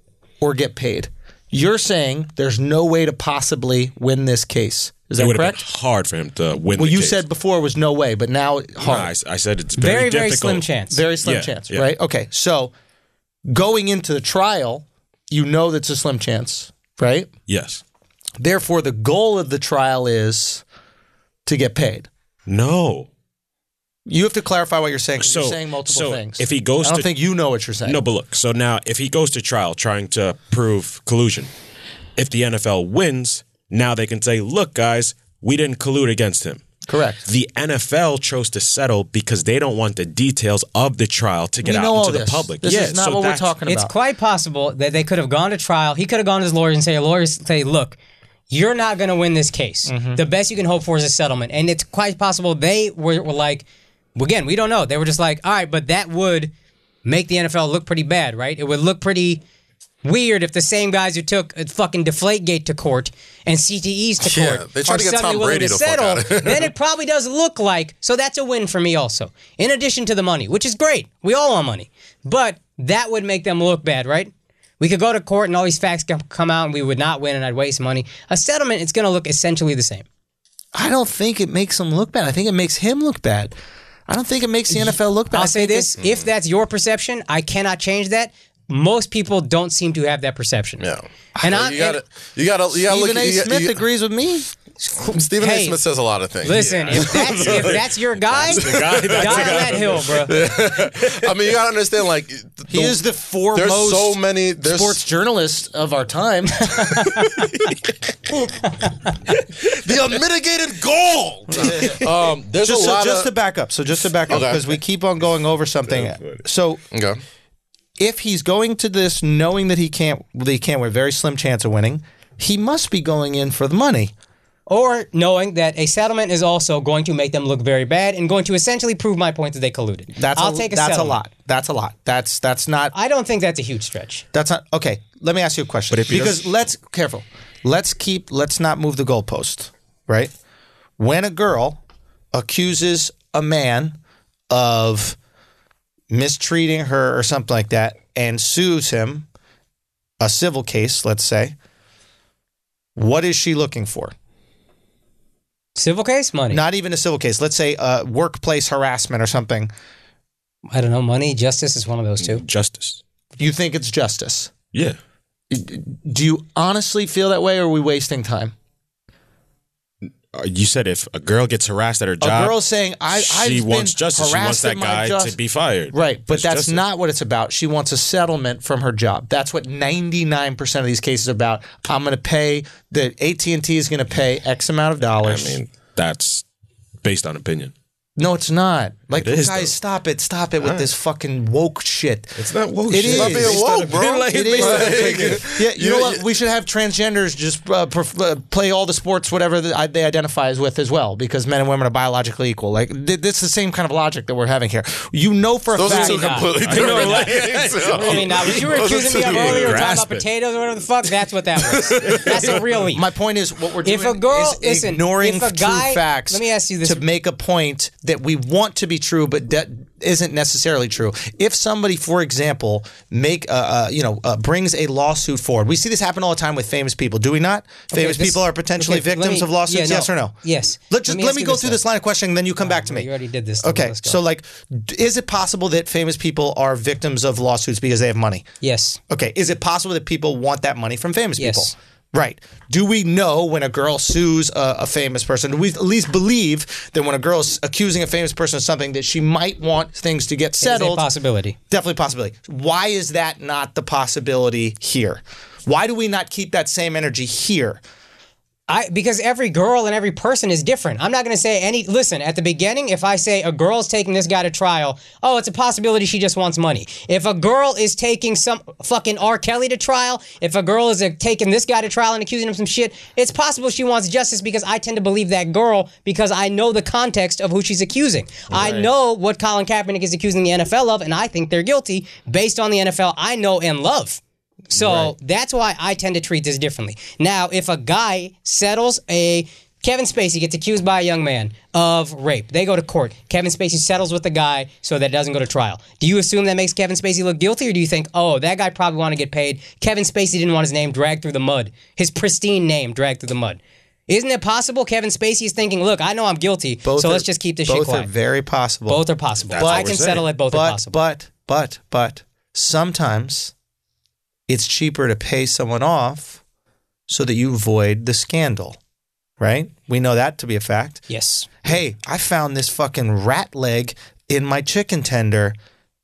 Speaker 1: or get paid. You're saying there's no way to possibly win this case. Is
Speaker 4: It
Speaker 1: that
Speaker 4: would have been
Speaker 1: correct?
Speaker 4: hard for him to win.
Speaker 1: Well,
Speaker 4: the
Speaker 1: you
Speaker 4: case.
Speaker 1: said before it was no way, but now hard.
Speaker 4: No, I, s- I said it's
Speaker 3: Very,
Speaker 4: very
Speaker 3: very
Speaker 4: difficult.
Speaker 3: slim chance.
Speaker 1: Very slim
Speaker 4: Yeah,
Speaker 1: chance,
Speaker 4: yeah.
Speaker 1: right? Okay, so going into the trial, you know that's a slim chance, right?
Speaker 4: Yes.
Speaker 1: Therefore, the goal of the trial is to get paid.
Speaker 4: No.
Speaker 1: You have to clarify what you're saying. 'cause you're
Speaker 4: So-
Speaker 1: saying multiple
Speaker 4: so
Speaker 1: things.
Speaker 4: if he goes
Speaker 1: I don't
Speaker 4: to-
Speaker 1: think you know what you're saying.
Speaker 4: No, but look. So now, if he goes to trial trying to prove collusion, if the NFL wins, now they can say, "Look, guys, we didn't collude against him."
Speaker 1: correct.
Speaker 4: The NFL chose to settle because they don't want the details of the trial to get
Speaker 1: We
Speaker 4: out
Speaker 1: know all
Speaker 4: into the
Speaker 1: this.
Speaker 4: public.
Speaker 1: This
Speaker 4: yeah,
Speaker 1: is not
Speaker 4: so
Speaker 1: what we're
Speaker 4: that's-
Speaker 1: talking about.
Speaker 3: It's quite possible that they could have gone to trial. He could have gone to his lawyers and say, lawyers say, look, you're not going to win this case.
Speaker 1: Mm-hmm.
Speaker 3: The best you can hope for is a settlement. And it's quite possible they were, were like, again, we don't know. They were just like, all right, but that would make the NFL look pretty bad, right? It would look pretty weird if the same guys who took uh, fucking Deflategate to court and CTEs to
Speaker 2: Yeah,
Speaker 3: court
Speaker 2: they tried
Speaker 3: are
Speaker 2: to get
Speaker 3: suddenly
Speaker 2: Tom
Speaker 3: willing
Speaker 2: Brady
Speaker 3: to
Speaker 2: the fuck
Speaker 3: settle,
Speaker 2: out of here.
Speaker 3: then it probably does look like. So that's a win for me also. In addition to the money, which is great. We all want money. But that would make them look bad, right? We could go to court and all these facts come- come out and we would not win and I'd waste money. A settlement, it's going to look essentially the same.
Speaker 1: I don't think it makes him look bad. I think it makes him look bad. I don't think it makes the NFL look bad. I
Speaker 3: I'll say
Speaker 1: think it-
Speaker 3: this
Speaker 2: Mm.
Speaker 3: if that's your perception, I cannot change that. Most people don't seem to have that perception.
Speaker 2: Yeah. But
Speaker 3: And I,
Speaker 2: you
Speaker 3: and-
Speaker 2: gotta, you gotta, you gotta look.
Speaker 1: Stephen
Speaker 2: at-
Speaker 1: A.
Speaker 2: You, got-
Speaker 1: Smith
Speaker 2: you,
Speaker 1: agrees with me.
Speaker 2: Stephen
Speaker 3: Hey,
Speaker 2: A. Smith says a lot of things.
Speaker 3: Listen, if that's if that's your guy, die
Speaker 4: guy, that's
Speaker 3: on
Speaker 4: the guy.
Speaker 3: that hill, bro.
Speaker 2: I mean, you gotta understand. Like, th-
Speaker 1: He is the
Speaker 2: there's
Speaker 1: foremost
Speaker 2: so many. There's
Speaker 1: sports journalist of our time.
Speaker 2: the unmitigated gold. um, there's
Speaker 1: just
Speaker 2: a
Speaker 1: so,
Speaker 2: lot
Speaker 1: just to
Speaker 2: of.
Speaker 1: back up. So just to back up
Speaker 2: Okay.
Speaker 1: because we keep on going over something. So
Speaker 2: okay.
Speaker 1: if he's going to this knowing that he can't that he can't win, very slim chance of winning, he must be going in for the money.
Speaker 3: Or knowing that a settlement is also going to make them look very bad and going to essentially prove my point that they colluded.
Speaker 1: That's
Speaker 3: I'll
Speaker 1: a,
Speaker 3: take a
Speaker 1: that's
Speaker 3: settlement.
Speaker 1: a lot. That's a lot. That's that's not
Speaker 3: I don't think that's a huge stretch.
Speaker 1: That's not okay. Let me ask you a question.
Speaker 4: But if he
Speaker 1: because
Speaker 4: doesn't-
Speaker 1: let's careful. Let's keep. Let's not move the goalpost. Right. When a girl accuses a man of mistreating her or something like that and sues him, a civil case, let's say. What is she looking for?
Speaker 3: Civil case money.
Speaker 1: Not even a civil case. Let's say uh, workplace harassment or something.
Speaker 3: I don't know. Money, justice is one of those two.
Speaker 4: Justice.
Speaker 1: You think it's justice?
Speaker 4: Yeah.
Speaker 1: Do you honestly feel that way, or are we wasting time?
Speaker 4: Uh, you said if a girl gets harassed at her
Speaker 1: a
Speaker 4: job,
Speaker 1: girl saying I I've
Speaker 4: she
Speaker 1: been
Speaker 4: wants justice. She
Speaker 1: harassed
Speaker 4: wants that
Speaker 1: in my
Speaker 4: guy
Speaker 1: jus-
Speaker 4: to be fired.
Speaker 1: Right, but that's
Speaker 4: justice.
Speaker 1: not what it's about. She wants a settlement from her job. That's what 99% of these cases are about. I'm going to pay the AT&T is going to pay X amount of
Speaker 4: I
Speaker 1: dollars.
Speaker 4: mean, that's based on opinion.
Speaker 1: no, it's not. Like
Speaker 4: It is,
Speaker 1: guys,
Speaker 4: though.
Speaker 1: stop it. Stop it with this fucking woke shit.
Speaker 4: It's not woke.
Speaker 1: It shit. is. Not being
Speaker 4: Based on
Speaker 2: woke,
Speaker 4: opinion.
Speaker 2: bro.
Speaker 4: Like,
Speaker 1: It
Speaker 4: based on
Speaker 1: is.
Speaker 4: opinion.
Speaker 1: Yeah, you,
Speaker 2: You-
Speaker 1: know what?
Speaker 2: you-
Speaker 1: we should have transgenders just uh, perf- uh, play all the sports, whatever that I- they identify as with, as well, because men and women are biologically equal. Like th- this is the same kind of logic that we're having here. You know for a
Speaker 2: Those are
Speaker 1: fact,
Speaker 2: two completely
Speaker 4: I know,
Speaker 2: different
Speaker 4: like-
Speaker 2: things.
Speaker 3: I mean, now, what you were
Speaker 2: Those are
Speaker 3: accusing me
Speaker 2: two
Speaker 3: of earlier, talking
Speaker 4: Grasp
Speaker 3: about
Speaker 4: it.
Speaker 3: potatoes or whatever the fuck, that's what that was. That's a real leap.
Speaker 1: My point is, what we're doing
Speaker 3: If a girl-
Speaker 1: is
Speaker 3: listen,
Speaker 1: ignoring
Speaker 3: if a guy-
Speaker 1: true facts.
Speaker 3: let me ask you this.
Speaker 1: to make a point that we want to be true, but that isn't necessarily true. If somebody, for example, make uh, uh, you know uh, brings a lawsuit forward, we see this happen all the time with famous people. Do we not? famous
Speaker 3: this-
Speaker 1: people are potentially
Speaker 3: okay, let
Speaker 1: victims
Speaker 3: me-
Speaker 1: of lawsuits.
Speaker 3: yeah, no.
Speaker 1: yes or no?
Speaker 3: Yes.
Speaker 1: Let just let
Speaker 3: Let me
Speaker 1: me,
Speaker 3: ask you
Speaker 1: go
Speaker 3: this,
Speaker 1: through
Speaker 3: though.
Speaker 1: this line of questioning, then you come back to me.
Speaker 3: You already did this.
Speaker 1: Okay,
Speaker 3: Let's go.
Speaker 1: so like, d- is it possible that famous people are victims of lawsuits because they have money?
Speaker 3: yes.
Speaker 1: Okay, is it possible that people want that money from famous
Speaker 3: Yes.
Speaker 1: people? Right. Do we know when a girl sues a, a famous person? Do we at least believe that when a girl is accusing a famous person of something that she might want things to get
Speaker 3: It's a
Speaker 1: settled?
Speaker 3: possibility.
Speaker 1: Definitely a possibility. Why is that not the possibility here? Why do we not keep that same energy here?
Speaker 3: I because every girl and every person is different. I'm not going to say any. Listen, at the beginning, if I say a girl's taking this guy to trial, oh, it's a possibility she just wants money. If a girl is taking some fucking R. Kelly to trial, if a girl is uh, taking this guy to trial and accusing him of some shit, it's possible she wants justice because I tend to believe that girl because I know the context of who she's accusing. I know what Colin Kaepernick is accusing the NFL of, and I think they're guilty based on the NFL I know and love. So that's why I tend to treat this differently. Now, if a guy settles a Kevin Spacey gets accused by a young man of rape. They go to court. Kevin Spacey settles with the guy so that doesn't go to trial. Do you assume that makes Kevin Spacey look guilty, or do you think, oh, that guy probably wanted to get paid? Kevin Spacey didn't want his name dragged through the mud, his pristine name dragged through the mud. Isn't it possible Kevin Spacey is thinking, look, I know I'm guilty, so let's just keep this shit
Speaker 1: both
Speaker 3: quiet.
Speaker 1: are very possible.
Speaker 3: both are possible.
Speaker 4: That's what
Speaker 3: I
Speaker 4: we're
Speaker 3: can
Speaker 4: saying.
Speaker 3: settle it. Both
Speaker 1: but,
Speaker 3: are possible.
Speaker 1: But but but sometimes it's cheaper to pay someone off so that you avoid the scandal. Right? We know that to be a fact.
Speaker 3: yes.
Speaker 1: Hey, I found this fucking rat leg in my chicken tender.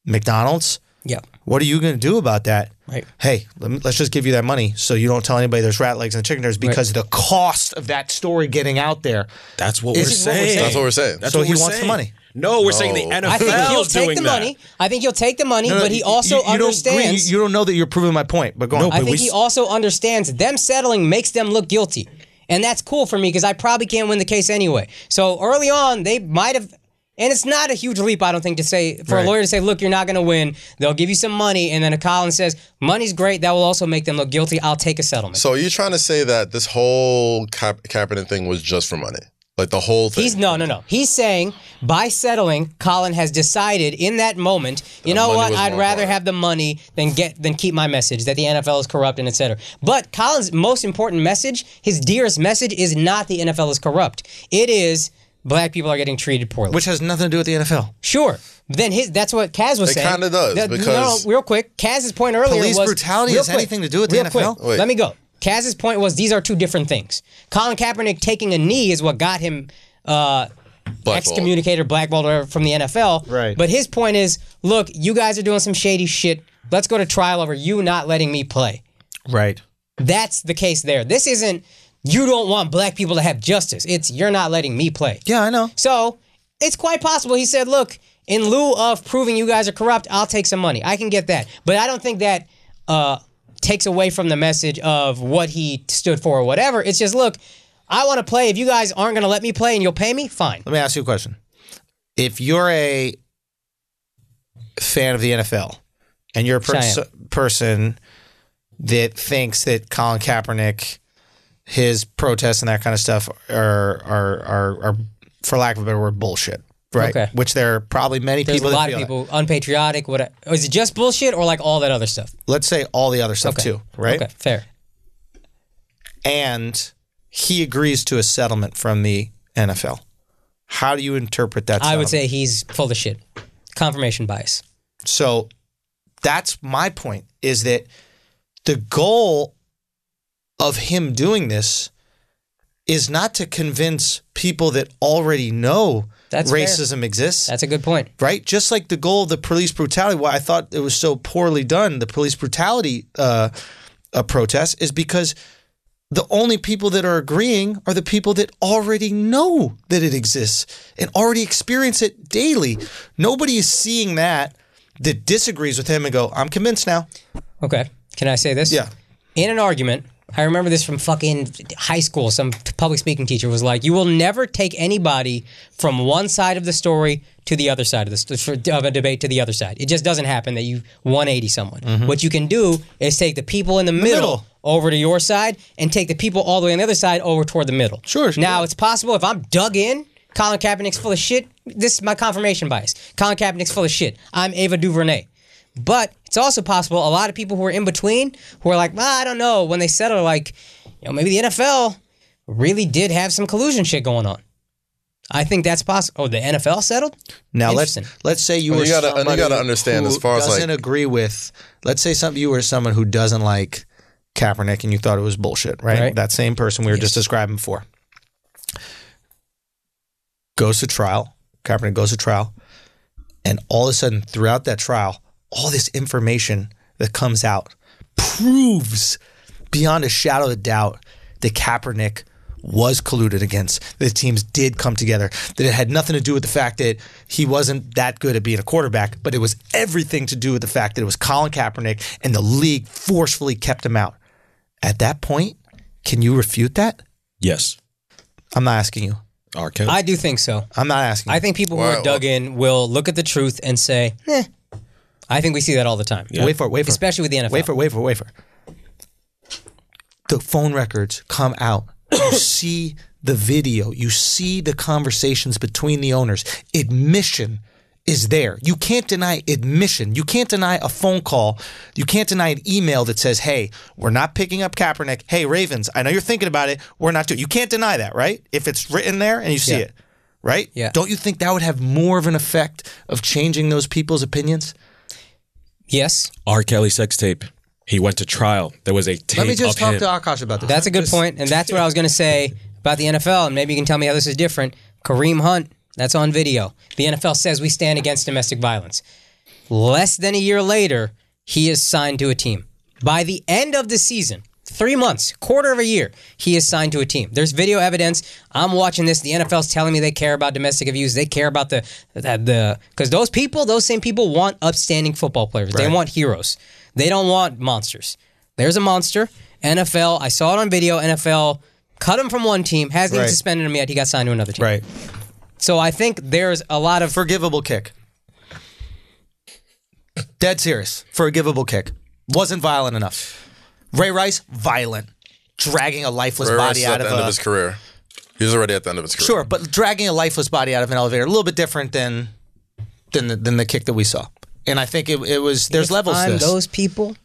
Speaker 1: McDonald's,
Speaker 3: Yep.
Speaker 1: what are you going to do about that?
Speaker 3: Right.
Speaker 1: Hey, let me, let's just give you that money so you don't tell anybody there's rat legs in the chicken tenders because the cost of that story getting out there.
Speaker 4: That's what we're
Speaker 1: This is what we're
Speaker 4: saying.
Speaker 2: That's what we're saying.
Speaker 4: That's
Speaker 1: So
Speaker 4: what
Speaker 1: he
Speaker 4: we're
Speaker 1: wants the
Speaker 4: saying.
Speaker 1: money.
Speaker 4: No, we're saying the
Speaker 2: No.
Speaker 4: NFL
Speaker 3: I think he'll
Speaker 4: is
Speaker 3: take
Speaker 4: doing
Speaker 3: the
Speaker 4: that.
Speaker 3: money. I think he'll take the money,
Speaker 1: No, no,
Speaker 3: but he
Speaker 1: you-
Speaker 3: also
Speaker 1: you, you Don't agree,
Speaker 3: understands.
Speaker 1: you, you don't know that you're proving my point, but go on.
Speaker 4: No,
Speaker 3: I
Speaker 4: But
Speaker 3: think
Speaker 4: we
Speaker 3: he
Speaker 4: s-
Speaker 3: also understands them settling makes them look guilty. And that's cool for me because I probably can't win the case anyway. So early on, they might have. And it's not a huge leap, I don't think, to say for
Speaker 1: Right.
Speaker 3: a lawyer to say, "Look, you're not going to win. They'll give you some money," and then a Collins says, "Money's great. That will also make them look guilty. I'll take a settlement."
Speaker 2: So are you trying to say that this whole Ka- Kaepernick thing was just for money? Like the whole thing?
Speaker 3: He's no, no, no. He's saying by settling, Colin has decided in that moment, you know
Speaker 2: money
Speaker 3: what?
Speaker 2: was
Speaker 3: I'd
Speaker 2: more
Speaker 3: rather
Speaker 2: important.
Speaker 3: have the money than get than keep my message that the NFL is corrupt and etc. But Colin's most important message, his dearest message, is not the NFL is corrupt. It is black people are getting treated poorly.
Speaker 1: Which has nothing to do with the NFL.
Speaker 3: sure. Then his that's what Kaz was
Speaker 2: It
Speaker 3: saying.
Speaker 2: kinda does,
Speaker 3: That-
Speaker 2: because-
Speaker 3: no, no, real quick, Kaz's point earlier
Speaker 1: Police
Speaker 3: was
Speaker 1: brutality
Speaker 3: real
Speaker 1: has anything to do with the
Speaker 3: real
Speaker 1: NFL?
Speaker 3: quick,
Speaker 2: Wait.
Speaker 3: Let me go. Kaz's point was these are two different things. Colin Kaepernick taking a knee is what got him uh,
Speaker 2: Blackballed.
Speaker 3: excommunicated, blackballed, or whatever from the NFL.
Speaker 1: Right.
Speaker 3: But his point is, look, you guys are doing some shady shit. Let's go to trial over you not letting me play.
Speaker 1: Right.
Speaker 3: That's the case there. This isn't you don't want black people to have justice. It's you're not letting me play.
Speaker 1: Yeah, I know.
Speaker 3: So it's quite possible he said, look, in lieu of proving you guys are corrupt, I'll take some money. I can get that. But I don't think that uh, takes away from the message of what he stood for or whatever. It's just, look, I want to play. If you guys aren't going to let me play and you'll pay me, fine.
Speaker 1: Let me ask you a question. If you're a fan of the NFL and you're a pers-
Speaker 3: Giant.
Speaker 1: person that thinks that Colin Kaepernick, his protests and that kind of stuff are are are, are for lack of a better word, bullshit. Right.
Speaker 3: Okay.
Speaker 1: Which there are probably many
Speaker 3: There's
Speaker 1: people
Speaker 3: a
Speaker 1: that
Speaker 3: lot
Speaker 1: feel
Speaker 3: of
Speaker 1: that.
Speaker 3: people unpatriotic. What is it? Just bullshit or like all that other stuff?
Speaker 1: Let's say all the other stuff too. Right.
Speaker 3: Okay, fair.
Speaker 1: And he agrees to a settlement from the NFL. How do you interpret that?
Speaker 3: I
Speaker 1: settlement?
Speaker 3: would say he's full of shit. Confirmation bias.
Speaker 1: So that's my point is that the goal of him doing this is not to convince people that already know
Speaker 3: That's fair.
Speaker 1: racism exists.
Speaker 3: That's a good point.
Speaker 1: Right, just like the goal of the police brutality. Why I thought it was so poorly done, the police brutality uh, uh, protest is because the only people that are agreeing are the people that already know that it exists and already experience it daily. Nobody is seeing that that disagrees with him and go, "I'm convinced now."
Speaker 3: Okay. Can I say this?
Speaker 1: Yeah.
Speaker 3: In an argument, I remember this from fucking high school. Some public speaking teacher was like, "You will never take anybody from one side of the story to the other side of the st- of a debate to the other side. It just doesn't happen that you 180 someone. What you can do is take the people in the, middle,
Speaker 1: Mm-hmm. middle.
Speaker 3: over to your side and take the people all the way on the other side over toward the middle.
Speaker 1: Sure, sure.
Speaker 3: Now it's possible if I'm dug in, Colin Kaepernick's full of shit. This is my confirmation bias. Colin Kaepernick's full of shit. I'm Ava DuVernay. But it's also possible a lot of people who are in between who are like, "Ah, I don't know, when they settle, like, you know, maybe the NFL really did have some collusion shit going on. I think that's possible. Oh, the NFL settled?
Speaker 1: Now let's
Speaker 3: Interesting.
Speaker 1: let's say you
Speaker 2: Well,
Speaker 1: were
Speaker 2: you gotta- and you
Speaker 1: somebody
Speaker 2: gotta understand
Speaker 1: who
Speaker 2: as far as, like-
Speaker 1: doesn't agree with. Let's say some you were someone who doesn't like Kaepernick and you thought it was bullshit, right?
Speaker 3: Right.
Speaker 1: That same person we were just describing before goes to trial. Kaepernick goes to trial, and all of a sudden, throughout that trial, all this information that comes out proves beyond a shadow of a doubt that Kaepernick was colluded against, that the teams did come together, that it had nothing to do with the fact that he wasn't that good at being a quarterback, but it was everything to do with the fact that it was Colin Kaepernick and the league forcefully kept him out. At that point, can you refute that?
Speaker 4: Yes.
Speaker 1: I'm not asking you.
Speaker 4: R. Kelly.
Speaker 3: I do think so.
Speaker 1: I'm not asking.
Speaker 3: I
Speaker 1: you.
Speaker 3: think people who
Speaker 2: Wow.
Speaker 3: are dug in will look at the truth and say, eh. I think we see that all the time.
Speaker 1: Wait for it. Wait for it.
Speaker 3: Especially with the NFL.
Speaker 1: Wait for, it, wait for, it, wait for. it. The phone records come out. You see the video, you see the conversations between the owners. Admission is there. You can't deny admission. You can't deny a phone call. You can't deny an email that says, "Hey, we're not picking up Kaepernick. Hey, Ravens, I know you're thinking about it. We're not doing." You can't deny that, right? If it's written there and you see
Speaker 3: Yeah.
Speaker 1: it, right?
Speaker 3: Yeah.
Speaker 1: Don't you think that would have more of an effect of changing those people's opinions?
Speaker 3: Yes,
Speaker 4: R. Kelly sex tape. He went to trial. There was a tape
Speaker 1: Let me just
Speaker 4: of
Speaker 1: talk
Speaker 4: him.
Speaker 1: to Akash about this.
Speaker 3: that's a good point, and that's what I was going to say about the NFL. And maybe you can tell me how this is different. Kareem Hunt, that's on video. The NFL says we stand against domestic violence. Less than a year later, he is signed to a team. By the end of the season, three months, quarter of a year, he is signed to a team. There's video evidence. I'm watching this. The NFL's telling me they care about domestic abuse. They care about the the because those people, those same people, want upstanding football players. They want heroes. They don't want monsters. There's a monster. NFL. I saw it on video. NFL cut him from one team. Hasn't
Speaker 1: Right.
Speaker 3: even suspended him yet. He got signed to another team.
Speaker 1: right.
Speaker 3: So I think there's a lot of
Speaker 1: Forgivable kick. Dead serious. Forgivable kick. Wasn't violent enough. Ray Rice, violent. Dragging a lifeless
Speaker 2: Ray Rice
Speaker 1: body
Speaker 2: is
Speaker 1: out
Speaker 2: at
Speaker 1: of
Speaker 2: the end
Speaker 1: a
Speaker 2: of his career. He was already at the end of his career.
Speaker 1: sure, but dragging a lifeless body out of an elevator, a little bit different than than the, than the kick that we saw. And I think it, it was there's levels
Speaker 3: on
Speaker 1: to this.
Speaker 3: those people.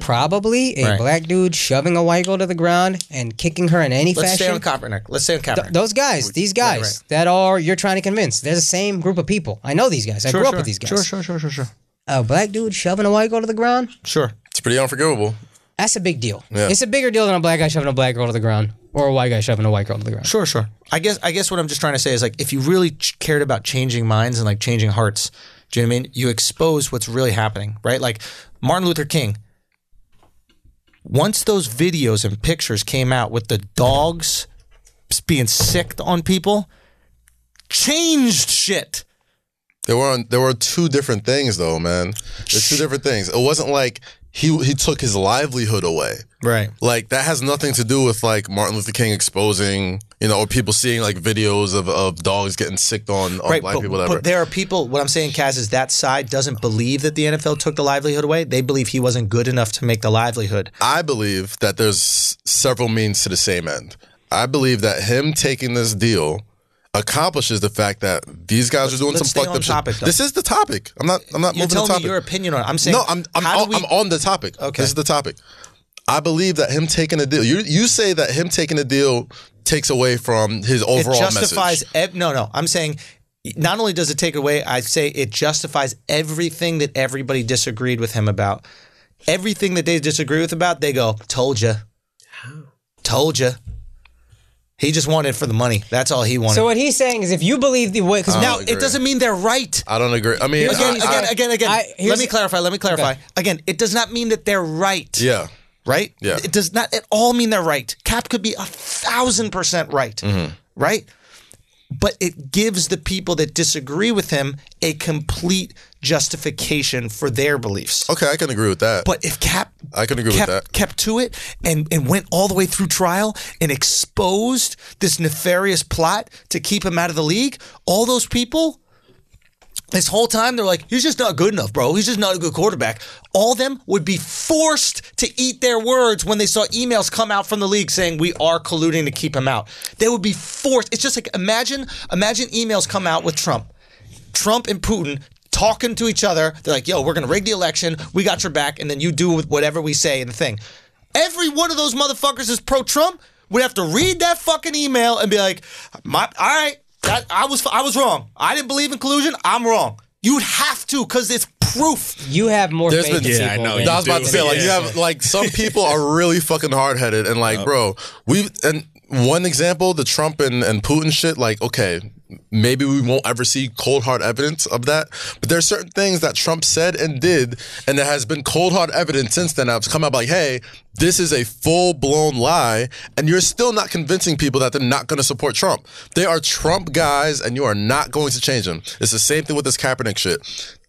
Speaker 3: Probably a
Speaker 1: Right.
Speaker 3: black dude shoving a white girl to the ground and kicking her in any
Speaker 1: Let's stay
Speaker 3: fashion.
Speaker 1: on Kaepernick. Let's stay on Kaepernick.
Speaker 3: those guys, these guys
Speaker 1: right.
Speaker 3: that are you're trying to convince, they're the same group of people. I know these guys. I
Speaker 1: sure,
Speaker 3: grew
Speaker 1: sure.
Speaker 3: up with these guys.
Speaker 1: Sure, sure, sure, sure, sure.
Speaker 3: A black dude shoving a white girl to the ground,
Speaker 1: Sure.
Speaker 2: It's pretty unforgivable.
Speaker 3: that's a big deal.
Speaker 2: Yeah.
Speaker 3: It's a bigger deal than a black guy shoving a black girl to the ground or a white guy shoving a white girl to the ground.
Speaker 1: Sure, sure. I guess I guess what I'm just trying to say is like if you really ch- cared about changing minds and like changing hearts, do you know what I mean? You expose what's really happening, right? Like Martin Luther King. Once those videos and pictures came out with the dogs being sicked on people, changed shit.
Speaker 2: There were there were two different things though, man. There's two different things. It wasn't like he he took his livelihood away.
Speaker 1: Right.
Speaker 2: Like that has nothing to do with like Martin Luther King exposing, you know, or people seeing like videos of, of dogs getting sicked on, on
Speaker 1: Right,
Speaker 2: black
Speaker 1: but,
Speaker 2: people. Whatever.
Speaker 1: but there are people. What I'm saying, Kaz, is that side doesn't believe that the NFL took the livelihood away. They believe he wasn't good enough to make the livelihood.
Speaker 2: I believe that there's several means to the same end. I believe that him taking this deal accomplishes the fact that these guys are doing
Speaker 1: let's stay
Speaker 2: some fucked
Speaker 1: on
Speaker 2: up shit.
Speaker 1: topic, though.
Speaker 2: this is the topic. I'm not. I'm not
Speaker 1: You're
Speaker 2: moving the
Speaker 1: telling me
Speaker 2: topic.
Speaker 1: your opinion on it. I'm saying
Speaker 2: No, I'm I'm,
Speaker 1: how
Speaker 2: on,
Speaker 1: do we-
Speaker 2: I'm on the topic.
Speaker 1: Okay.
Speaker 2: Okay, this is the topic. I believe that him taking a deal. You you say that him taking a deal takes away from his
Speaker 1: it
Speaker 2: overall
Speaker 1: justifies
Speaker 2: message.
Speaker 1: ev- no no i'm saying not only does it take away i say it justifies everything that everybody disagreed with him about everything that they disagree with about they go told you told you he just wanted it for the money that's all he wanted
Speaker 3: So what he's saying is if you believe the way cuz
Speaker 1: now
Speaker 3: now
Speaker 2: agree.
Speaker 1: it doesn't mean they're right
Speaker 2: I don't agree. I mean, I-
Speaker 1: again
Speaker 2: I-
Speaker 1: again again again
Speaker 3: I-
Speaker 1: let
Speaker 3: here's-
Speaker 1: me clarify let me clarify
Speaker 3: Okay.
Speaker 1: again it does not mean that they're right
Speaker 2: yeah.
Speaker 1: right?
Speaker 2: Yeah.
Speaker 1: It does not at all mean they're right. Cap could be a thousand percent right, right? But it gives the people that disagree with him a complete justification for their beliefs.
Speaker 2: Okay, I can agree with that.
Speaker 1: But if Cap,
Speaker 2: I can agree with
Speaker 1: kept,
Speaker 2: that.
Speaker 1: Kept to it and and went all the way through trial and exposed this nefarious plot to keep him out of the league. All those people, this whole time, they're like, "He's just not good enough, bro. He's just not a good quarterback." All them would be forced to eat their words when they saw emails come out from the league saying we are colluding to keep him out. They would be forced. It's just like imagine imagine emails come out with Trump. Trump and Putin talking to each other. They're like, yo, we're going to rig the election. We got your back. And then you do with whatever we say in the thing. Every one of those motherfuckers is pro Trump would have to read that fucking email and be like, my, all right, that, I was I was wrong. I didn't believe in collusion. I'm wrong. You'd have to because it's proof.
Speaker 3: you have more
Speaker 2: There's
Speaker 3: faith in
Speaker 2: been-
Speaker 3: people.
Speaker 2: Yeah,
Speaker 4: I know.
Speaker 3: than-
Speaker 2: I was about
Speaker 4: do.
Speaker 2: to say, like you
Speaker 4: Yeah.
Speaker 2: have like some people are really fucking hard headed and like, bro, we and one example, the Trump and, and Putin shit, like, okay, maybe we won't ever see cold hard evidence of that. But there's certain things that Trump said and did, and there has been cold hard evidence since then. I've come up like, hey, this is a full blown lie, and you're still not convincing people that they're not gonna support Trump. They are Trump guys, and you are not going to change them. It's the same thing with this Kaepernick shit.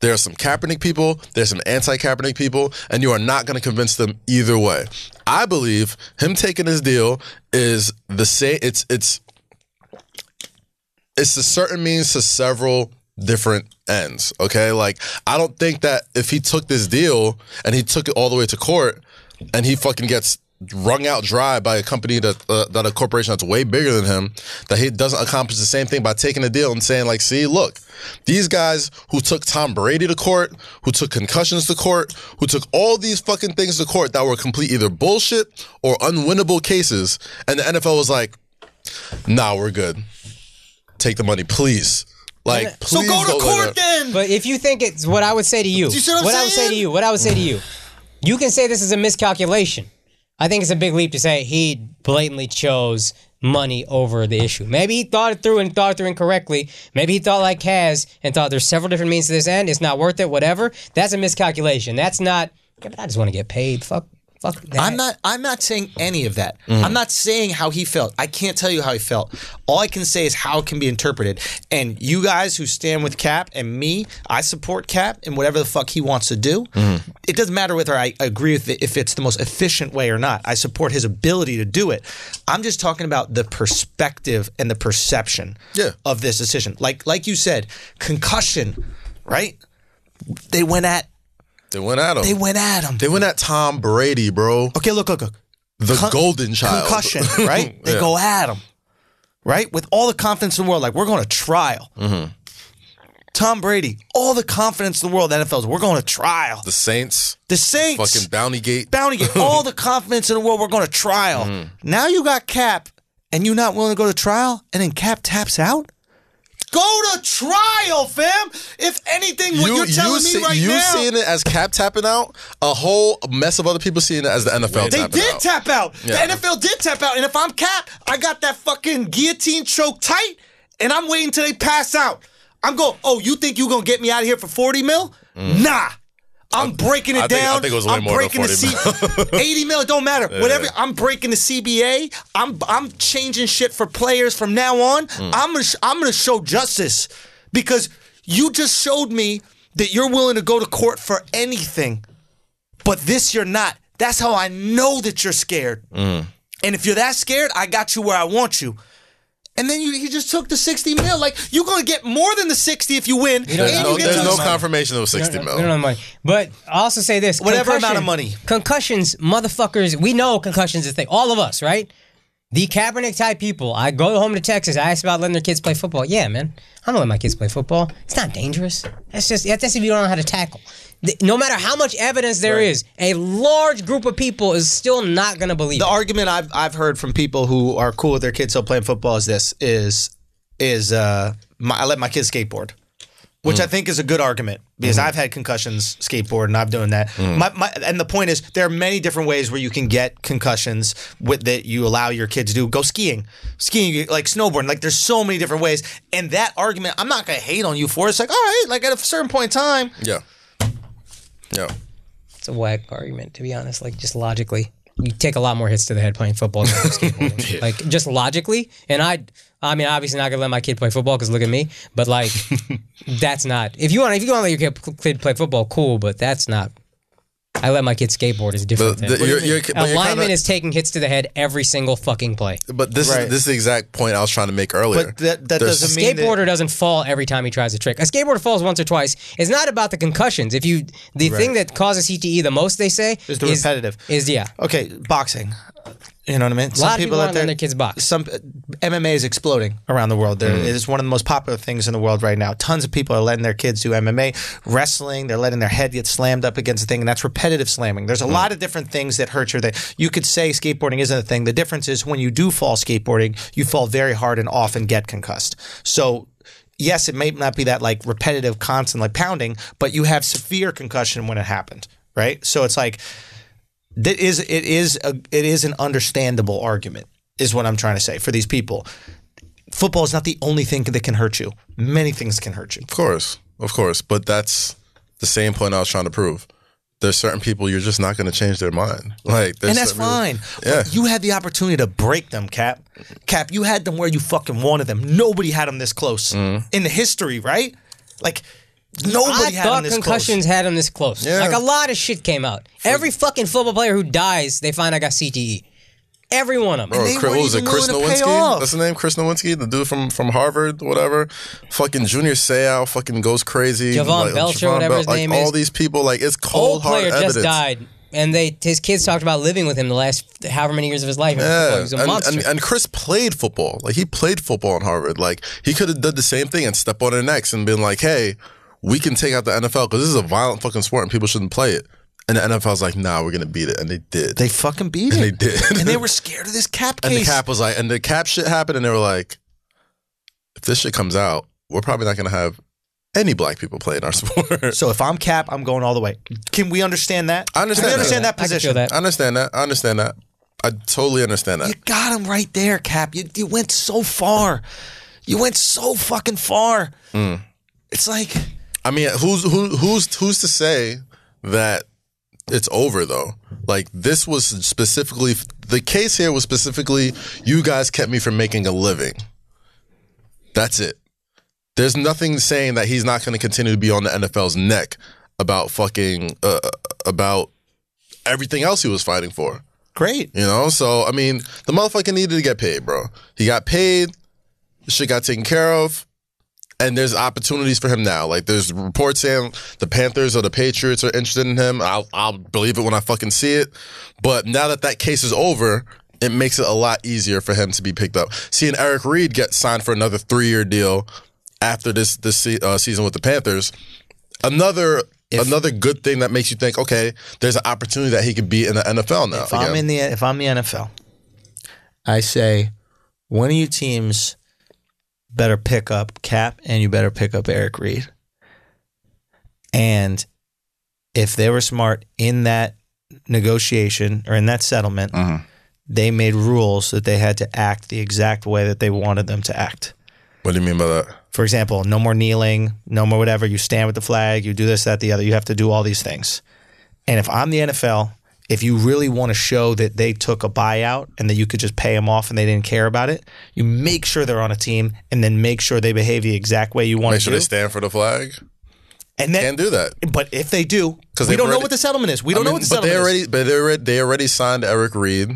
Speaker 2: There are some Kaepernick people, there's some anti Kaepernick people, and you are not going to convince them either way. I believe him taking his deal is the same. It's it's it's a certain means to several different ends. Okay, like I don't think that if he took this deal and he took it all the way to court and he fucking gets wrung out dry by a company that uh, that a corporation that's way bigger than him that he doesn't accomplish the same thing by taking a deal and saying like see look these guys who took Tom Brady to court who took concussions to court who took all these fucking things to court that were complete either bullshit or unwinnable cases and the NFL was like nah we're good take the money please like please don't let that-
Speaker 1: then.
Speaker 3: But if you think it's what I would say to you,
Speaker 1: you see what I'm
Speaker 3: I would say to
Speaker 1: saying?
Speaker 3: you, what I would say to you, you can say this is a miscalculation. I think it's a big leap to say he blatantly chose money over the issue. Maybe he thought it through and thought it through incorrectly. Maybe he thought like Kaz and thought there's several different means to this end. It's not worth it. Whatever. That's a miscalculation. That's not. "Yeah, but I just want to get paid. Fuck. Fuck that.
Speaker 1: I'm not. I'm not saying any of that. I'm not saying how he felt. I can't tell you how he felt. All I can say is how it can be interpreted. And you guys who stand with Cap and me, I support Cap and whatever the fuck he wants to do. It doesn't matter whether I agree with it if it's the most efficient way or not. I support his ability to do it. I'm just talking about the perspective and the perception
Speaker 2: Yeah.
Speaker 1: of this decision. Like like you said, concussion, right? They went at.
Speaker 2: they went at him
Speaker 1: They went at him.
Speaker 2: They went at Tom Brady, bro.
Speaker 1: Okay, look, look, look.
Speaker 2: The
Speaker 1: Con-
Speaker 2: golden child.
Speaker 1: Concussion, right? They go at him, right? With all the confidence in the world, like, we're going to trial.
Speaker 2: Mm-hmm.
Speaker 1: Tom Brady, all the confidence in the world, NFL's, we're going to trial.
Speaker 2: The Saints,
Speaker 1: The Saints,
Speaker 2: fucking Bounty Gate.
Speaker 1: Bounty, get all the confidence in the world, we're going to trial.
Speaker 2: Mm-hmm.
Speaker 1: Now you got Cap, and you not willing to go to trial, and then Cap taps out? Go to trial, fam! If anything, what you, are telling me
Speaker 2: see-
Speaker 1: right
Speaker 2: you
Speaker 1: now,
Speaker 2: seeing it as Cap tapping out, a whole mess of other people seeing it as the NFL
Speaker 1: They
Speaker 2: tapping
Speaker 1: did
Speaker 2: out.
Speaker 1: tap out.
Speaker 2: Yeah.
Speaker 1: The NFL did tap out. And if I'm Cap, I got that fucking guillotine choke tight, and I'm waiting till they pass out. I'm going, oh, you think you going to get me out of here for 40 mil?
Speaker 2: Mm.
Speaker 1: Nah. I'm breaking it
Speaker 2: I think- I
Speaker 1: down.
Speaker 2: think it was way
Speaker 1: am
Speaker 2: more than
Speaker 1: breaking the
Speaker 2: 40
Speaker 1: C- 80 mil. It don't matter. Whatever. I'm breaking the CBA. I'm I'm changing shit for players from now on.
Speaker 2: Mm.
Speaker 1: I'm gonna sh- I'm gonna show justice because you just showed me that you're willing to go to court for anything but this you're not. That's how I know that you're scared.
Speaker 2: Mm.
Speaker 1: And if you're that scared, I got you where I want you. And then you, he just took the 60 mil. Like, you're going to get more than the 60 if you win.
Speaker 3: don't
Speaker 1: and
Speaker 2: There's
Speaker 1: you
Speaker 2: no,
Speaker 3: And know.
Speaker 1: get
Speaker 2: there's
Speaker 1: to-
Speaker 2: no confirmation of 60
Speaker 3: We
Speaker 2: mil.
Speaker 3: don't have money. But I also say this:
Speaker 1: Whatever amount
Speaker 3: concussion-
Speaker 1: of money.
Speaker 3: concussions, motherfuckers. We know concussions is a thing. All of us, right? The Kaepernick type people. I go home to Texas. I ask about letting their kids play football. Yeah, man, I'm gonna let my kids play football. It's not dangerous. That's just that's if you don't know how to tackle. The- No matter how much evidence there is, a large group of people is still not gonna believe.
Speaker 1: The
Speaker 3: it.
Speaker 1: argument I've, I've heard from people who are cool with their kids still playing football is this, is, is uh, my, I let my kids skateboard. Which
Speaker 3: Mm.
Speaker 1: I think is a good argument because
Speaker 3: Mm-hmm.
Speaker 1: I've had concussions skateboard and I've done that.
Speaker 3: Mm.
Speaker 1: My, my, and the point is, there are many different ways where you can get concussions with, that you allow your kids to do. Go skiing, skiing, like snowboarding. Like there's so many different ways. And that argument, I'm not gonna hate on you for. it. It's like, all right, like at a certain point in time,
Speaker 2: Yeah. Yeah.
Speaker 3: It's a whack argument, to be honest. Like just logically, you take a lot more hits to the head playing football than skateboarding. Like just logically, and I, I mean, obviously not gonna let my kid play football because look at me. But like, that's not. If you want, if you want to let your kid, kid play football, cool. But that's not. I let my kid skateboard is different.
Speaker 2: The-
Speaker 3: than-
Speaker 2: the- you're- you're- but
Speaker 3: a
Speaker 2: you're
Speaker 3: lineman
Speaker 2: kinda-
Speaker 3: is taking hits to the head every single fucking play.
Speaker 2: But this
Speaker 1: Right.
Speaker 2: is this is the exact point I was trying to make earlier.
Speaker 1: but that that
Speaker 2: There's-
Speaker 1: doesn't mean that-
Speaker 3: skateboarder doesn't fall every time he tries a trick. A skateboarder falls once or twice. It's not about the concussions. If you, the thing that causes CTE the most, they say,
Speaker 1: Is the repetitive.
Speaker 3: Is yeah.
Speaker 1: Okay, boxing. You know what I mean?
Speaker 3: lot of people aren't letting their kids box.
Speaker 1: Some MMA is exploding around the world. There, It is one of the most popular things in the world right now. Tons of people are letting their kids do MMA, wrestling. They're letting their head get slammed up against a thing, and that's repetitive slamming. There's a lot of different things that hurt your thing. You could say skateboarding isn't a thing. The difference is when you do fall skateboarding, you fall very hard and often get concussed. So yes, it may not be that like repetitive, constant like pounding, but you have severe concussion when it happened, right? So it's like that is it is a it is an understandable argument is what I'm trying to say for these people. Football is not the only thing that can hurt you. Many things can hurt you.
Speaker 2: Of course, of course. But that's the same point I was trying to prove. There's certain people you're just not going to change their mind. Like, there's
Speaker 1: And that's
Speaker 2: certain people-
Speaker 1: fine.
Speaker 2: Yeah.
Speaker 1: But you had the opportunity to break them, Cap. Cap, you had them where you fucking wanted them. Nobody had them this close
Speaker 2: Mm-hmm.
Speaker 1: in the history, right? Like nobody
Speaker 3: I
Speaker 1: had them
Speaker 3: thought
Speaker 1: this
Speaker 3: concussions had him this close.
Speaker 2: Yeah.
Speaker 3: Like a lot of shit came out. Every fucking football player who dies, they find I got CTE. Every one of them.
Speaker 2: Or
Speaker 1: they
Speaker 2: Chris, what
Speaker 1: weren't
Speaker 2: was it?
Speaker 1: even
Speaker 2: Chris
Speaker 1: willing to pay off.
Speaker 2: Nowinski? That's the name? Chris Nowinski? The dude from, from Harvard, whatever. Fucking Junior Seau fucking goes crazy.
Speaker 3: Javon Belcher,
Speaker 2: Javon
Speaker 3: whatever his
Speaker 2: like,
Speaker 3: name
Speaker 2: all
Speaker 3: is.
Speaker 2: these people, like, it's cold
Speaker 3: Old
Speaker 2: hard
Speaker 3: player
Speaker 2: evidence.
Speaker 3: just died and they his kids talked about living with him the last however many years of his life.
Speaker 2: Yeah.
Speaker 3: He was a
Speaker 2: and,
Speaker 3: monster.
Speaker 2: and, and Chris played football. Like he played football in Harvard. Like he could have done the same thing and step on their necks and been like, "Hey, we can take out the NFL because this is a violent fucking sport and people shouldn't play it." And the NFL's like, "Nah, we're gonna beat it," and they did.
Speaker 1: They fucking beat
Speaker 2: and they
Speaker 1: it.
Speaker 2: did.
Speaker 1: And they were scared of this cap
Speaker 2: and the
Speaker 1: case.
Speaker 2: cap was like, and the cap shit happened, and they were like, "If this shit comes out, we're probably not gonna have any black people playing our sport."
Speaker 1: so if I'm cap, I'm going all the way. Can we understand that?
Speaker 2: I understand
Speaker 1: Can we
Speaker 2: that.
Speaker 1: understand that,
Speaker 3: I can feel
Speaker 1: position?
Speaker 3: that.
Speaker 2: I understand that. I understand that. I totally understand that.
Speaker 1: You got him right there, Cap. You you went so far. You went so fucking far. It's like
Speaker 2: I mean, who's who, who's who's to say that it's over though? Like this was specifically the case here was specifically you guys kept me from making a living. That's it. There's nothing saying that he's not going to continue to be on the NFL's neck about fucking uh, about everything else he was fighting for.
Speaker 1: great.
Speaker 2: You know, so I mean, the motherfucker needed to get paid, bro. He got paid, shit got taken care of, and there's opportunities for him now. Like there's reports saying the Panthers or the Patriots are interested in him. I'll I'll believe it when I fucking see it. But now that that case is over, it makes it a lot easier for him to be picked up. Seeing Eric Reed get signed for another three year deal after this this se- uh, season with the Panthers, another. Another good thing that makes you think, okay, there's an opportunity that he could be in the NFL now.
Speaker 1: If I'm
Speaker 2: again.
Speaker 1: in the if I'm the NFL, I say one of you teams better pick up Cap and you better pick up Eric Reed. And if they were smart in that negotiation or in that settlement, they made rules that they had to act the exact way that they wanted them to act.
Speaker 2: What do you mean by that?
Speaker 1: for example, no more kneeling, no more whatever. You stand with the flag, you do this, that, the other. You have to do all these things. And if I'm the NFL, if you really want to show that they took a buyout and that you could just pay them off and they didn't care about it, you make sure they're on a team and then make sure they behave the exact way you want
Speaker 2: Make
Speaker 1: to
Speaker 2: sure
Speaker 1: do.
Speaker 2: they stand for the flag.
Speaker 1: and then,
Speaker 2: Can't do that.
Speaker 1: but if they do,
Speaker 2: 'Cause
Speaker 1: we
Speaker 2: they've
Speaker 1: don't know
Speaker 2: already-
Speaker 1: what the settlement is. We don't know what the
Speaker 2: but
Speaker 1: settlement
Speaker 2: they
Speaker 1: is.
Speaker 2: already, but they already, they already signed Eric Reed.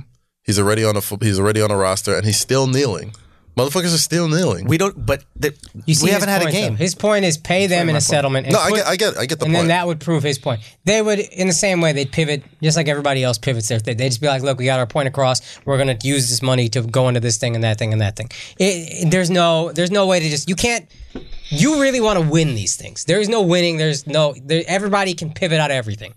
Speaker 2: He's already on a fu- he's already on a roster, and he's still kneeling. Motherfuckers are still kneeling.
Speaker 1: we don't. But the,
Speaker 3: You see
Speaker 1: we
Speaker 3: his
Speaker 1: haven't had a
Speaker 3: point,
Speaker 1: game.
Speaker 3: though. His point is pay them in a settlement. And
Speaker 2: no, I
Speaker 3: put-
Speaker 2: get, I get, I get the
Speaker 3: and
Speaker 2: point.
Speaker 3: then that would prove his point. They would, in the same way, they'd pivot just like everybody else pivots their thing. They'd just be like, "Look, we got our point across. We're going to use this money to go into this thing and that thing and that thing." It, it- there's no, there's no way to just. You can't. You really want to win these things. There is no winning. There's no. There, everybody can pivot out of everything.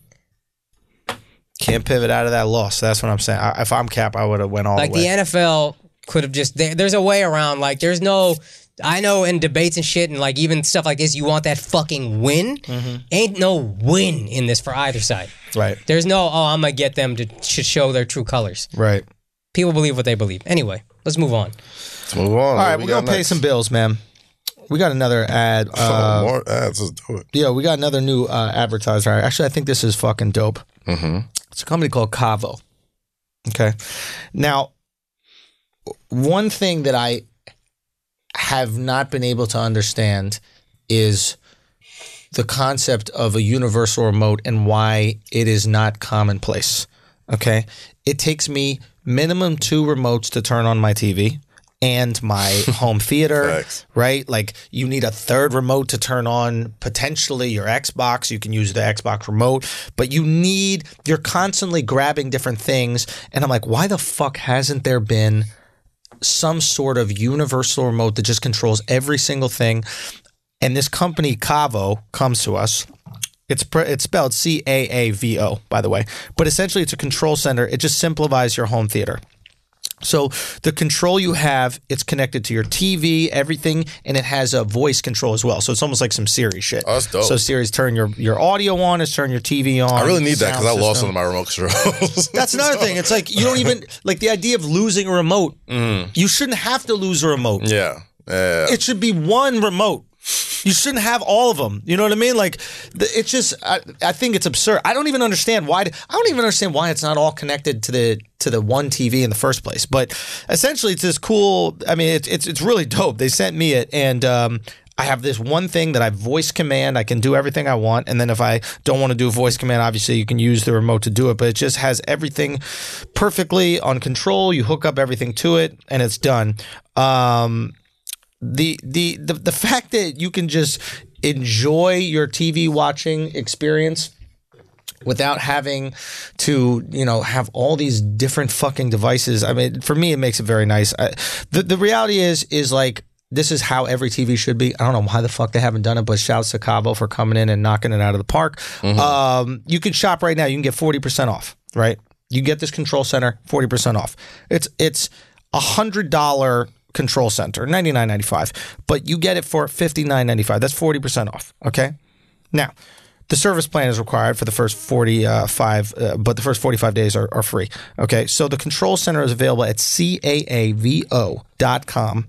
Speaker 1: Can't pivot out of that loss. That's what I'm saying. I, if I'm Cap, I would have went all
Speaker 3: Like
Speaker 1: the way.
Speaker 3: the NFL could have just there, there's a way around. Like there's no. I know in debates and shit and like even stuff like this, you want that fucking win.
Speaker 2: Mm-hmm.
Speaker 3: Ain't no win in this for either side.
Speaker 1: right.
Speaker 3: There's no. Oh, I'm gonna get them to sh- show their true colors.
Speaker 1: Right.
Speaker 3: People believe what they believe. Anyway, let's move on.
Speaker 2: Let's move on.
Speaker 1: All right, we're gonna pay some bills, man. We got another ad. Uh,
Speaker 2: more ads. Let's do it.
Speaker 1: yeah, we got another new uh, advertiser. Actually, I think this is fucking dope. Mm-hmm. It's a company called Cavo. Okay, now one thing that I have not been able to understand is the concept of a universal remote and why it is not commonplace. Okay. It takes me minimum two remotes to turn on my TV and my home theater,
Speaker 2: Facts.
Speaker 1: right? Like you need a third remote to turn on potentially your Xbox. You can use the Xbox remote, but you need, you're constantly grabbing different things. And I'm like, why the fuck hasn't there been some sort of universal remote that just controls every single thing. And this company Cavo comes to us. It's pre- it's spelled C A A V O, by the way. But essentially, it's a control center. It just simplifies your home theater. So the control you have, it's connected to your TV, everything, and it has a voice control as well. So it's almost like some Siri shit.
Speaker 2: Oh, that's dope.
Speaker 1: So Siri's turn your your audio on, it's turn your TV on.
Speaker 2: I really need that because I lost one
Speaker 1: them.
Speaker 2: of my remote controls.
Speaker 1: That's another thing. It's like you don't even like the idea of losing a remote. You shouldn't have to lose a remote.
Speaker 2: yeah, yeah.
Speaker 1: It should be one remote. You shouldn't have all of them. You know what I mean? Like the, it's just I, I think it's absurd. I don't even understand why I don't even understand why it's not all connected to the to the one TV in the first place. But essentially it's this cool I mean it's it's it's really dope. They sent me it and um I have this one thing that I voice command. I can do everything I want. And then if I don't want to do voice command, obviously you can use the remote to do it, but it just has everything perfectly on control. You hook up everything to it and it's done. Um, the the the, the fact that you can just enjoy your TV watching experience without having to, you know, have all these different fucking devices. I mean, for me, it makes it very nice. I, the the reality is is like this is how every TV should be. I don't know why the fuck they haven't done it, but shouts to Cabo for coming in and knocking it out of the park. Um, you can shop right now. You can get forty percent off. Right, you get this control center forty percent off. It's it's a hundred dollar control center, ninety nine ninety five, but you get it for fifty nine ninety five. That's forty percent off. Okay, now, the service plan is required for the first 45, uh, but the first 45 days are, are free. Okay, so the control center is available at caavo.com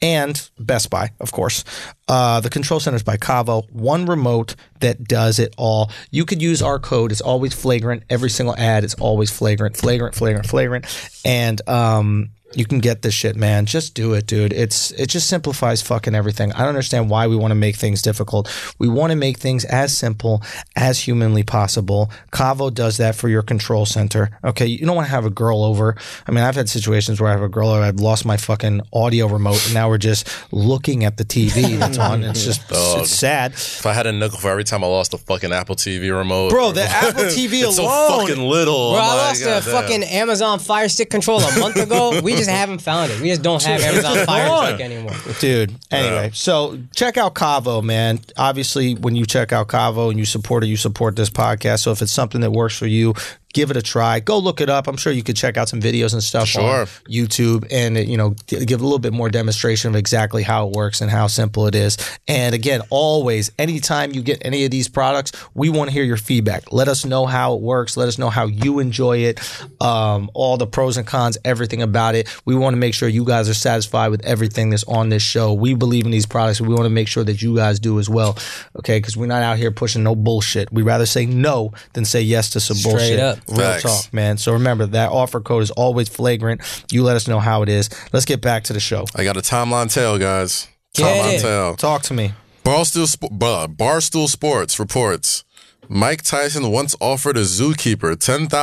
Speaker 1: and Best Buy, of course. Uh, the control center is by Cavo, one remote that does it all. You could use our code. It's always flagrant. Every single ad is always flagrant, flagrant, flagrant, flagrant. And um, you can get this shit, man. Just do it, dude. It's it just simplifies fucking everything. I don't understand why we want to make things difficult. We want to make things as simple as humanly possible. Cavo does that for your control center. Okay, you don't want to have a girl over. I mean, I've had situations where I have a girl over. I've lost my fucking audio remote, and now we're just looking at the TV that's on. It's just it's sad.
Speaker 2: If I had a nickel for every time I lost the fucking Apple TV remote,
Speaker 1: Bro, the Apple TV
Speaker 2: it's
Speaker 1: alone-
Speaker 2: so fucking little.
Speaker 3: Bro,
Speaker 2: I'm
Speaker 3: I
Speaker 2: like,
Speaker 3: lost a
Speaker 2: Oh "God damn."
Speaker 3: fucking Amazon Fire Stick controller a month ago. We just haven't found it. We just don't have Amazon Fire Stick anymore.
Speaker 1: dude. Anyway, so check out Cavo, man. Obviously, when you check out Cavo and you support it, you support this podcast. So if it's something that works for you, give it a try. Go look it up. I'm sure you could check out some videos and stuff on
Speaker 2: Sure.
Speaker 1: YouTube, and you know, g- give a little bit more demonstration of exactly how it works and how simple it is. And again, always, anytime you get any of these products, we want to hear your feedback. Let us know how it works. Let us know how you enjoy it. Um, all the pros and cons, everything about it. We want to make sure you guys are satisfied with everything that's on this show. We believe in these products, and we want to make sure that you guys do as well. Okay, because we're not out here pushing no bullshit. We rather say no than say yes to some bullshit.
Speaker 3: up.
Speaker 1: Real
Speaker 2: Facts.
Speaker 1: talk man. So remember that offer code is always flagrant. You let us know how it is. Let's get back to the show.
Speaker 2: I got a timeline tale, guys.
Speaker 3: Get
Speaker 2: timeline
Speaker 3: it.
Speaker 2: tale.
Speaker 1: Talk to me.
Speaker 2: Barstool, Sp- bruh, Barstool Sports reports Mike Tyson once offered a zookeeper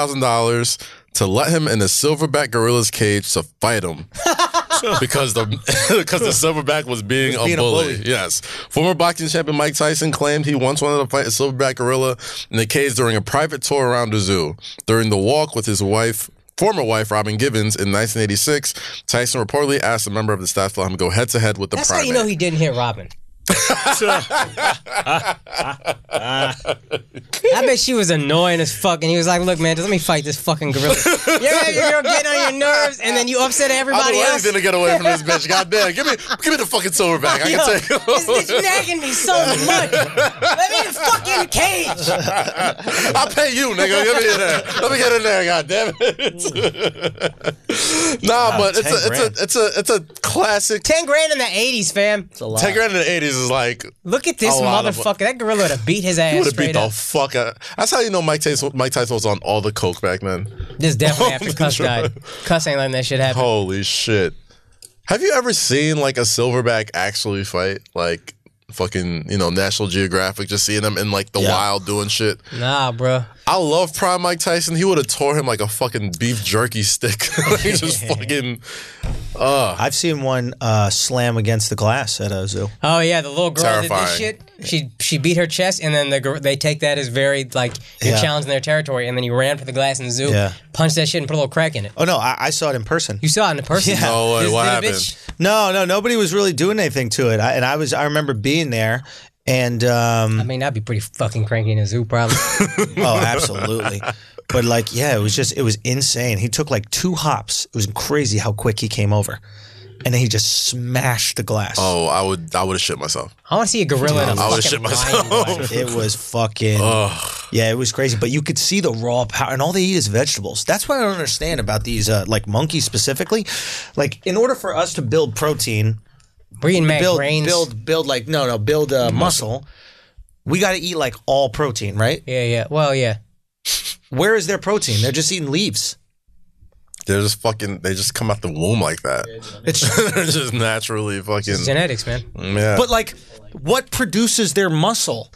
Speaker 2: $10,000 to let him in a silverback gorilla's cage to fight him. because the because the silverback was being, a,
Speaker 1: being a
Speaker 2: bully.
Speaker 1: bully.
Speaker 2: Yes, former boxing champion Mike Tyson claimed he once wanted to fight a silverback gorilla in the cage during a private tour around the zoo. During the walk with his wife, former wife Robin Givens, in 1986, Tyson reportedly asked a member of the staff to let him go head to head with the
Speaker 3: That's how
Speaker 2: primate.
Speaker 3: you know he didn't hit Robin. I bet she was annoying as fuck, and he was like, "Look, man, just let me fight this fucking gorilla." yeah, you're getting on your nerves, and then you upset
Speaker 2: I'll
Speaker 3: everybody
Speaker 2: do
Speaker 3: else.
Speaker 2: anything to get away from this bitch. Goddamn, give me, give me the fucking silver back. I
Speaker 3: Yo,
Speaker 2: can take
Speaker 3: this bitch
Speaker 2: it.
Speaker 3: nagging me so much. Let me in the fucking cage.
Speaker 2: I'll pay you, nigga. Give me in there. Let me get in there. Goddamn it. nah, but it's
Speaker 4: 10
Speaker 2: a,
Speaker 4: grand.
Speaker 2: it's a, it's a, it's a classic. Ten,
Speaker 3: Ten grand in the '80s, fam.
Speaker 2: grand in the eighties is like
Speaker 3: Look at this
Speaker 2: A lot of-
Speaker 3: motherfucker. that gorilla would have beat his
Speaker 2: would
Speaker 3: ass
Speaker 2: have beat
Speaker 3: straight
Speaker 2: the
Speaker 3: up.
Speaker 2: fuck out. That's how you know Mike Tyson. Mike Tyson was on all the coke back then.
Speaker 3: This is definitely after
Speaker 2: Holy
Speaker 3: Cuss
Speaker 2: shit.
Speaker 3: died. Cuss ain't letting that shit happen.
Speaker 2: Holy shit. Have you ever seen like a silverback actually fight? Like fucking, you know, National Geographic, just seeing them in like the wild doing shit.
Speaker 3: Nah, bro.
Speaker 2: I love Prime Mike Tyson. He would have tore him like a fucking beef jerky stick. like just fucking.
Speaker 1: I've seen one uh, slam against the glass at a zoo.
Speaker 3: Oh yeah, the little girl did
Speaker 2: Terrifying.
Speaker 3: this shit. She she beat her chest, and then the gor- they take that as very like you're
Speaker 1: Yeah.
Speaker 3: challenging their territory, and then you ran for the glass in the zoo,
Speaker 1: Yeah.
Speaker 3: punched that shit, and put a little crack in it.
Speaker 1: Oh no, I, I saw it in person.
Speaker 3: You saw it in the person.
Speaker 1: Yeah.
Speaker 2: No way,
Speaker 3: This
Speaker 2: what
Speaker 3: little
Speaker 2: happened?
Speaker 3: bitch-
Speaker 1: No, no, nobody was really doing anything to it. I, and I was, I remember being there. And um,
Speaker 3: I mean, I'd be pretty fucking cranky in a zoo, probably.
Speaker 1: oh, absolutely. But like, yeah, it was just, it was insane. He took like two hops. It was crazy how quick he came over, and then he just smashed the glass.
Speaker 2: Oh, I would. I would have shit myself.
Speaker 3: I want to see a gorilla in a
Speaker 2: I would've
Speaker 3: fucking
Speaker 2: shit myself.
Speaker 3: lion. body.
Speaker 1: It was fucking. Yeah, it was crazy. But you could see the raw power, and all they eat is vegetables. That's what I don't understand about these, uh, like monkeys specifically. Like, in order for us to build protein,
Speaker 3: We're eating mac
Speaker 1: build,
Speaker 3: grains.
Speaker 1: build, build, like no, no, build uh, muscle. We got to eat like all protein, right?
Speaker 3: Yeah, yeah. Well, yeah.
Speaker 1: Where is their protein? They're just eating leaves.
Speaker 2: They're just fucking. They just come out the womb like that. They're just naturally fucking.
Speaker 3: Genetics, man.
Speaker 2: Yeah.
Speaker 1: But like, what produces their muscle?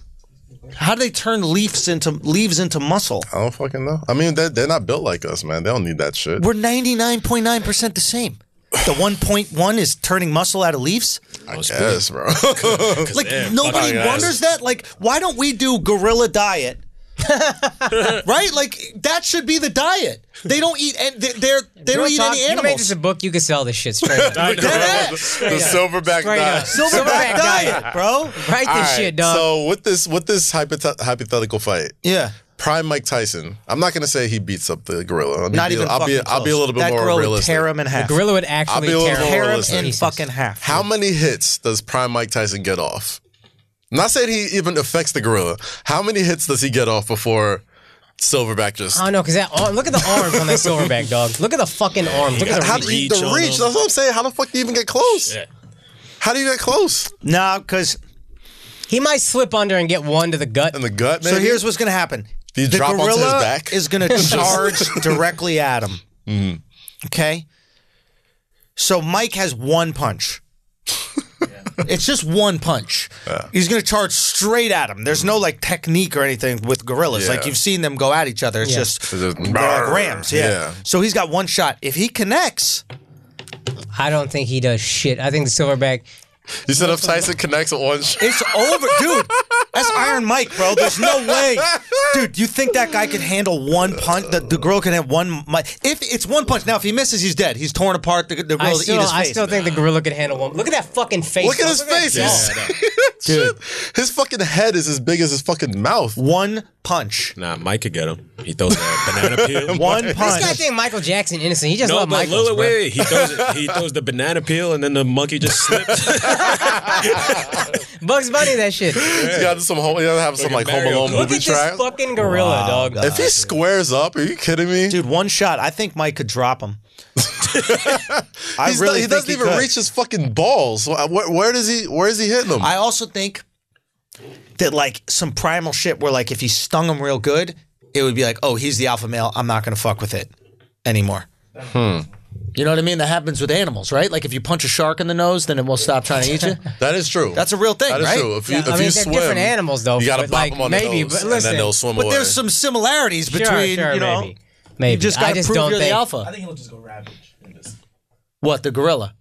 Speaker 1: How do they turn leaves into leaves into muscle?
Speaker 2: I don't fucking know. I mean, they're, they're not built like us, man. They don't need that shit.
Speaker 1: We're ninety nine point nine percent the same. The one point one is turning muscle out of leaves.
Speaker 2: I guess, bro.
Speaker 1: Like
Speaker 4: Yeah,
Speaker 1: nobody
Speaker 4: fucking guys.
Speaker 1: wonders that. Like, why don't we do gorilla diet right? Like that should be the diet. They don't eat and they, they're they don't
Speaker 3: Real
Speaker 1: eat
Speaker 3: talk,
Speaker 1: any
Speaker 3: You made
Speaker 1: animals.
Speaker 3: this a book, you could sell this shit straight up.
Speaker 4: I
Speaker 2: the
Speaker 4: know.
Speaker 2: silverback
Speaker 3: Straight up.
Speaker 2: knife.
Speaker 1: Silverback diet, bro.
Speaker 3: Write
Speaker 2: All
Speaker 3: this
Speaker 2: right,
Speaker 3: shit, dog.
Speaker 2: So with this with this hypothet- hypothetical fight,
Speaker 1: Yeah.
Speaker 2: prime Mike Tyson. I'm not gonna say he beats up the gorilla. I'll be,
Speaker 1: Not even
Speaker 2: I'll be
Speaker 1: fucking
Speaker 2: I'll be a
Speaker 1: close.
Speaker 2: little bit
Speaker 1: that
Speaker 2: more
Speaker 1: girl
Speaker 2: realistic.
Speaker 1: Would tear him in half.
Speaker 3: Gorilla would
Speaker 2: I'll
Speaker 3: actually
Speaker 2: be a little
Speaker 3: tear
Speaker 2: more
Speaker 1: tear him
Speaker 2: realistic.
Speaker 1: in
Speaker 3: Jesus.
Speaker 1: fucking half.
Speaker 2: How many hits does prime Mike Tyson get off? I'm not saying he even affects the gorilla. How many hits does he get off before Silverback just?
Speaker 3: Oh no, because that arm. Look at the arms on that silverback dog. Look at the fucking arms. Look at the
Speaker 2: How
Speaker 3: reach.
Speaker 2: do you the
Speaker 4: Reach on
Speaker 2: reach?
Speaker 4: him.
Speaker 2: That's what I'm saying. How the fuck do you even get close?
Speaker 4: Yeah.
Speaker 2: How do you get close?
Speaker 1: No, because
Speaker 3: He might slip under and get one to the gut.
Speaker 2: In the gut, maybe.
Speaker 1: so here's what's gonna happen.
Speaker 2: Do you
Speaker 1: the
Speaker 2: drop onto his
Speaker 1: gorilla
Speaker 2: back? Mm-hmm.
Speaker 1: is gonna charge directly at him. Okay. So Mike has one punch. It's just one punch. He's going to charge straight at him. There's no like technique or anything with gorillas.
Speaker 2: Yeah.
Speaker 1: Like you've seen them go at each other. It's
Speaker 3: Yeah.
Speaker 1: just
Speaker 2: It's just-
Speaker 1: they're like rams. Yeah.
Speaker 2: Yeah.
Speaker 1: So he's got one shot. If he connects,
Speaker 3: I don't think he does shit. I think the silverback.
Speaker 2: you said if Tyson connects with one. shot-
Speaker 1: it's over, dude. That's Iron Mike, bro. There's no way, dude. You think that guy could handle one punch? The, the girl can have one. mi- If it's one punch, now if he misses, he's dead. He's torn apart. The, the
Speaker 3: I
Speaker 1: gorilla's
Speaker 3: still,
Speaker 1: eat his
Speaker 3: I
Speaker 1: face.
Speaker 3: still think the gorilla could handle one. Look at that fucking face.
Speaker 2: Look at
Speaker 3: dog.
Speaker 2: his
Speaker 3: that
Speaker 2: face.
Speaker 3: jaw.
Speaker 2: He's- Shit. His fucking head is as big as his fucking mouth.
Speaker 1: one punch.
Speaker 4: Nah, Mike could get him. He throws a banana peel.
Speaker 1: One
Speaker 3: This guy
Speaker 1: punch.
Speaker 3: think Michael Jackson innocent. He just
Speaker 4: No,
Speaker 3: loved
Speaker 4: but
Speaker 3: Michael.
Speaker 4: look, wait, wait. He throws it, he throws the banana peel, and then the monkey just slips.
Speaker 3: Bugs Bunny, that shit. Look
Speaker 2: He's got some whole, he doesn't have some like
Speaker 4: Like a
Speaker 2: Home
Speaker 4: Mario
Speaker 2: Alone
Speaker 4: Kart.
Speaker 2: movie
Speaker 3: at
Speaker 2: track.
Speaker 3: this fucking gorilla, dog.
Speaker 2: if he squares up, are you kidding me?
Speaker 1: Dude, one shot. I think Mike could drop him. I
Speaker 2: He's not-
Speaker 1: really
Speaker 2: he
Speaker 1: think
Speaker 2: doesn't even
Speaker 1: could.
Speaker 2: reach his fucking balls. Wh- Where, where does he? Where is he hitting them?
Speaker 1: I also think that like some primal shit where like if he stung him real good, it would be like, oh, he's the alpha male. I'm not gonna fuck with it anymore. You know what I mean? That happens with animals, right? Like if you punch a shark in the nose, then it will stop trying to eat you.
Speaker 2: that is true.
Speaker 1: That's a real thing,
Speaker 2: That is
Speaker 1: right?
Speaker 2: true. If you,
Speaker 3: Yeah,
Speaker 2: if
Speaker 3: I mean,
Speaker 2: you
Speaker 3: they're
Speaker 2: swim,
Speaker 3: different animals, though,
Speaker 2: You gotta
Speaker 3: but,
Speaker 2: pop
Speaker 3: like,
Speaker 2: them on the
Speaker 3: maybe,
Speaker 2: nose,
Speaker 3: but
Speaker 2: and
Speaker 3: listen.
Speaker 2: then they'll swim
Speaker 1: But
Speaker 2: away.
Speaker 1: there's some similarities
Speaker 3: Sure,
Speaker 1: between
Speaker 3: sure,
Speaker 1: you know.
Speaker 3: maybe. Maybe.
Speaker 1: You just
Speaker 3: I
Speaker 1: gotta
Speaker 3: just
Speaker 1: prove
Speaker 3: don't
Speaker 1: you're
Speaker 3: think.
Speaker 1: the alpha.
Speaker 5: I think he'll just go ravage in this.
Speaker 1: What the gorilla?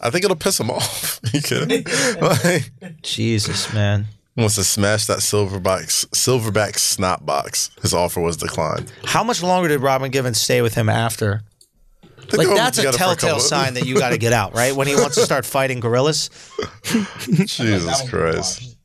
Speaker 2: I think it'll piss him off. you kidding? like, he
Speaker 1: Jesus, man.
Speaker 2: wants to smash that silverback silverback snot box. His offer was declined.
Speaker 1: How much longer did Robin Givens stay with him after?
Speaker 2: I think
Speaker 1: Like
Speaker 2: they were
Speaker 1: that's a
Speaker 2: together for
Speaker 1: telltale
Speaker 2: couple-
Speaker 1: sign that you got to get out, right? When he wants to start fighting gorillas.
Speaker 2: Jesus
Speaker 5: That one could
Speaker 2: Christ.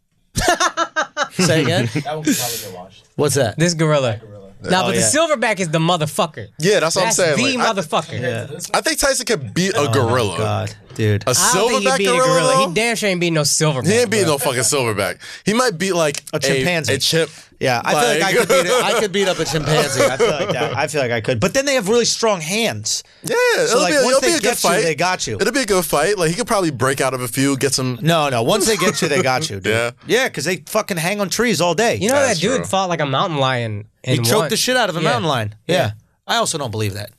Speaker 1: Say again.
Speaker 5: That one could probably get washed.
Speaker 1: What's that?
Speaker 3: This gorilla. Nah,
Speaker 1: Oh,
Speaker 3: but the
Speaker 1: yeah.
Speaker 3: silverback is the motherfucker.
Speaker 2: Yeah, that's what I'm
Speaker 3: That's
Speaker 2: saying.
Speaker 3: the
Speaker 2: Like, I-
Speaker 3: motherfucker.
Speaker 2: I, think Tyson could beat a gorilla.
Speaker 1: God, Uh, dude.
Speaker 2: A
Speaker 3: I don't think
Speaker 2: silverback
Speaker 3: he beat
Speaker 2: gorilla.
Speaker 3: a gorilla.
Speaker 2: though?
Speaker 3: He damn sure ain't beat no silverback.
Speaker 2: He ain't beat
Speaker 3: bro.
Speaker 2: no fucking silverback. He might beat like
Speaker 1: A chimpanzee.
Speaker 2: a chip.
Speaker 1: Yeah, I feel like I
Speaker 2: Like-
Speaker 1: could beat it. I could beat up a chimpanzee. I feel like that. I feel like I could. But then they have really strong hands.
Speaker 2: Yeah,
Speaker 1: So
Speaker 2: it'll
Speaker 1: like
Speaker 2: be, a-
Speaker 1: once
Speaker 2: it'll be
Speaker 1: they
Speaker 2: a good
Speaker 1: get you,
Speaker 2: fight.
Speaker 1: they got you.
Speaker 2: It'll be a good fight. Like he could probably break out of a few, get some.
Speaker 1: No, no. Once they get you, they got you. Dude.
Speaker 2: Yeah.
Speaker 1: yeah, because they fucking hang on trees all day.
Speaker 3: You know
Speaker 2: That's
Speaker 3: that dude
Speaker 2: true.
Speaker 3: fought like a mountain lion.
Speaker 1: he
Speaker 3: and
Speaker 1: choked
Speaker 3: won.
Speaker 1: the shit out of a
Speaker 3: Yeah.
Speaker 1: mountain lion. Yeah. I also don't believe that.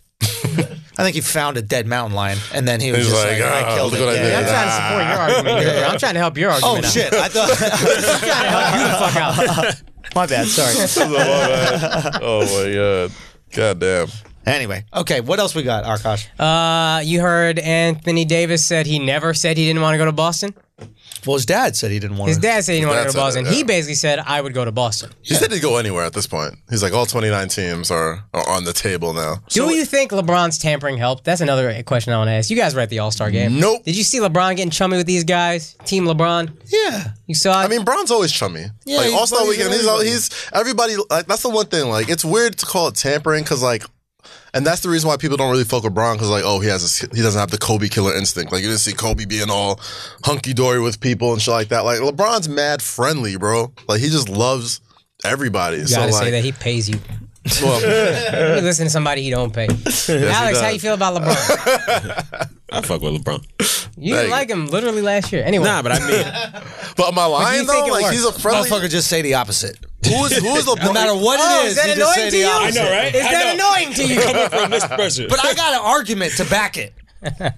Speaker 1: I think he found a dead mountain lion, and then he was
Speaker 2: He's
Speaker 1: just
Speaker 2: like,
Speaker 1: like,
Speaker 2: "Ah,
Speaker 1: I killed
Speaker 2: look
Speaker 1: it.
Speaker 2: what I
Speaker 1: Yeah,
Speaker 2: did.
Speaker 1: yeah.
Speaker 3: I'm trying to support your argument. here, bro. I'm trying to help your
Speaker 1: Oh
Speaker 3: argument. out.
Speaker 1: shit! I thought.
Speaker 3: I'm trying to help you the fuck out.
Speaker 1: My bad. Sorry.
Speaker 2: oh my god, god damn.
Speaker 1: Anyway, okay. What else we got, Arkash?
Speaker 3: Uh, you heard Anthony Davis said he never said he didn't want to go to Boston.
Speaker 1: Well, his dad said he didn't want
Speaker 3: His
Speaker 1: to.
Speaker 3: dad said he didn't want to
Speaker 2: dad
Speaker 3: go to
Speaker 2: said
Speaker 3: Boston.
Speaker 2: that, yeah.
Speaker 3: He basically said I would go to Boston.
Speaker 2: He said he'd go anywhere at this point. He's like all 29 teams are, are on the table now.
Speaker 3: Do you think LeBron's tampering helped? That's another question I want to ask. You guys were at the All Star game.
Speaker 2: Nope.
Speaker 3: Did you see LeBron getting chummy with these guys? Team LeBron.
Speaker 1: yeah.
Speaker 3: You saw it.
Speaker 2: I mean, Braun's always chummy.
Speaker 1: Yeah,
Speaker 2: like
Speaker 1: he's
Speaker 2: All Star
Speaker 1: buddies
Speaker 2: Weekend,
Speaker 1: with
Speaker 2: he's all,
Speaker 1: everybody.
Speaker 2: he's everybody. Like that's the one thing. Like it's weird to call it tampering because like, and that's the reason why people don't really fuck with Braun because like, oh, he has this, he doesn't have the Kobe killer instinct. Like you didn't see Kobe being all hunky dory with people and shit like that. Like LeBron's mad friendly, bro. Like he just loves everybody.
Speaker 3: you
Speaker 2: so
Speaker 3: gotta
Speaker 2: like,
Speaker 3: say that he pays you.
Speaker 2: well,
Speaker 3: You listen to somebody he don't pay. Alex, how
Speaker 2: Uh, does.
Speaker 3: you feel about LeBron?
Speaker 4: I fuck with LeBron.
Speaker 3: You didn't
Speaker 2: Thank
Speaker 3: like him literally last year. Anyway,
Speaker 4: Nah, but I mean,
Speaker 2: but am I lying
Speaker 3: you think
Speaker 2: though?
Speaker 3: it
Speaker 2: Like
Speaker 3: works?
Speaker 2: he's a friendly.
Speaker 1: Motherfucker, just say the opposite.
Speaker 2: Who is who is LeBron?
Speaker 1: No matter what
Speaker 3: Oh,
Speaker 1: it is,
Speaker 3: is that
Speaker 1: you just say
Speaker 3: annoying to
Speaker 1: the
Speaker 3: you?
Speaker 4: I
Speaker 1: opposite.
Speaker 4: know, right?
Speaker 3: is
Speaker 4: I
Speaker 3: that
Speaker 4: know.
Speaker 3: annoying to you?
Speaker 4: Coming from this person,
Speaker 1: But I got an argument to back it.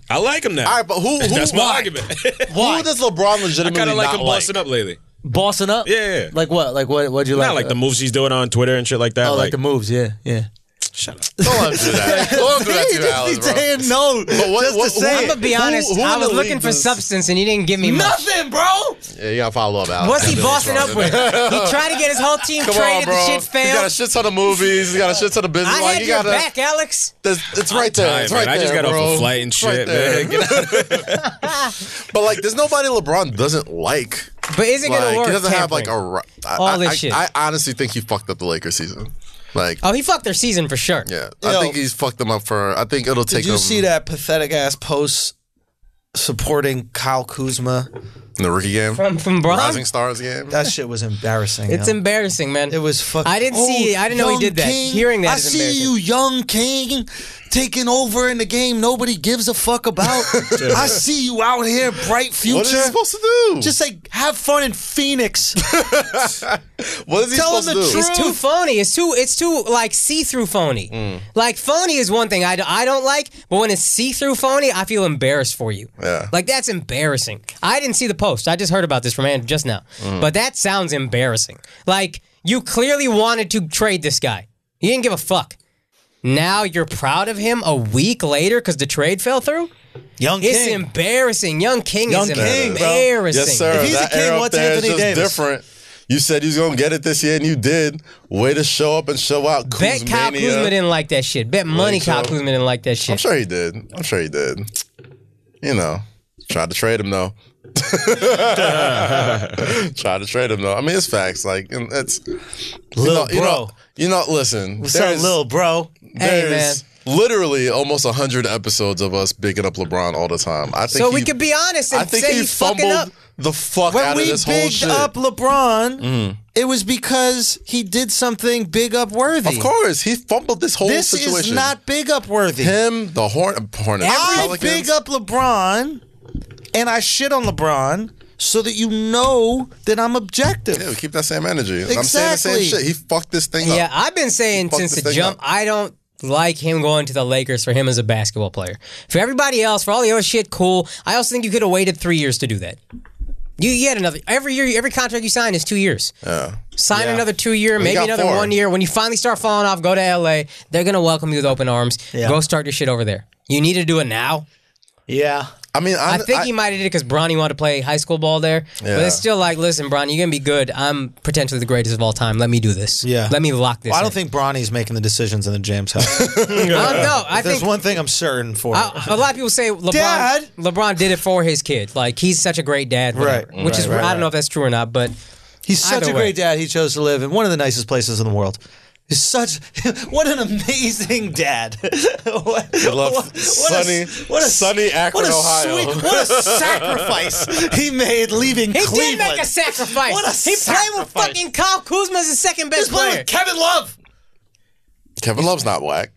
Speaker 4: I like him now.
Speaker 2: All right, but who who,
Speaker 4: That's my
Speaker 2: why?
Speaker 4: argument.
Speaker 2: who does LeBron
Speaker 4: I
Speaker 2: legitimately
Speaker 4: kind of like
Speaker 2: not
Speaker 4: him busting up lately.
Speaker 1: Bossing up?
Speaker 4: Yeah.
Speaker 1: Like Oh, what? Like what? What'd you like?
Speaker 4: Not like the moves he's doing on Twitter and shit like that.
Speaker 1: Oh, like the moves. Yeah, yeah.
Speaker 4: Shut up.
Speaker 2: Don't let him do that. Don't let him do that to
Speaker 1: He
Speaker 2: you,
Speaker 1: just be
Speaker 2: Alex, bro.
Speaker 1: saying no.
Speaker 2: But what-
Speaker 1: just
Speaker 2: what-
Speaker 1: to say
Speaker 2: who-
Speaker 1: it.
Speaker 3: I'm gonna be honest.
Speaker 2: who in
Speaker 3: I
Speaker 2: the
Speaker 3: was looking
Speaker 2: league
Speaker 3: for
Speaker 2: was-
Speaker 3: substance, and you didn't give me much.
Speaker 1: Nothing, bro.
Speaker 2: Yeah, you gotta follow up, Alex.
Speaker 3: What's he
Speaker 2: That's
Speaker 3: bossing
Speaker 2: wrong
Speaker 3: up with? He tried to get his whole team
Speaker 2: Come on,
Speaker 3: traded.
Speaker 2: bro.
Speaker 3: the shit
Speaker 2: He's got a
Speaker 3: failed.
Speaker 2: shit ton of movies. He's got a shit ton of business.
Speaker 3: I
Speaker 2: like,
Speaker 3: had
Speaker 2: you
Speaker 3: your
Speaker 2: gotta,
Speaker 3: back, Alex.
Speaker 2: That's, it's right there. It's
Speaker 4: Tired,
Speaker 2: right
Speaker 4: man. I just
Speaker 2: there,
Speaker 4: got
Speaker 2: bro.
Speaker 4: off a flight and
Speaker 2: It's right
Speaker 4: shit,
Speaker 2: there.
Speaker 4: man. Get out.
Speaker 2: But like, there's nobody LeBron doesn't like.
Speaker 3: But is it gonna
Speaker 2: Like,
Speaker 3: work?
Speaker 2: he doesn't have like a.
Speaker 3: tampering?
Speaker 2: ru- I,
Speaker 3: All
Speaker 2: I-
Speaker 3: this
Speaker 2: I-
Speaker 3: shit.
Speaker 2: I honestly think he fucked up the Lakers season. Like,
Speaker 3: Oh, he fucked their season for sure.
Speaker 2: yeah,
Speaker 1: Yo.
Speaker 2: I think he's fucked them up for. I think it'll take.
Speaker 1: Did you
Speaker 2: them
Speaker 1: see that pathetic ass post supporting Kyle Kuzma?
Speaker 2: in the rookie game,
Speaker 3: From from Bron?
Speaker 2: Rising Stars game?
Speaker 1: That shit was embarrassing.
Speaker 3: It's
Speaker 1: yo.
Speaker 3: embarrassing, man.
Speaker 1: It was fucking.
Speaker 3: I didn't see.
Speaker 1: Oh,
Speaker 3: I didn't know he
Speaker 1: young
Speaker 3: did that.
Speaker 1: King,
Speaker 3: Hearing that
Speaker 1: I
Speaker 3: is
Speaker 1: see you,
Speaker 3: embarrassing.
Speaker 1: young king, taking over in the game. Nobody gives a fuck about. I see you out here, bright
Speaker 2: What is he
Speaker 1: future.
Speaker 2: supposed to do?
Speaker 1: Just like have fun in Phoenix.
Speaker 2: what is he
Speaker 1: tell him
Speaker 2: supposed
Speaker 1: the
Speaker 2: to do?
Speaker 1: truth.
Speaker 3: It's too phony. It's too. It's too like see-through phony.
Speaker 2: Mm.
Speaker 3: Like phony is one thing I, d- I don't like, but when it's see-through phony, I feel embarrassed for you.
Speaker 2: Yeah.
Speaker 3: Like that's embarrassing. I didn't see the post. I just heard about this from Andrew just now.
Speaker 2: Mm.
Speaker 3: But that sounds embarrassing. Like you clearly wanted to trade this guy. You didn't give a fuck. Now you're proud of him a week later because the trade fell through.
Speaker 1: young
Speaker 3: It's
Speaker 1: king.
Speaker 3: embarrassing. Young King
Speaker 1: Young
Speaker 3: is
Speaker 1: King, bro.
Speaker 3: embarrassing.
Speaker 2: Yes, sir.
Speaker 1: If he's a
Speaker 2: that
Speaker 1: king,
Speaker 2: era up
Speaker 1: what's
Speaker 2: there is
Speaker 1: Anthony
Speaker 2: just
Speaker 1: Davis?
Speaker 2: different. You said you was gonna get it this year, and you did. Way to show up and show out.
Speaker 3: Bet Kyle
Speaker 2: Kuzmania.
Speaker 3: Kuzma didn't like that shit. Bet money
Speaker 2: Like,
Speaker 3: Kyle
Speaker 2: so-
Speaker 3: Kuzma didn't like that
Speaker 2: I'm
Speaker 3: shit.
Speaker 2: sure he did. I'm sure he did. You know, tried to trade him though. tried to trade him though. I mean, it's facts. Like, and it's you
Speaker 1: Lil
Speaker 2: know, you know,
Speaker 1: bro.
Speaker 2: you know. Listen,
Speaker 1: What's up, little bro?
Speaker 3: Hey,
Speaker 2: there's literally almost hundred episodes of us bigging up LeBron all the time. I think
Speaker 3: So
Speaker 2: he,
Speaker 3: we could be honest and
Speaker 2: I think
Speaker 3: say
Speaker 2: he
Speaker 3: he's fucking up.
Speaker 2: fumbled the fuck
Speaker 1: When
Speaker 2: out of
Speaker 1: we
Speaker 2: this whole
Speaker 1: bigged
Speaker 2: shit.
Speaker 1: up LeBron,
Speaker 3: Mm.
Speaker 1: it was because he did something big up worthy.
Speaker 2: of course, he fumbled this whole
Speaker 1: This
Speaker 2: situation.
Speaker 1: is not big up worthy.
Speaker 2: him. The Horn Hornets.
Speaker 1: I
Speaker 2: Pelicans.
Speaker 1: big up LeBron and I shit on LeBron so that you know that I'm objective.
Speaker 2: Yeah, we keep that same energy. I'm saying the same
Speaker 1: Exactly.
Speaker 2: shit. He fucked this thing
Speaker 3: Yeah,
Speaker 2: up.
Speaker 3: I've been saying
Speaker 2: fucked
Speaker 3: since
Speaker 2: this
Speaker 3: the
Speaker 2: thing
Speaker 3: jump,
Speaker 2: up.
Speaker 3: I don't like him going to the Lakers for him as a basketball player. For everybody else, for all the other shit, cool. I also think you could have waited three years to do that. You yet another every year, every contract you sign is two years.
Speaker 2: Yeah.
Speaker 3: Sign another two year, maybe
Speaker 2: got
Speaker 3: another
Speaker 2: four.
Speaker 3: one year. When you finally start falling off, go to LA. They're gonna welcome you with open arms.
Speaker 1: Yeah.
Speaker 3: Go start your shit over there. You need to do it now.
Speaker 1: Yeah.
Speaker 2: I mean,
Speaker 3: I
Speaker 2: I'm-
Speaker 3: think he might have did it because Bronny wanted to play high school ball there. But
Speaker 2: Yeah.
Speaker 3: it's still like, listen, Bronny, you're gonna be good. I'm potentially the greatest of all time. Let me do this.
Speaker 1: Yeah.
Speaker 3: Let me lock this.
Speaker 1: Well, Oh, I don't
Speaker 3: in.
Speaker 1: think Bronny's making the decisions in the James house.
Speaker 3: I don't know. I
Speaker 1: There's
Speaker 3: think
Speaker 1: one thing I'm certain for.
Speaker 3: I, a lot of people say LeBron.
Speaker 1: Dad!
Speaker 3: LeBron did it for his kid. Like he's such a great dad. whatever.
Speaker 1: Right,
Speaker 3: Which is
Speaker 1: right, right,
Speaker 3: I don't know
Speaker 1: right.
Speaker 3: if that's true or not, but
Speaker 1: He's such
Speaker 3: Either
Speaker 1: a great
Speaker 3: way.
Speaker 1: dad. He chose to live in one of the nicest places in the world. He's such what an amazing dad. what,
Speaker 2: love sunny- sunny Akron,
Speaker 1: what a
Speaker 2: Ohio.
Speaker 1: Sweet, what a sacrifice he made leaving
Speaker 3: he
Speaker 1: Cleveland.
Speaker 3: did make a sacrifice.
Speaker 1: What a
Speaker 3: he played with
Speaker 1: sacrifice.
Speaker 3: fucking Kyle Kuzma as his second
Speaker 1: He's
Speaker 3: best
Speaker 1: playing
Speaker 3: player.
Speaker 1: with Kevin Love.
Speaker 2: Kevin Love's not whack.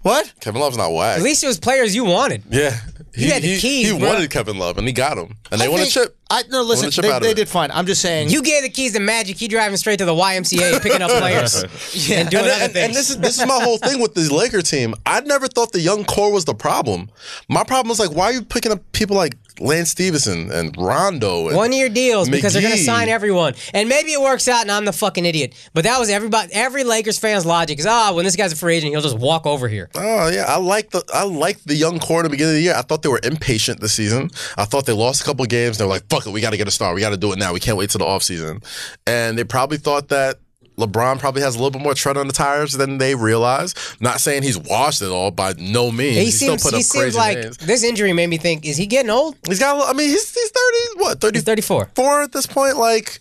Speaker 1: What?
Speaker 2: Kevin Love's not whack.
Speaker 3: At least it was players you wanted.
Speaker 2: yeah. He,
Speaker 3: had the
Speaker 2: he,
Speaker 3: keys,
Speaker 2: he
Speaker 3: bro.
Speaker 2: wanted Kevin Love and he got him. And they
Speaker 1: I
Speaker 2: won a
Speaker 1: think-
Speaker 2: chip.
Speaker 1: I no listen.
Speaker 2: a chip
Speaker 1: They,
Speaker 2: out of
Speaker 1: they
Speaker 2: it.
Speaker 1: did fine. I'm just saying.
Speaker 3: You gave the keys to Magic. He driving straight to the YMCA and picking up players and doing
Speaker 2: And,
Speaker 3: other
Speaker 2: and-
Speaker 3: things.
Speaker 2: and this is this is my whole thing with the Laker team. I never thought the young core was the problem. My problem was like, why are you picking up people like Lance Stevenson and Rondo? And
Speaker 3: One year deals because they're going to
Speaker 2: McGee.
Speaker 3: sign everyone. And maybe it works out and I'm the fucking idiot. But that was everybody, every Lakers fan's logic is, ah, when this guy's a free agent, he'll just walk over here.
Speaker 2: Oh yeah, I like the I like the young core in the beginning of the year. I thought they were impatient this season. I thought they lost a couple games. They were like, "Fuck it, we got to get a star. We got to do it now. We can't wait till the offseason. And they probably thought that LeBron probably has a little bit more tread on the tires than they realize. Not saying he's washed it all by no means.
Speaker 3: He
Speaker 2: He's
Speaker 3: seems,
Speaker 2: still put
Speaker 3: he
Speaker 2: up
Speaker 3: seems
Speaker 2: crazy
Speaker 3: like
Speaker 2: games.
Speaker 3: this injury made me think, is he getting old?
Speaker 2: He's got. a li- I mean, he's he's thirty. What thirty
Speaker 3: He's 34.
Speaker 2: four at this point? Like.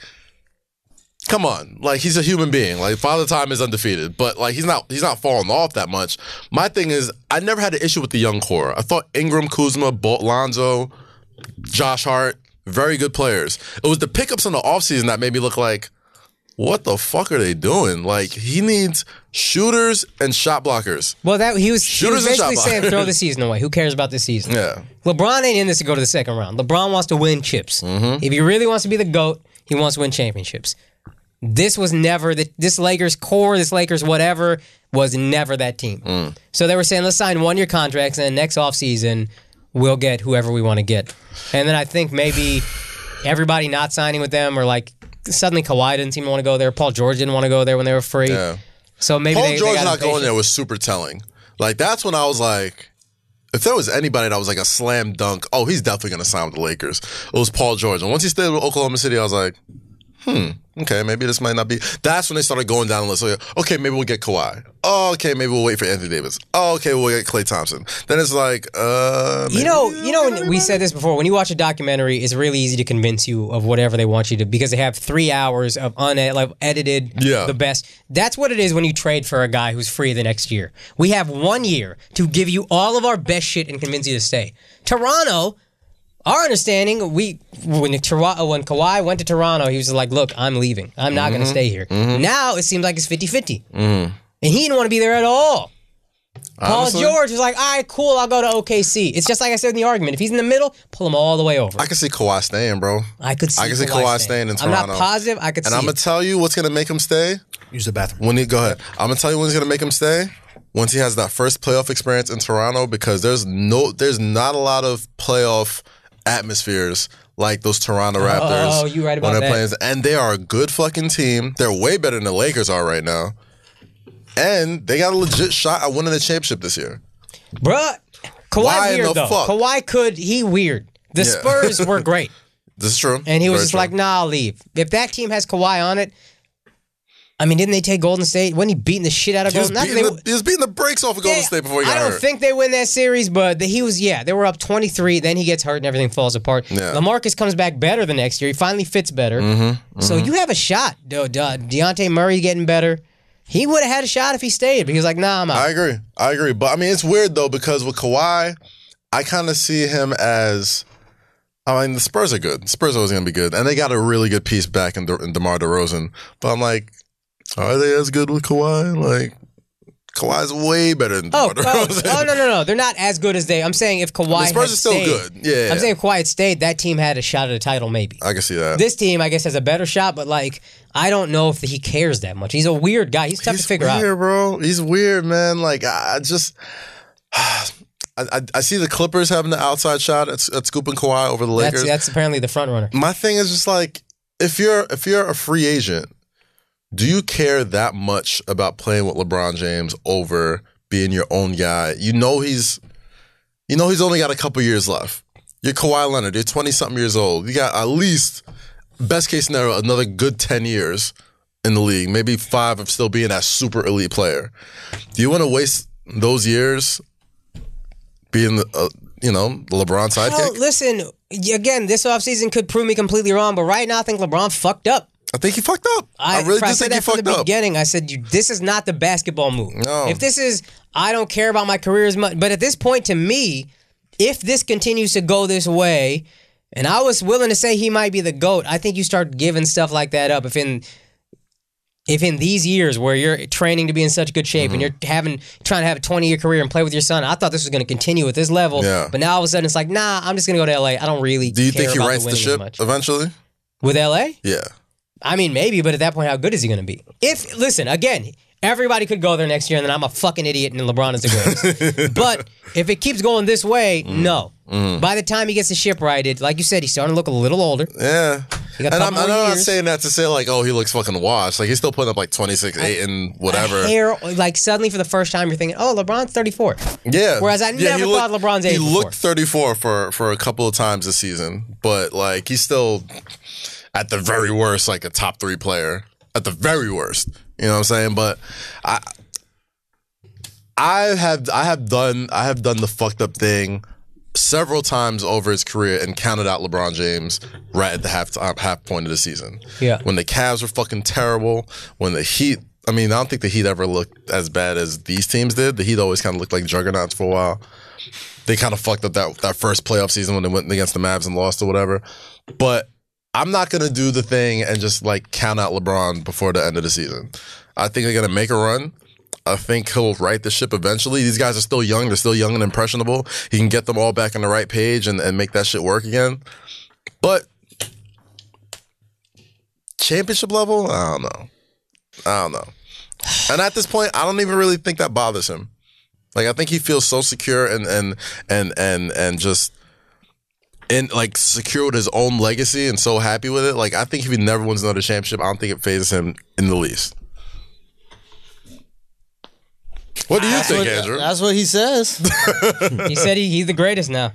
Speaker 2: Come on, like he's a human being. Like Father Time is undefeated, but like he's not he's not falling off that much. My thing is, I never had an issue with the young core. I thought Ingram, Kuzma, Bolt, Lonzo, Josh Hart, very good players. It was the pickups in the offseason that made me look like, what the fuck are they doing? Like he needs shooters and shot blockers.
Speaker 3: Well, that he was, he was
Speaker 2: Shooters and shot
Speaker 3: basically saying,
Speaker 2: blockers.
Speaker 3: throw the season away. Who cares about this season?
Speaker 2: Yeah,
Speaker 3: LeBron ain't in this to go to the second round. LeBron wants to win chips.
Speaker 2: Mm-hmm.
Speaker 3: If he really wants to be the GOAT, he wants to win championships. This was never the this Lakers core, this Lakers whatever was never that team.
Speaker 2: Mm.
Speaker 3: So they were saying, let's sign one year contracts and then next offseason we'll get whoever we want to get. And then I think maybe everybody not signing with them or like suddenly Kawhi didn't seem to want to go there. Paul George didn't want to go there when they were free.
Speaker 2: yeah.
Speaker 3: So maybe
Speaker 2: Paul
Speaker 3: they,
Speaker 2: George
Speaker 3: they got
Speaker 2: not going
Speaker 3: impatient.
Speaker 2: there was super telling. Like that's when I was like, if there was anybody that was like a slam dunk, oh, he's definitely going to sign with the Lakers. It was Paul George, and once he stayed with Oklahoma City, I was like, hmm, okay, maybe this might not be. That's when they started going down the list. Like, okay, maybe we'll get Kawhi. Oh, okay, maybe we'll wait for Anthony Davis. Oh, okay, we'll get Clay Thompson. Then it's like, uh,
Speaker 3: You
Speaker 2: maybe
Speaker 3: know,
Speaker 2: we'll
Speaker 3: you know,
Speaker 2: get
Speaker 3: and we said this before. When you watch a documentary, it's really easy to convince you of whatever they want you to because they have three hours of unedited, like, edited,
Speaker 2: Yeah.
Speaker 3: the best. That's what it is when you trade for a guy who's free the next year. We have one year to give you all of our best shit and convince you to stay. Toronto, our understanding, we when Toronto when Kawhi went to Toronto, he was like, "Look, I'm leaving. I'm not going to stay here." Now it seems like it's 50-50. and he didn't want to be there at all.
Speaker 2: Honestly?
Speaker 3: Paul George was like, all right, cool, I'll go to OKC. It's just like I said in the argument. If he's in the middle, pull him all the way over.
Speaker 2: I can see Kawhi staying, bro.
Speaker 3: I could see
Speaker 2: I can see
Speaker 3: Kawhi
Speaker 2: Kawhi,
Speaker 3: staying.
Speaker 2: staying. in
Speaker 3: I'm not
Speaker 2: Toronto.
Speaker 3: positive, I could
Speaker 2: and
Speaker 3: see
Speaker 2: I'm gonna
Speaker 3: it.
Speaker 2: tell you what's gonna make him stay.
Speaker 1: Use the bathroom.
Speaker 2: When he go ahead, I'm gonna tell you when's gonna make him stay. Once he has that first playoff experience in Toronto, because there's no, there's not a lot of playoff atmospheres like those Toronto Raptors.
Speaker 3: oh, you right about
Speaker 2: when they're
Speaker 3: that.
Speaker 2: playing, and they are a good fucking team. They're way better than the Lakers are right now, and they got a legit shot at winning the championship this year.
Speaker 3: Bruh, Kawhi
Speaker 2: Why in
Speaker 3: weird
Speaker 2: the
Speaker 3: though.
Speaker 2: fuck?
Speaker 3: Kawhi could, he weird. The
Speaker 2: Yeah.
Speaker 3: Spurs were great.
Speaker 2: This is true,
Speaker 3: And he was
Speaker 2: Very
Speaker 3: just
Speaker 2: true.
Speaker 3: like, nah, I'll leave. If that team has Kawhi on it, I mean, didn't they take Golden State? Wasn't he beating the shit out of
Speaker 2: he was,
Speaker 3: Golden
Speaker 2: beating
Speaker 3: State?
Speaker 2: the, he was beating the brakes off of Golden State before he got
Speaker 3: I don't
Speaker 2: hurt.
Speaker 3: think they win that series, but the, he was yeah. They were up twenty three. Then he gets hurt and everything falls apart.
Speaker 2: Yeah. Mm-hmm,
Speaker 3: Lamarcus comes back better the next year. He finally fits better. So you have a shot. De- De- Deontay Murray getting better. He would have had a shot if he stayed, but he was like, nah, I'm out.
Speaker 2: I agree. I agree. But I mean, it's weird though because with Kawhi, I kind of see him as. I mean, the Spurs are good. The Spurs are always going to be good, and they got a really good piece back in, De- in DeMar DeRozan. But I'm like, are they as good with Kawhi? Like, Kawhi's way better than
Speaker 3: Oh,
Speaker 2: DeMar
Speaker 3: oh,
Speaker 2: DeRozan.
Speaker 3: oh, no, no, no. They're not as good as they. I'm saying if Kawhi
Speaker 2: The Spurs
Speaker 3: had
Speaker 2: are still
Speaker 3: stayed-
Speaker 2: good. Yeah, Uh,
Speaker 3: I'm saying if Kawhi had stayed, that team had a shot at a title maybe.
Speaker 2: I can see that.
Speaker 3: This team, I guess, has a better shot, but like, I don't know if he cares that much. He's a weird guy. He's tough to figure
Speaker 2: weird,
Speaker 3: out.
Speaker 2: bro. He's weird, man. Like I I just, I, I, I see the Clippers having the outside shot at, at scooping Kawhi over the Lakers.
Speaker 3: That's, that's apparently the front runner.
Speaker 2: my thing is just like if you're if you're a free agent, do you care that much about playing with LeBron James over being your own guy? You know he's you know he's only got a couple years left. You're Kawhi Leonard, you're 20 something years old. You got at least best case scenario another good 10 years in the league, maybe 5 of still being that super elite player. Do you want to waste those years being the uh, you know, the LeBron
Speaker 3: Well,
Speaker 2: sidekick?
Speaker 3: listen, again, this offseason could prove me completely wrong, but right now I think LeBron fucked up.
Speaker 2: I think he fucked up. I, really
Speaker 3: I
Speaker 2: just
Speaker 3: said
Speaker 2: think he
Speaker 3: that from
Speaker 2: fucked
Speaker 3: the
Speaker 2: up.
Speaker 3: beginning. I said, you, this is not the basketball move.
Speaker 2: No.
Speaker 3: If this is, I don't care about my career as much. But at this point, to me, if this continues to go this way, and I was willing to say he might be the GOAT, I think you start giving stuff like that up. If in if in these years where you're training to be in such good shape
Speaker 2: Mm-hmm.
Speaker 3: and you're having trying to have a 20 year career and play with your son, I thought this was going to continue at this level.
Speaker 2: Yeah.
Speaker 3: But now all of a sudden it's like, nah, I'm just going to go to LA. I don't really.
Speaker 2: Do you
Speaker 3: care
Speaker 2: think he
Speaker 3: about
Speaker 2: rights the,
Speaker 3: winning as
Speaker 2: ship
Speaker 3: much.
Speaker 2: eventually?
Speaker 3: with LA?
Speaker 2: Yeah.
Speaker 3: I mean, maybe, but at that point, how good is he going to be? If listen again, everybody could go there next year, and then I'm a fucking idiot, and LeBron is the greatest. but if it keeps going this way,
Speaker 2: Mm-hmm.
Speaker 3: no. By the time he gets the ship righted, like you said, he's starting to look a little older.
Speaker 2: Yeah.
Speaker 3: got
Speaker 2: And
Speaker 3: a
Speaker 2: I'm,
Speaker 3: couple
Speaker 2: I'm
Speaker 3: more
Speaker 2: not
Speaker 3: years.
Speaker 2: saying that to say like, oh, he looks fucking washed. Like he's still putting up like 26, 8, and whatever.
Speaker 3: Hair, like suddenly for the first time, you're thinking, "Oh, LeBron's 34."
Speaker 2: Yeah.
Speaker 3: Whereas I
Speaker 2: Yeah,
Speaker 3: never
Speaker 2: he
Speaker 3: thought LeBron's age
Speaker 2: He
Speaker 3: before.
Speaker 2: looked 34 for for a couple of times this season, but like he's still at the very worst like a top 3 player. At the very worst. You know what I'm saying? But I I have I have done I have done the fucked up thing several times over his career and counted out LeBron James right at the half uh, half point of the season.
Speaker 3: Yeah.
Speaker 2: When the Cavs were fucking terrible, when the Heat I mean, I don't think the Heat ever looked as bad as these teams did. The Heat always kind of looked like juggernauts for a while. They kind of fucked up that, that first playoff season when they went against the Mavs and lost or whatever. But I'm not gonna do the thing and just like count out LeBron before the end of the season. I think they're gonna make a run. I think he'll right the ship eventually. These guys are still young. They're still young and impressionable. He can get them all back on the right page and, and make that shit work again. But championship level, I don't know. I don't know. And at this point, I don't even really think that bothers him. Like I think he feels so secure and and and and and just in like secure with his own legacy and so happy with it. Like I think if he never wins another championship, I don't think it phases him in the least. What do you think,
Speaker 1: what, uh,
Speaker 2: Andrew?
Speaker 1: that's what he says.
Speaker 3: He said he, he's the greatest now.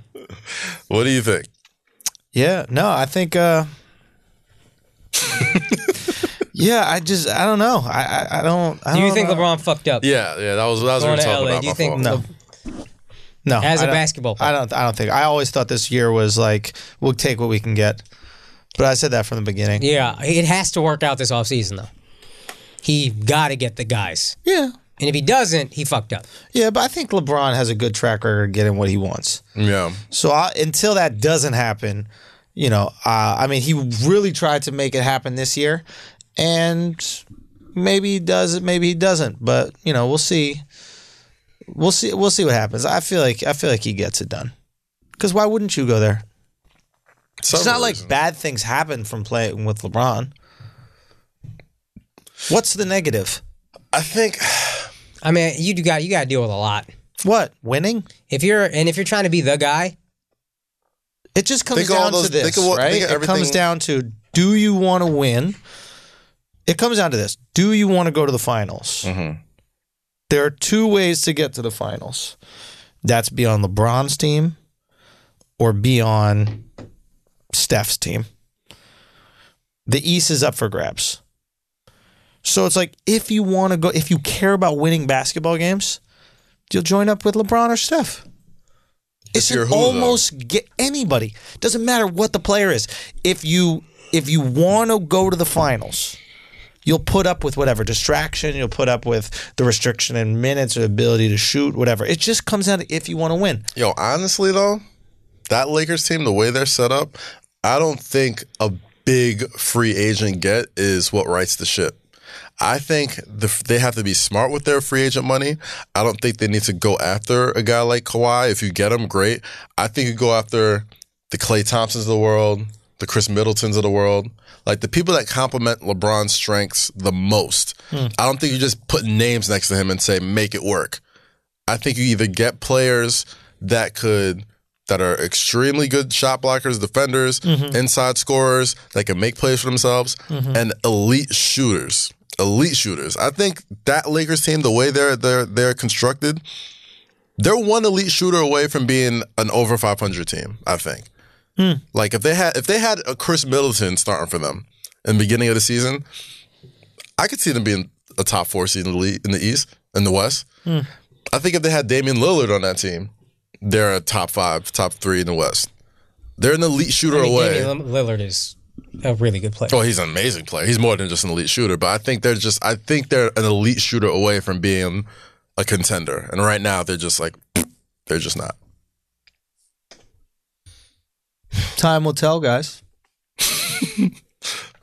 Speaker 2: What do you think?
Speaker 1: yeah, no, I think. Uh, yeah, I just I don't know. I I, I don't. I
Speaker 3: Do you
Speaker 1: don't
Speaker 3: think
Speaker 1: know.
Speaker 3: LeBron fucked up?
Speaker 2: Yeah, yeah, that was that was what we were
Speaker 3: Going to
Speaker 2: talking
Speaker 3: LA.
Speaker 2: about.
Speaker 3: Do you
Speaker 2: my
Speaker 3: think
Speaker 1: No.
Speaker 2: fault.
Speaker 1: No,
Speaker 3: As
Speaker 1: I
Speaker 3: a
Speaker 1: don't-
Speaker 3: basketball player.
Speaker 1: I don't. I don't think. I always thought this year was like we'll take what we can get, but I said that from the beginning.
Speaker 3: Yeah, it has to work out this offseason, though. He got to get the guys.
Speaker 1: Yeah,
Speaker 3: And if he doesn't, he fucked up.
Speaker 1: yeah, but I think LeBron has a good track record of getting what he wants.
Speaker 2: Yeah,
Speaker 1: So I, until that doesn't happen, you know, uh, I mean, he really tried to make it happen this year, and maybe he does it, maybe he doesn't. But you know, we'll see. We'll see. We'll see what happens. I feel like I feel like he gets it done. Because why wouldn't you go there? It's not like bad things happen from playing with LeBron. What's the negative?
Speaker 2: I think
Speaker 3: I mean, you do got you got to deal with a lot.
Speaker 1: What winning?
Speaker 3: If you're and if you're trying to be the guy,
Speaker 1: It just comes
Speaker 2: Think of all
Speaker 1: down
Speaker 2: those-
Speaker 1: to this,
Speaker 2: think of what-
Speaker 1: right?
Speaker 2: think of
Speaker 1: it comes
Speaker 2: everything-
Speaker 1: down to do you want to win? It comes down to this: do you want to go to the finals?
Speaker 2: Mm-hmm.
Speaker 1: There are two ways to get to the finals. That's be on LeBron's team, or be on Steph's team. The East is up for grabs. So it's like if you want to go, if you care about winning basketball games, you'll join up with LeBron or Steph. It's
Speaker 2: you're
Speaker 1: an
Speaker 2: who, though?
Speaker 1: almost get anybody. Doesn't matter what the player is. If you if you want to go to the finals, you'll put up with whatever distraction. You'll put up with the restriction in minutes or ability to shoot, whatever. It just comes down to if you want to win.
Speaker 2: Yo, honestly though, that Lakers team, the way they're set up, I don't think a big free agent get is what rights the ship. I think the, they have to be smart with their free agent money. I don't think they need to go after a guy like Kawhi. If you get him, great. I think you go after the Clay Thompsons of the world, the Chris Middletons of the world, like the people that complement LeBron's strengths the most. I don't think you just put names next to him and say make it work. I think you either get players that could that are extremely good shot blockers, defenders, inside scorers that can make plays for themselves, and elite shooters. Elite shooters. I think that Lakers team, the way they're they're they're constructed, they're one elite shooter away from being an over five hundred team. I think.
Speaker 3: Hmm.
Speaker 2: Like if they had if they had a Chris Middleton starting for them in the beginning of the season, I could see them being a top four seed in the league, in the East in the West.
Speaker 3: Hmm.
Speaker 2: I think if they had Damian Lillard on that team, they're a top five, top three in the West. They're an elite shooter
Speaker 3: I mean,
Speaker 2: away.
Speaker 3: Damian Lillard is a really good player.
Speaker 2: Oh, he's an amazing player. He's more than just an elite shooter, but I think they're just I think they're an elite shooter away from being a contender. And right now they're just like they're just not.
Speaker 1: Time will tell, guys.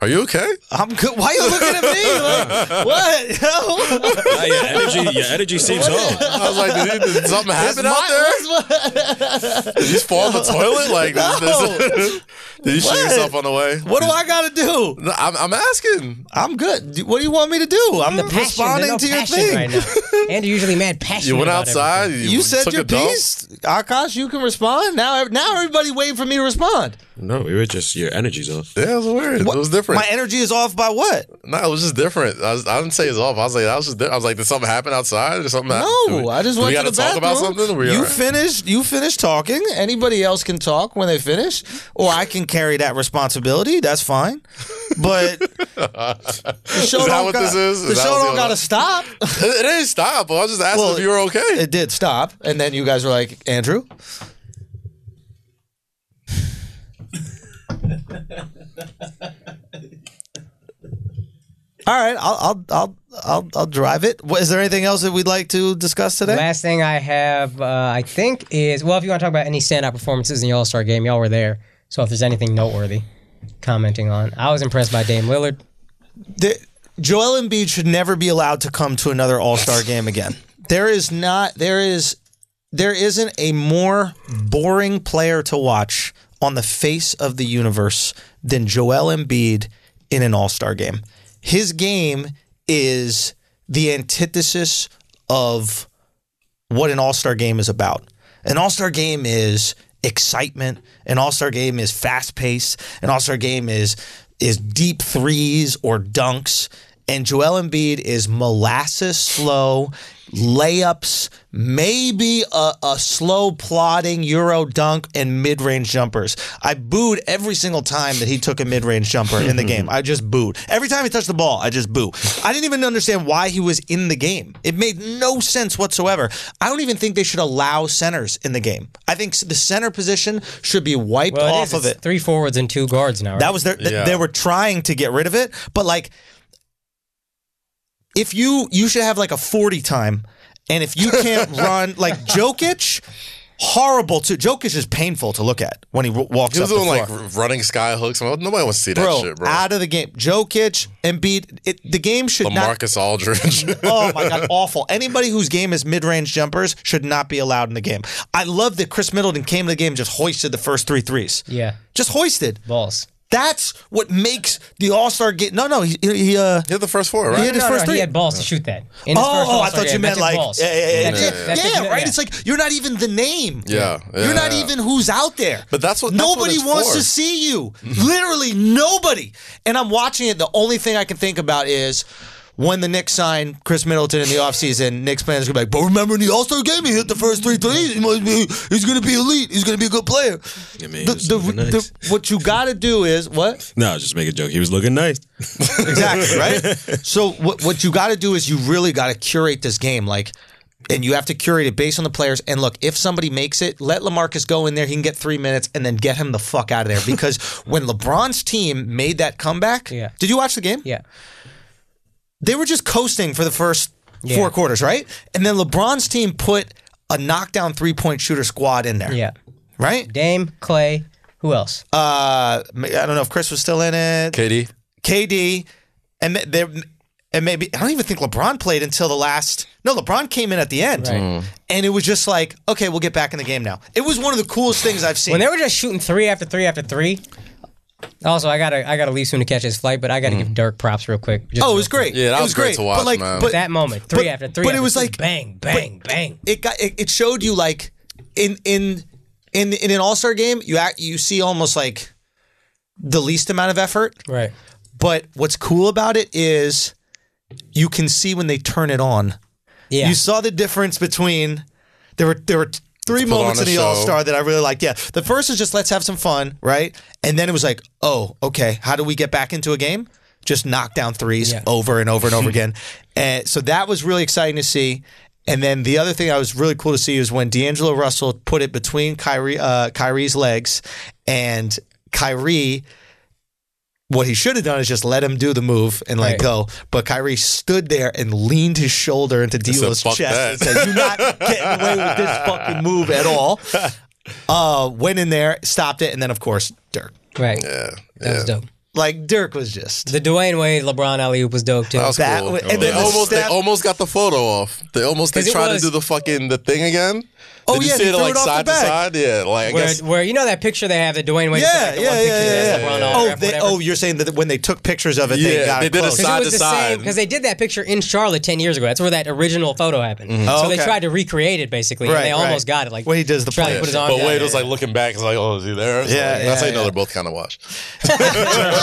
Speaker 2: Are you okay?
Speaker 1: I'm good. Why are you looking at me? Like, what?
Speaker 4: Nah, your energy, your energy seems off.
Speaker 2: I was like, did, he- did something happen out there? Did you just fall in the toilet? Like, this- this- did you shoot yourself on the way?
Speaker 1: what do I got to do?
Speaker 2: No, I'm, I'm asking.
Speaker 1: I'm good. Do- What do you want me to do? I'm
Speaker 3: Passion,
Speaker 1: responding
Speaker 3: there's
Speaker 1: to
Speaker 3: no
Speaker 1: your
Speaker 3: passion
Speaker 1: thing.
Speaker 3: right now. Andrew usually mad passionate.
Speaker 2: You went
Speaker 3: about
Speaker 2: outside.
Speaker 3: everything.
Speaker 2: You,
Speaker 1: You said
Speaker 2: took
Speaker 1: your
Speaker 2: a dump.
Speaker 1: piece, Akash. You can respond now. Now everybody waiting for me to respond.
Speaker 4: No, we were just your energy's off.
Speaker 2: Yeah, it was weird. It was different.
Speaker 1: My energy is off by what?
Speaker 2: no, it was just different. I, was, I didn't say it's off. I was like, I was just. Di- I was like, did something happen outside or something? happened?
Speaker 1: No, I just
Speaker 2: Do
Speaker 1: went
Speaker 2: we
Speaker 1: to the
Speaker 2: gotta talk
Speaker 1: bathroom.
Speaker 2: about something. We
Speaker 1: you
Speaker 2: all right?
Speaker 1: finished. You finished talking. Anybody else can talk when they finish, or I can carry that responsibility. That's fine. But the show
Speaker 2: Is that
Speaker 1: don't
Speaker 2: what
Speaker 1: gotta-
Speaker 2: this is? Is
Speaker 1: the
Speaker 2: that
Speaker 1: show
Speaker 2: what's
Speaker 1: don't
Speaker 2: going on?
Speaker 1: got to stop.
Speaker 2: it, it didn't stop. I was just asking
Speaker 1: Well,
Speaker 2: if you were okay.
Speaker 1: It did stop, and then you guys were like, Andrew. All right, I'll I'll I'll I'll, I'll drive it. What, is there anything else that we'd like to discuss today?
Speaker 3: Last thing I have, uh, I think, is well, if you want to talk about any standout performances in the All Star game, y'all were there. So if there's anything noteworthy, commenting on. I was impressed by Dame Lillard.
Speaker 1: there, Joel Embiid should never be allowed to come to another All Star game again. There is not there is there isn't a more boring player to watch on the face of the universe than Joel Embiid in an All Star game. His game is the antithesis of what an All Star game is about. An All Star game is excitement. An All Star game is fast paced. An All Star game is is deep threes or dunks. and Joel Embiid is molasses slow, layups, maybe a, a slow plodding Euro dunk and mid range jumpers. I booed every single time that he took a mid range jumper in the game. I just booed. Every time he touched the ball, I just boo. I didn't even understand why he was in the game. It made no sense whatsoever. I don't even think they should allow centers in the game. I think s- the center position should be wiped
Speaker 3: Well, it
Speaker 1: off
Speaker 3: is.
Speaker 1: of
Speaker 3: It's
Speaker 1: it.
Speaker 3: Three forwards and two guards now. Right?
Speaker 1: That was their. th-
Speaker 2: Yeah.
Speaker 1: They were trying to get rid of it, but like, if you you should have like a forty time, and if you can't run like Jokic, horrible too. Jokic is painful to look at when he w- walks
Speaker 2: He
Speaker 1: up
Speaker 2: was
Speaker 1: the
Speaker 2: doing
Speaker 1: floor.
Speaker 2: like r- running sky hooks. I'm like, Nobody wants to see that
Speaker 1: bro,
Speaker 2: shit, bro.
Speaker 1: out of the game. Jokic and beat it, the game should not.
Speaker 2: Lamarcus Aldridge.
Speaker 1: Oh my god, awful! Anybody whose game is mid-range jumpers should not be allowed in the game. I love that Chris Middleton came to the game and just hoisted the first three threes.
Speaker 3: yeah,
Speaker 1: Just hoisted.
Speaker 3: balls.
Speaker 1: That's what makes the All Star game. No, no, he, he uh.
Speaker 2: He had the first four, right?
Speaker 1: He had his
Speaker 3: No,
Speaker 1: first
Speaker 3: no,
Speaker 1: three.
Speaker 3: he had balls to shoot that.
Speaker 1: Oh,
Speaker 3: In his
Speaker 1: oh,
Speaker 3: first
Speaker 1: I
Speaker 3: All-Star
Speaker 1: thought you
Speaker 3: game.
Speaker 1: meant
Speaker 3: That's
Speaker 1: like,
Speaker 3: his balls.
Speaker 1: yeah, yeah, yeah,
Speaker 3: That's
Speaker 1: yeah,
Speaker 3: it. That's his-
Speaker 1: Yeah, right.
Speaker 3: yeah.
Speaker 1: It's like you're not even the name.
Speaker 2: Yeah, yeah,
Speaker 1: you're not
Speaker 2: yeah.
Speaker 1: even who's out there.
Speaker 2: But that's what- that's what
Speaker 1: nobody
Speaker 2: it's
Speaker 1: wants
Speaker 2: for. Mm-hmm.
Speaker 1: to see you. Literally nobody. And I'm watching it. The only thing I can think about is. When the Knicks sign Chris Middleton in the offseason, Knicks fans are going to be like, but remember in the All Star game, he hit the first three threes. He must be, he's going to be elite. He's going to be a good player.
Speaker 4: I mean,
Speaker 1: The-
Speaker 4: he was
Speaker 1: the-
Speaker 4: looking nice.
Speaker 1: the- what you got to do is, what?
Speaker 4: No, I was just making a joke. He was looking nice.
Speaker 1: Exactly, right? so what what you got to do is you really got to curate this game like and you have to curate it based on the players and look, if somebody makes it, let LaMarcus go in there, he can get 3 minutes and then get him the fuck out of there because when LeBron's team made that comeback,
Speaker 3: Yeah.
Speaker 1: did you watch the game?
Speaker 3: Yeah.
Speaker 1: They were just coasting for the first
Speaker 3: Yeah.
Speaker 1: four quarters, right? And then LeBron's team put a knockdown three-point shooter squad in there.
Speaker 3: Yeah.
Speaker 1: Right?
Speaker 3: Dame, Clay, who else?
Speaker 1: Uh I don't know if Chris was still in it.
Speaker 2: KD.
Speaker 1: KD, and th- there, and maybe I don't even think LeBron played until the last. No, LeBron came in at the end,
Speaker 3: Right.
Speaker 2: Mm.
Speaker 1: and it was just like, okay, we'll get back in the game now. It was one of the coolest things I've seen.
Speaker 3: when they were just shooting three after three after three. Also, I gotta I gotta leave soon to catch his flight, but I gotta give Dirk props real quick. Just
Speaker 1: Mm-hmm. oh, it was great.
Speaker 2: Yeah, that
Speaker 1: it
Speaker 2: was great to watch,
Speaker 1: but like,
Speaker 2: man.
Speaker 1: but
Speaker 3: that moment, three
Speaker 1: but-
Speaker 3: after three.
Speaker 1: but
Speaker 3: after
Speaker 1: it was
Speaker 3: three,
Speaker 1: like-
Speaker 3: bang, bang, bang.
Speaker 1: it got it, it showed you like in in in in an All Star game, you act, you see almost like the least amount of effort,
Speaker 3: Right.
Speaker 1: but what's cool about it is you can see when they turn it on.
Speaker 3: Yeah.
Speaker 1: You saw the difference between there were there were t- three moments in
Speaker 2: on a
Speaker 1: the
Speaker 2: show.
Speaker 1: All Star that I really liked. Yeah, the first is just let's have some fun, right? And then it was like, oh, okay, how do we get back into a game? Just knock down threes
Speaker 3: Yeah.
Speaker 1: over and over and over again. And so that was really exciting to see. And then the other thing that was really cool to see is when D'Angelo Russell put it between Kyrie uh, Kyrie's legs, and Kyrie. What he should have done is just let him do the move and let
Speaker 3: Right.
Speaker 1: go. But Kyrie stood there and leaned his shoulder into
Speaker 2: said,
Speaker 1: D'Lo's
Speaker 2: "Fuck
Speaker 1: chest
Speaker 2: that."
Speaker 1: and said, "You're not getting away with this fucking move at all." Uh, went in there, stopped it, and then of course Dirk.
Speaker 3: right.
Speaker 2: Yeah.
Speaker 3: That
Speaker 2: yeah.
Speaker 3: was dope.
Speaker 1: Like Dirk was just
Speaker 3: The Dwayne Wade LeBron alley oop was dope too.
Speaker 2: That was
Speaker 1: That
Speaker 2: cool.
Speaker 1: was- and
Speaker 2: they
Speaker 1: then the
Speaker 2: almost
Speaker 1: step-
Speaker 2: they almost got the photo off. They almost they
Speaker 3: 'Cause it
Speaker 2: tried
Speaker 3: was-
Speaker 2: to do the fucking the thing again.
Speaker 1: Oh,
Speaker 2: Did
Speaker 1: yeah,
Speaker 2: you see
Speaker 1: they
Speaker 2: it
Speaker 1: threw
Speaker 2: like
Speaker 1: it off the
Speaker 2: side to
Speaker 1: back.
Speaker 2: side? Yeah, like I
Speaker 3: where,
Speaker 2: guess
Speaker 3: where you know that picture they have the Dwayne Wade
Speaker 1: yeah, yeah,
Speaker 3: the one
Speaker 1: yeah,
Speaker 3: picture that
Speaker 1: yeah.
Speaker 3: has
Speaker 1: yeah.
Speaker 3: LeBron
Speaker 1: Oh,
Speaker 3: autograph,
Speaker 1: they,
Speaker 3: whatever.
Speaker 1: oh, you're saying that when they took pictures of it, they
Speaker 2: Yeah,
Speaker 1: got
Speaker 2: they
Speaker 1: it
Speaker 2: did a
Speaker 1: close.
Speaker 2: side-
Speaker 3: Because it was the same
Speaker 2: side.
Speaker 3: because they did that picture in Charlotte ten years ago. That's where that original photo happened.
Speaker 1: Oh,
Speaker 3: so they
Speaker 1: okay.
Speaker 3: tried to recreate it basically,
Speaker 1: Right,
Speaker 3: and they almost
Speaker 1: right.
Speaker 3: got it. Like
Speaker 1: Well, he does the
Speaker 3: tried
Speaker 1: play.
Speaker 3: to put his arm
Speaker 2: but
Speaker 3: down.
Speaker 2: Wade was like looking back, it's like, oh, is he there? So,
Speaker 1: Yeah,
Speaker 2: like, that's how you
Speaker 1: yeah,
Speaker 2: know
Speaker 1: yeah.
Speaker 2: they're both kind of washed.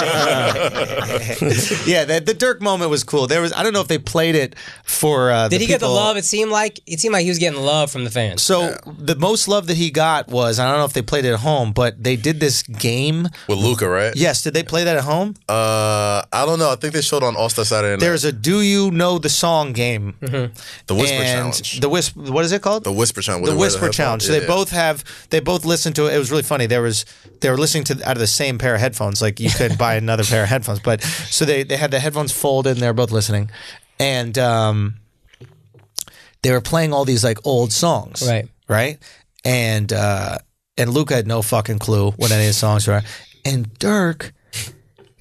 Speaker 1: yeah, that the Dirk moment was cool. There was I don't know if they played it for. Uh,
Speaker 3: Did he get the
Speaker 1: people-
Speaker 3: love? It seemed like it seemed like he was getting love from the fans.
Speaker 1: So the most love that he got was I don't know if they played it at home, but they did this game.
Speaker 2: With Luca, right?
Speaker 1: Yes, did they play that at home?
Speaker 2: Uh, I don't know. I think they showed on All Star Saturday Night.
Speaker 1: There's a Do You Know the Song game.
Speaker 2: Mm-hmm. the Whisper
Speaker 1: and
Speaker 2: Challenge.
Speaker 1: the whisp what is it called?
Speaker 2: The Whisper Challenge.
Speaker 1: The
Speaker 2: where they wear
Speaker 1: Whisper
Speaker 2: headphones.
Speaker 1: Challenge. So
Speaker 2: Yeah,
Speaker 1: they
Speaker 2: yeah.
Speaker 1: both have they both listened to it. It was really funny. There was they were listening to out of the same pair of headphones. Like you couldn't buy another pair of headphones. But so they they had the headphones folded and they're both listening, and um, they were playing all these like old songs.
Speaker 3: Right.
Speaker 1: Right. And uh, and Luca had no fucking clue what any of the songs were, and Dirk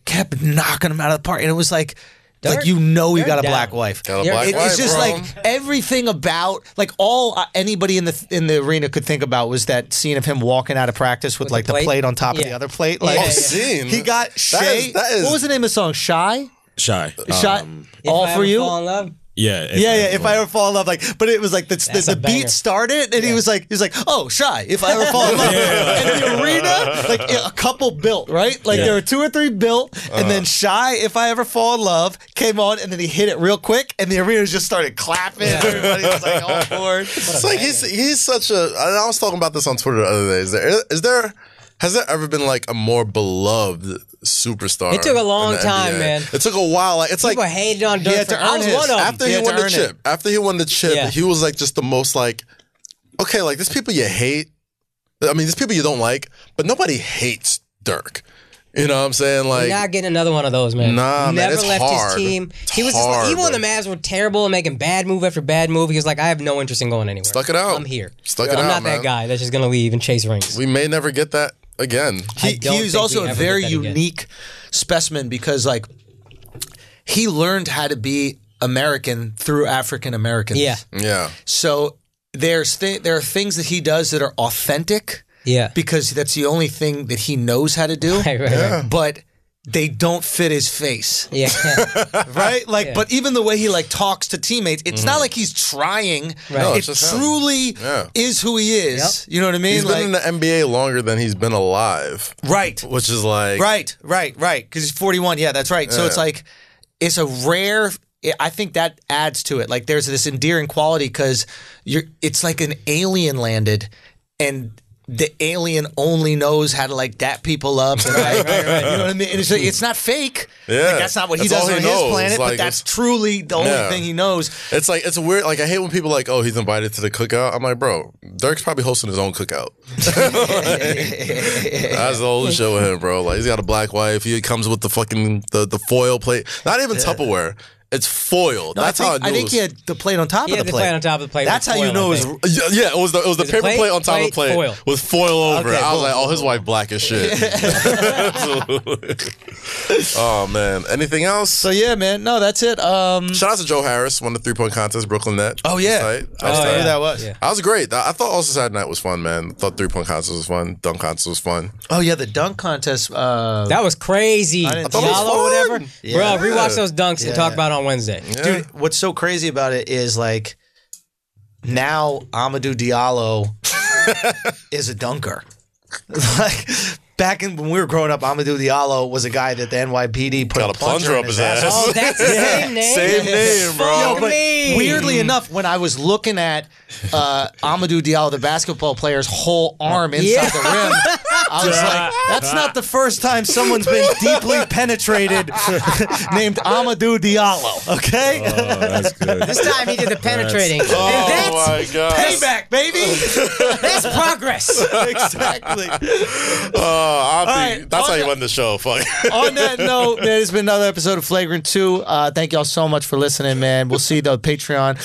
Speaker 1: kept knocking him out of the park, and it was like. like
Speaker 3: Dirk-
Speaker 1: you know, you
Speaker 3: Dirk
Speaker 1: got a
Speaker 3: down.
Speaker 1: black wife.
Speaker 2: Got a
Speaker 1: It-
Speaker 2: black
Speaker 1: it's
Speaker 2: wife,
Speaker 1: just
Speaker 2: bro.
Speaker 1: like everything about like all uh, anybody in the in the arena could think about was that scene of him walking out of practice with, like the
Speaker 3: plate?
Speaker 1: plate? on top of the
Speaker 3: Yeah.
Speaker 1: other plate. Like
Speaker 3: yeah, yeah.
Speaker 2: Scene?
Speaker 1: he got
Speaker 2: That
Speaker 1: Shay.
Speaker 2: is- that is-
Speaker 1: what was the name of the song? Shy.
Speaker 4: Shy.
Speaker 1: Shy.
Speaker 4: Um,
Speaker 3: If
Speaker 1: all
Speaker 3: I
Speaker 1: for
Speaker 3: Ever
Speaker 1: you.
Speaker 3: Fall in love.
Speaker 4: Yeah, if
Speaker 1: Yeah,
Speaker 4: I-
Speaker 1: yeah. If I ever fall in love, like, but it was like the, the,
Speaker 3: That's
Speaker 1: the
Speaker 3: a banger.
Speaker 1: beat started, and he was like, he was like, oh, shy. If I ever fall in love, and the arena, like a couple built, right? Like
Speaker 4: Yeah.
Speaker 1: there were two or three built,
Speaker 3: Uh-huh.
Speaker 1: and then shy. If I ever fall in love came on, and then he hit it real quick, and the arena just started clapping. Everybody was like all board.
Speaker 2: It's like he's he's such a. and I was talking about this on Twitter the other day. Is there is there has there ever been like a more beloved superstar?
Speaker 3: It took a
Speaker 2: in
Speaker 3: long
Speaker 2: the
Speaker 3: time,
Speaker 2: NBA?
Speaker 3: man.
Speaker 2: It took a while. Like it's like
Speaker 3: People hated on Dirk.
Speaker 1: had to
Speaker 3: for- I
Speaker 1: earn
Speaker 3: was
Speaker 1: his-
Speaker 3: one of them.
Speaker 2: after he
Speaker 1: had
Speaker 2: won
Speaker 1: to
Speaker 2: the
Speaker 1: earn
Speaker 2: chip. After he won the chip,
Speaker 3: Yeah.
Speaker 2: he was like just the most like okay, like there's people you hate. I mean, there's people you don't like, but nobody hates Dirk. You know what I'm saying? Like
Speaker 3: not getting another one of those, man.
Speaker 2: Nah, man,
Speaker 3: never
Speaker 2: it's
Speaker 3: left his
Speaker 2: hard.
Speaker 3: team.
Speaker 2: It's
Speaker 3: he was just like,
Speaker 2: hard,
Speaker 3: even when the
Speaker 2: bro.
Speaker 3: Mavs were terrible and making bad move after bad move, he was like, I have no interest in going anywhere.
Speaker 2: Stuck it out.
Speaker 3: I'm here.
Speaker 2: Stuck it
Speaker 3: I'm
Speaker 2: out,
Speaker 3: not
Speaker 2: man.
Speaker 3: that guy that's just gonna leave and chase rings.
Speaker 2: we may never get that again.
Speaker 3: I
Speaker 1: he,
Speaker 3: don't
Speaker 1: he was
Speaker 3: think
Speaker 1: also
Speaker 3: we
Speaker 1: a
Speaker 3: ever
Speaker 1: very
Speaker 3: get that again.
Speaker 1: unique specimen because like he learned how to be American through African Americans.
Speaker 3: Yeah.
Speaker 2: Yeah.
Speaker 1: So there's th- there are things that he does that are authentic
Speaker 3: Yeah.
Speaker 1: because that's the only thing that he knows how to do.
Speaker 3: Right, right, right.
Speaker 1: But they don't fit his face,
Speaker 3: Yeah.
Speaker 1: right? Like, but even the way he like talks to teammates, it's not like he's trying.
Speaker 3: No,
Speaker 1: it
Speaker 2: it's just him.
Speaker 1: truly
Speaker 2: Yeah.
Speaker 1: is who he is. You know what I mean?
Speaker 2: He's
Speaker 1: like,
Speaker 2: been in the NBA longer than he's been alive,
Speaker 1: right.
Speaker 2: which is like
Speaker 1: Right, right, right. Because he's 41. Yeah, that's right. So it's like, it's a rare. I- I think that adds to it. Like there's this endearing quality because you're. It's like an alien landed, and the alien only knows how to like dap people up. And, like, You know what I mean? And it's, like, it's not fake. Like,
Speaker 2: Yeah.
Speaker 1: that's not what he
Speaker 2: That's
Speaker 1: does
Speaker 2: all
Speaker 1: on
Speaker 2: he
Speaker 1: his
Speaker 2: knows.
Speaker 1: planet. but
Speaker 2: Like,
Speaker 1: that's
Speaker 2: it's-
Speaker 1: truly the only
Speaker 2: Yeah.
Speaker 1: thing he knows.
Speaker 2: It's like it's weird. Like I hate when people are like, oh, he's invited to the cookout. I'm like, bro, Dirk's probably hosting his own cookout. That's the whole show with him, bro. Like he's got a black wife. He comes with the fucking the, the foil plate. Not even Tupperware. It's foil. That's
Speaker 1: I think,
Speaker 2: how I
Speaker 1: I
Speaker 2: knew.
Speaker 1: think he
Speaker 2: it
Speaker 1: had the plate on top
Speaker 3: He
Speaker 1: of
Speaker 3: had
Speaker 1: the
Speaker 3: the
Speaker 1: plate.
Speaker 3: plate on top of the plate
Speaker 1: That's
Speaker 3: with
Speaker 1: how you
Speaker 3: foil,
Speaker 1: know
Speaker 3: I
Speaker 1: it was
Speaker 3: think.
Speaker 2: was, yeah, yeah, it was the it was the
Speaker 3: Is it
Speaker 2: paper
Speaker 3: plate?
Speaker 2: plate, on top of
Speaker 3: Plate,
Speaker 2: the plate
Speaker 3: foil.
Speaker 2: with foil over.
Speaker 1: Okay,
Speaker 2: it. I was
Speaker 1: boom,
Speaker 2: like, oh, his wife black as shit. Absolutely. oh man. Anything else?
Speaker 1: So yeah, man. No, that's it. Um,
Speaker 2: Shout out to Joe Harris, won the three point contest, Brooklyn Net.
Speaker 1: Oh, yeah.
Speaker 2: I
Speaker 1: Oh, yeah. that was.
Speaker 3: Yeah.
Speaker 2: That was great. I I thought also Saturday night was fun, man. thought three point contest was fun. Dunk contest was fun.
Speaker 1: Oh yeah, the dunk contest. Uh,
Speaker 3: That was crazy.
Speaker 1: didn't
Speaker 2: think- I thought it was
Speaker 3: Diallo or whatever.
Speaker 2: fun.
Speaker 3: Bro, rewatch those dunks and talk about it on Wednesday.
Speaker 2: Yeah.
Speaker 1: dude. What's so crazy about it is like now Amadou Diallo is a dunker. like back in when we were growing up, Amadou Diallo was a guy that the NYPD put
Speaker 2: Got a plunger up
Speaker 1: in
Speaker 2: his ass.
Speaker 3: Oh, that's the same name.
Speaker 2: Same name, bro.
Speaker 3: Fuck
Speaker 1: But
Speaker 3: me.
Speaker 1: weirdly enough, when I was looking at uh, Amadou Diallo, the basketball player's whole arm inside
Speaker 3: Yeah.
Speaker 1: the rim, I was like, "That's not the first time someone's been deeply penetrated, named Amadou Diallo." Okay,
Speaker 4: Oh, that's good.
Speaker 3: This time he did the penetrating. And that's,
Speaker 2: Oh my god.
Speaker 1: payback, baby.
Speaker 3: that's progress.
Speaker 1: exactly.
Speaker 2: Oh, I
Speaker 1: right,
Speaker 2: think that's
Speaker 1: on
Speaker 2: how
Speaker 1: the-
Speaker 2: you won the show. Fuck.
Speaker 1: On that note, man, it's been another episode of Flagrant 2. Uh, thank y'all so much for listening, man. We'll see the Patreon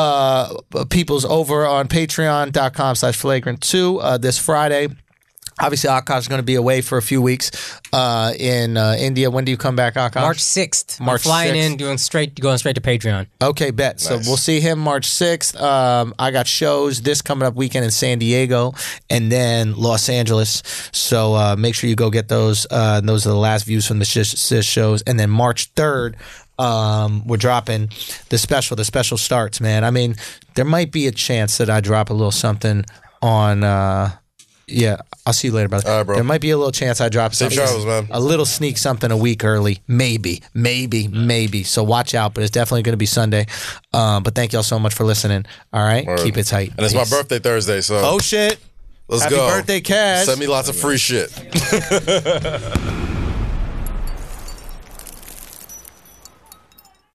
Speaker 1: uh, people's over on patreon.com slash flagrant 2 uh, this Friday. Obviously, Akash is going to be away for a few weeks uh, in uh, India. When do you come back, Akash?
Speaker 3: March 6th.
Speaker 1: March
Speaker 3: I'm flying
Speaker 1: 6th.
Speaker 3: in, doing straight, going straight to Patreon.
Speaker 1: Okay, bet. So we'll see him March 6th. Um, I got shows this coming up weekend in San Diego and then Los Angeles. So uh, make sure you go get those. Uh, those are the last views from the Sis Sis shows. And then March 3rd, um, we're dropping the special. The special starts, man. I mean, there might be a chance that I drop a little something on. Uh, yeah, I'll see you later, brother.
Speaker 2: All right, bro.
Speaker 1: There might be a little chance I drop something.
Speaker 2: travels, man.
Speaker 1: A little sneak something a week early, maybe, maybe, maybe. So watch out, but it's definitely going to be Sunday. Um, but thank y'all so much for listening. All right, keep it tight.
Speaker 2: And it's
Speaker 1: Peace.
Speaker 2: my birthday Thursday, so
Speaker 1: Oh shit!
Speaker 2: let's
Speaker 1: Happy
Speaker 2: go.
Speaker 1: birthday, Cash.
Speaker 2: Send me lots of free shit.